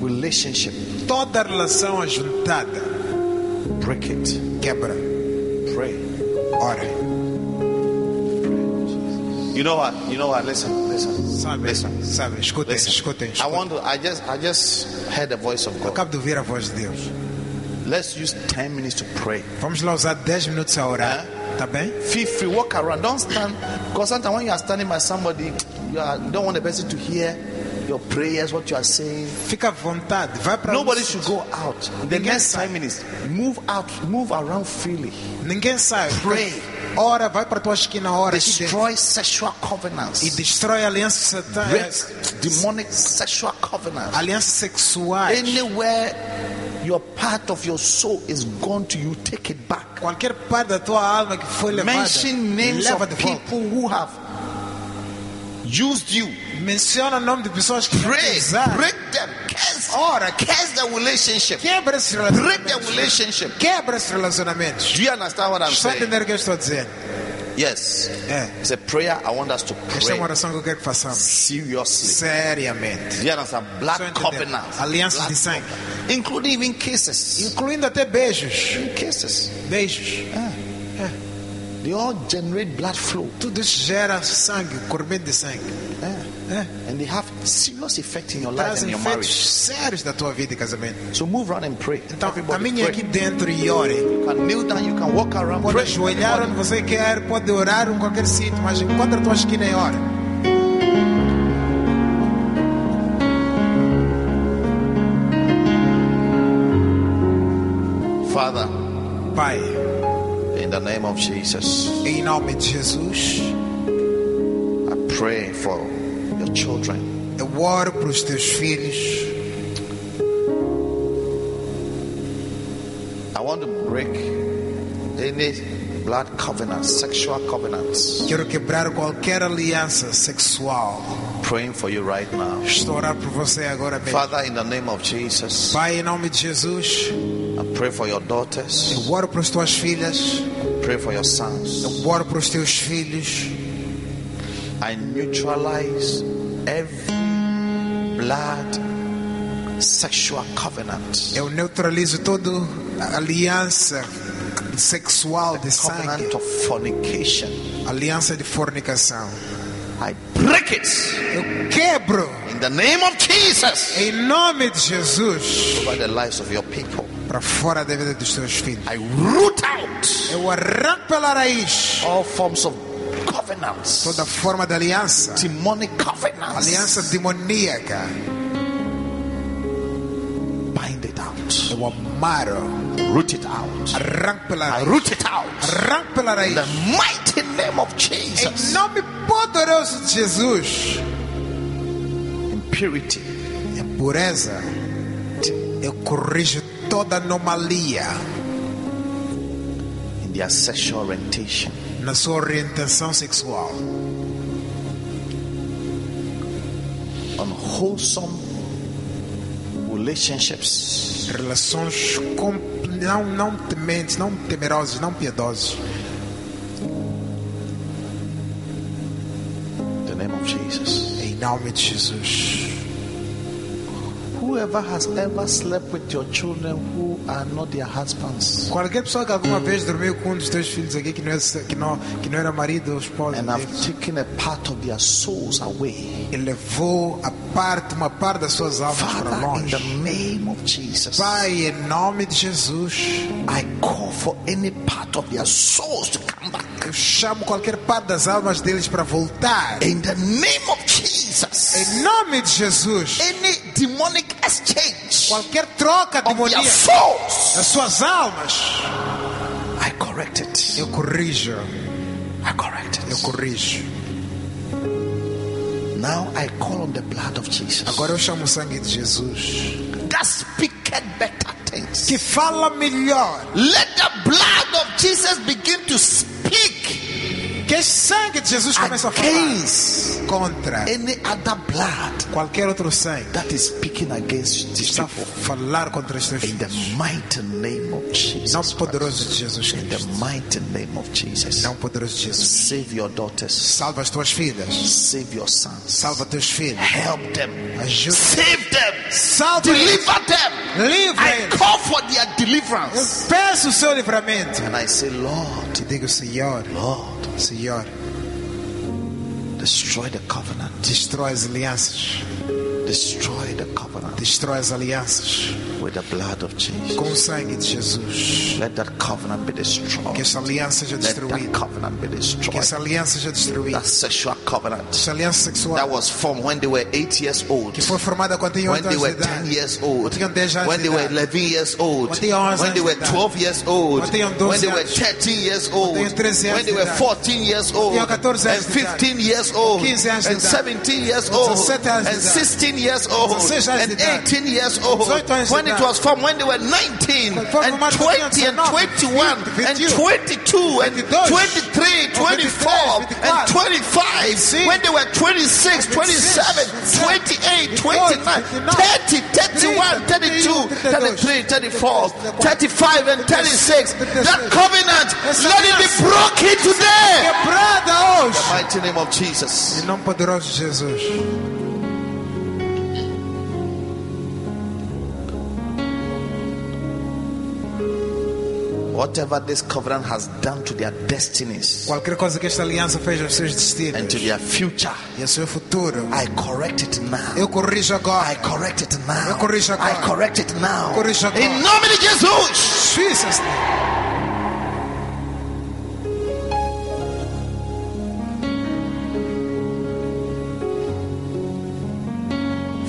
relationship.
toda relação ajuntada.
Break it.
Quebra.
Pray.
Ora.
You know what? You know what? Listen, listen.
Sabe,
Listen.
sabe. Escutem,
Listen,
escutem.
I
escutem.
want to. I just, I just heard the voice of God.
Acabo de ouvir a voz de Deus.
Let's use ten minutes to pray.
Vamos lá usar 10 minutos a orar.
É.
Tá bem?
Feel free, walk around. Don't stand. Because sometimes when you are standing by somebody, you, are, you don't want the person to hear your prayers, what you are saying.
Fica à vontade. Vai para
Nobody should go out. The
Ninguém
next
sai.
ten minutes, move out, move around freely.
Ninguém sai.
Pray.
Ora, vai para a tua esquina, ora. aqui dentro.
Destroy sexual
E
covenants.
destrói alianças
Break
satânicas.
demonic sexual covenants.
Alianças sexuais.
Anywhere your part of your soul is gone to you, take it back.
Qualquer parte da tua alma que foi levada,
Mention names
leva
of
de volta.
people who have used you.
Menciona o nome de pessoas que
Pray,
usaram.
break them, curse,
Ora, que-
curse the relationship,
quebra esses
break the
relacionamentos.
relationship.
Quebra esses relacionamentos.
Do you understand what I'm
Está a
saying?
entender o que eu estou a dizer?
Yes.
É.
It's a prayer I want us to
Esta é
pray
uma oração que eu quero que façamos.
seriously.
Seriamente.
Do you understand? Blood
Só entender.
covenants.
Alianças
Blood
de sangue.
covenant. Including even kisses.
Incluindo até beijos.
Even kisses.
Beijos.
They all generate blood flow.
Tudo isso gera sangue, corrente de sangue.
Yeah.
É.
And they have serious effect in your life and
Trazem
your
efeitos
marriage.
sérios da tua vida e casamento.
So move around and pray.
Então,
Everybody
caminhe
pray.
aqui dentro e ore.
You can kneel down, you can walk around.
Pode
Pray.
ajoelhar onde você quer, pode orar em qualquer sítio, mas encontra a tua esquina e ora.
Father,
Pai,
in the name of Jesus,
em nome de Jesus,
I pray for your children.
eu oro para os teus filhos.
I want to break any blood covenant, sexual covenants.
Quero quebrar qualquer aliança sexual.
Praying for you right now.
Estou a orar por você agora mesmo.
Father, in the name of Jesus,
Pai, em nome de Jesus,
I pray for your daughters,
eu oro para as tuas filhas,
pray for your sons.
eu oro para os teus filhos.
I neutralize every blood sexual covenant.
Eu neutralizo toda a aliança sexual de sangue,
Covenant of fornication.
aliança de fornicação.
I break it
Eu quebro
in the name of Jesus
em nome de Jesus
over the lives of your people.
para fora da vida dos teus filhos.
I root out
Eu arranco pela raiz
all forms of covenants,
toda forma de aliança,
demonic covenants.
aliança demoníaca.
Bind it out,
Eu amaro,
root it out.
arranco pela
I
raiz,
root it out
arranco pela
in
raiz.
the mighty name of
Em
Jesus.
nome poderoso de Jesus,
Impurity,
em pureza, eu corrijo toda anomalia
in their sexual orientation,
na sua orientação sexual.
unwholesome relationships,
Relações com, não, não tementes, não temerosas, não piedosas.
in the name of Jesus.
Em nome de Jesus.
Whoever has ever slept with your children who are not their husbands,
Qualquer pessoa que alguma vez dormiu com um dos teus filhos aqui que não, é, que não, que não era marido ou esposa,
and have
dele,
taken a part of their souls away.
e levou a parte, uma parte das suas almas para
Father, in
longe.
the name of Jesus,
Pai, em nome de Jesus,
I call for any part of their souls to come back.
eu chamo qualquer parte das almas deles para voltar.
In the name of Jesus,
Em nome de Jesus,
any demonic exchange
qualquer troca
of their
demoníaca
souls,
das suas almas,
I correct it.
eu corrijo,
I correct
eu
it.
corrijo.
Now I call on the blood of Jesus
Agora eu chamo o sangue de Jesus,
that speaketh better things.
que fala melhor.
Let the blood of Jesus begin to speak
Que esse sangue de Jesus começa a falar
against
contra
any other blood
qualquer outro sangue.
that is speaking against these
Está a
people.
falar contra os teus
In the
filhos.
mighty name of Jesus.
Não
Christ.
poderoso de Jesus
In the
Cristo.
mighty name of Jesus.
Não poderoso de Jesus.
Save your daughters.
Salva as tuas filhas.
Save your sons.
Salva teus filhos.
Help them.
Ajuda.
Save them.
Salva eles.
Deliver them.
Livra
I
eles.
call for their deliverance.
Eu peço o seu livramento.
And I say, Lord,
Te digo, Senhor,
Lord,
Senhor,
destroy the covenant.
destrói as alianças.
Destroy the covenant
Destrói as alianças.
with the blood of
Com o
Jesus.
sangue de Jesus.
Let that covenant be destroyed.
Que essa aliança já
Let that
destruída.
covenant be
Que essa
destroyed.
aliança já destruída.
That sexual covenant
Essa aliança
that
sexual
was formed when they were eight years old.
que foi formada quando tinha
when
8
they
anos de
were 10
idade.
years old,
tinham 10 anos
when
de
they were
idade.
11 years old,
Quando tinham 11
when they
anos
were
de idade.
12 years old,
Quando tinham 12
when they were
anos.
13 years old,
tinham 13
when
anos
they
de
were
idade.
14 years old,
tinham 14
and
anos de idade.
15 years old,
15 anos de
and
idade.
17 years old,
17 anos de
and
idade.
16 years old,
16 anos
and
de idade.
18 years old,
18 anos de
when it
idade.
was formed, when they were 19,
Quando foi
and
formado, quando
20,
tinham
and
19,
21, and
21,
22, and
22,
23, 24,
23,
and 25,
25,
Sim.
when they were 26,
26,
27, 28, 29, 30, 31, 32, 33, 34, 35, and 36. That covenant, let it be broken today.
Quebrada hoje.
Mighty name of
Em
Jesus.
nome poderoso de Jesus.
Whatever this covenant has done to their destinies
Qualquer coisa que esta aliança fez aos seus
and to
destinos
their future,
e ao seu futuro,
I correct it now.
eu corrijo
I
agora.
correct it now.
Eu corrijo agora.
I correct it now.
Corrijo agora.
Em nome de Jesus.
Jesus.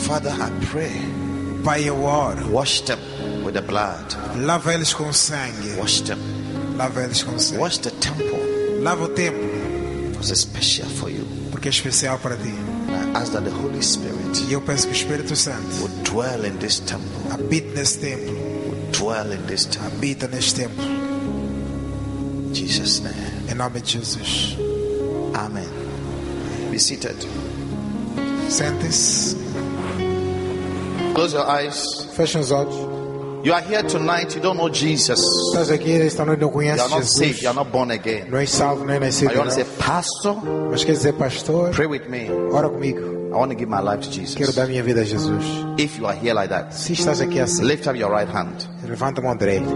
Father, I pray.
Pai, eu oro.
Wash them with the blood.
Lava eles com sangue.
Wash them.
Lava eles com sangue.
Wash the temple.
Lava o tempo,
It was special for you.
porque é especial para ti.
And I ask that the Holy Spirit
E eu peço que o Espírito Santo
would dwell in this temple.
habite nesse templo.
Dwell in this temple.
Habita neste templo.
In Jesus' name.
Em nome de Jesus.
Amen. Be seated.
Sente-se.
Close your eyes.
Fecha os olhos.
You are here tonight. You don't know Jesus.
Estás aqui esta noite não
You
conheces
are not saved.
Jesus.
You are not born again.
Não és salvo nem nascido.
I want to
Não.
say, Pastor,
Mas quer dizer, pastor,
pray with me. I
ora comigo.
want to give my life to
Quero
Jesus.
dar minha vida a Jesus.
If you are here like that,
Se estás aqui assim,
lift up your right hand
levanta a mão direita.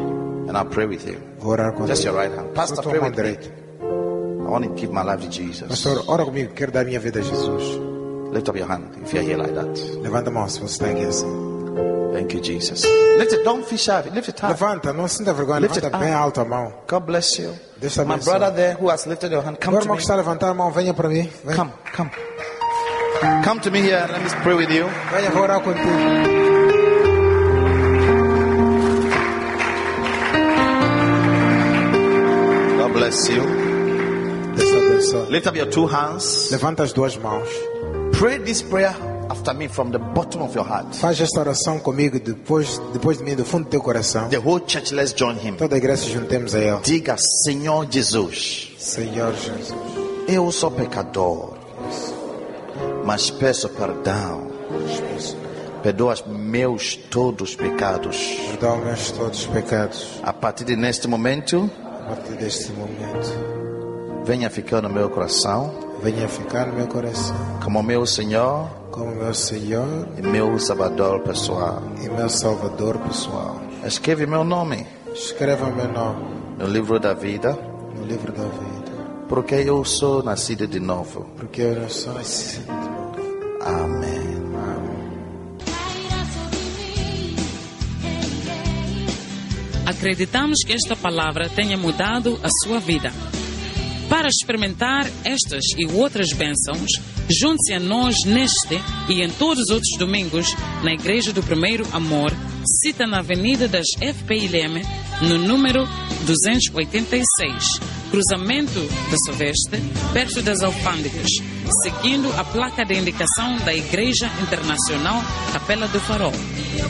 and I'll pray with you.
Vou orar com
Just your right hand. Pastor,
tua
pray
mão
with me.
direita.
I want to give my life to Jesus.
Pastor, ora comigo. Quero dar minha vida a Jesus.
Lift up your hand if you're here like that.
Levanta a mão se você está aqui assim.
Thank you, Jesus. Lift it. Don't fish out. Lift it up.
Levanta, não sinta vergonha.
Lift it
Levanta
up.
bem alto a mão.
God bless you.
Deus te
My
abençoe.
brother there who has lifted your hand, come
Meu
to
irmão que
me.
está a levantar a mão, venha para mim. Venha,
Come, come. Come to me here. Let me pray with you.
venha vou orar contigo.
God bless you.
Deus te abençoe.
Lift up your two hands.
Levanta as duas mãos.
Pray this prayer after me from the bottom of your heart.
Faz esta oração comigo depois, depois de mim, do fundo do teu coração.
The whole church, let's join him.
Toda a igreja juntemos a Ele.
Diga, Senhor Jesus,
Senhor Jesus,
eu sou pecador, mas peço perdão. Perdoa meus todos pecados.
perdoa-me todos os pecados
A partir de neste momento,
a partir deste momento.
venha ficar no meu coração
Venha ficar no meu coração
como meu Senhor
como meu Senhor
e É meu Salvador pessoal.
e meu Salvador pessoal.
Escreve meu nome
Escreva meu nome
no livro da vida,
no livro da vida,
porque eu sou nascido de novo.
porque eu não sou assim. nascido. de novo.
Amém.
Cairá sobre mim, ei, ei.
Acreditamos que esta palavra tenha mudado a sua vida. Para experimentar estas e outras bênçãos, junte-se a nós neste e em todos os outros domingos na Igreja do Primeiro Amor, cita na Avenida das FPILM, no número 286, cruzamento da Soveste, perto das Alfândegas, seguindo a placa de indicação da Igreja Internacional Capela do Farol.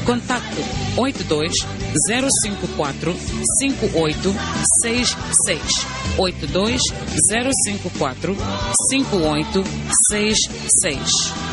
Contacto 82 054 5866 82 054 5866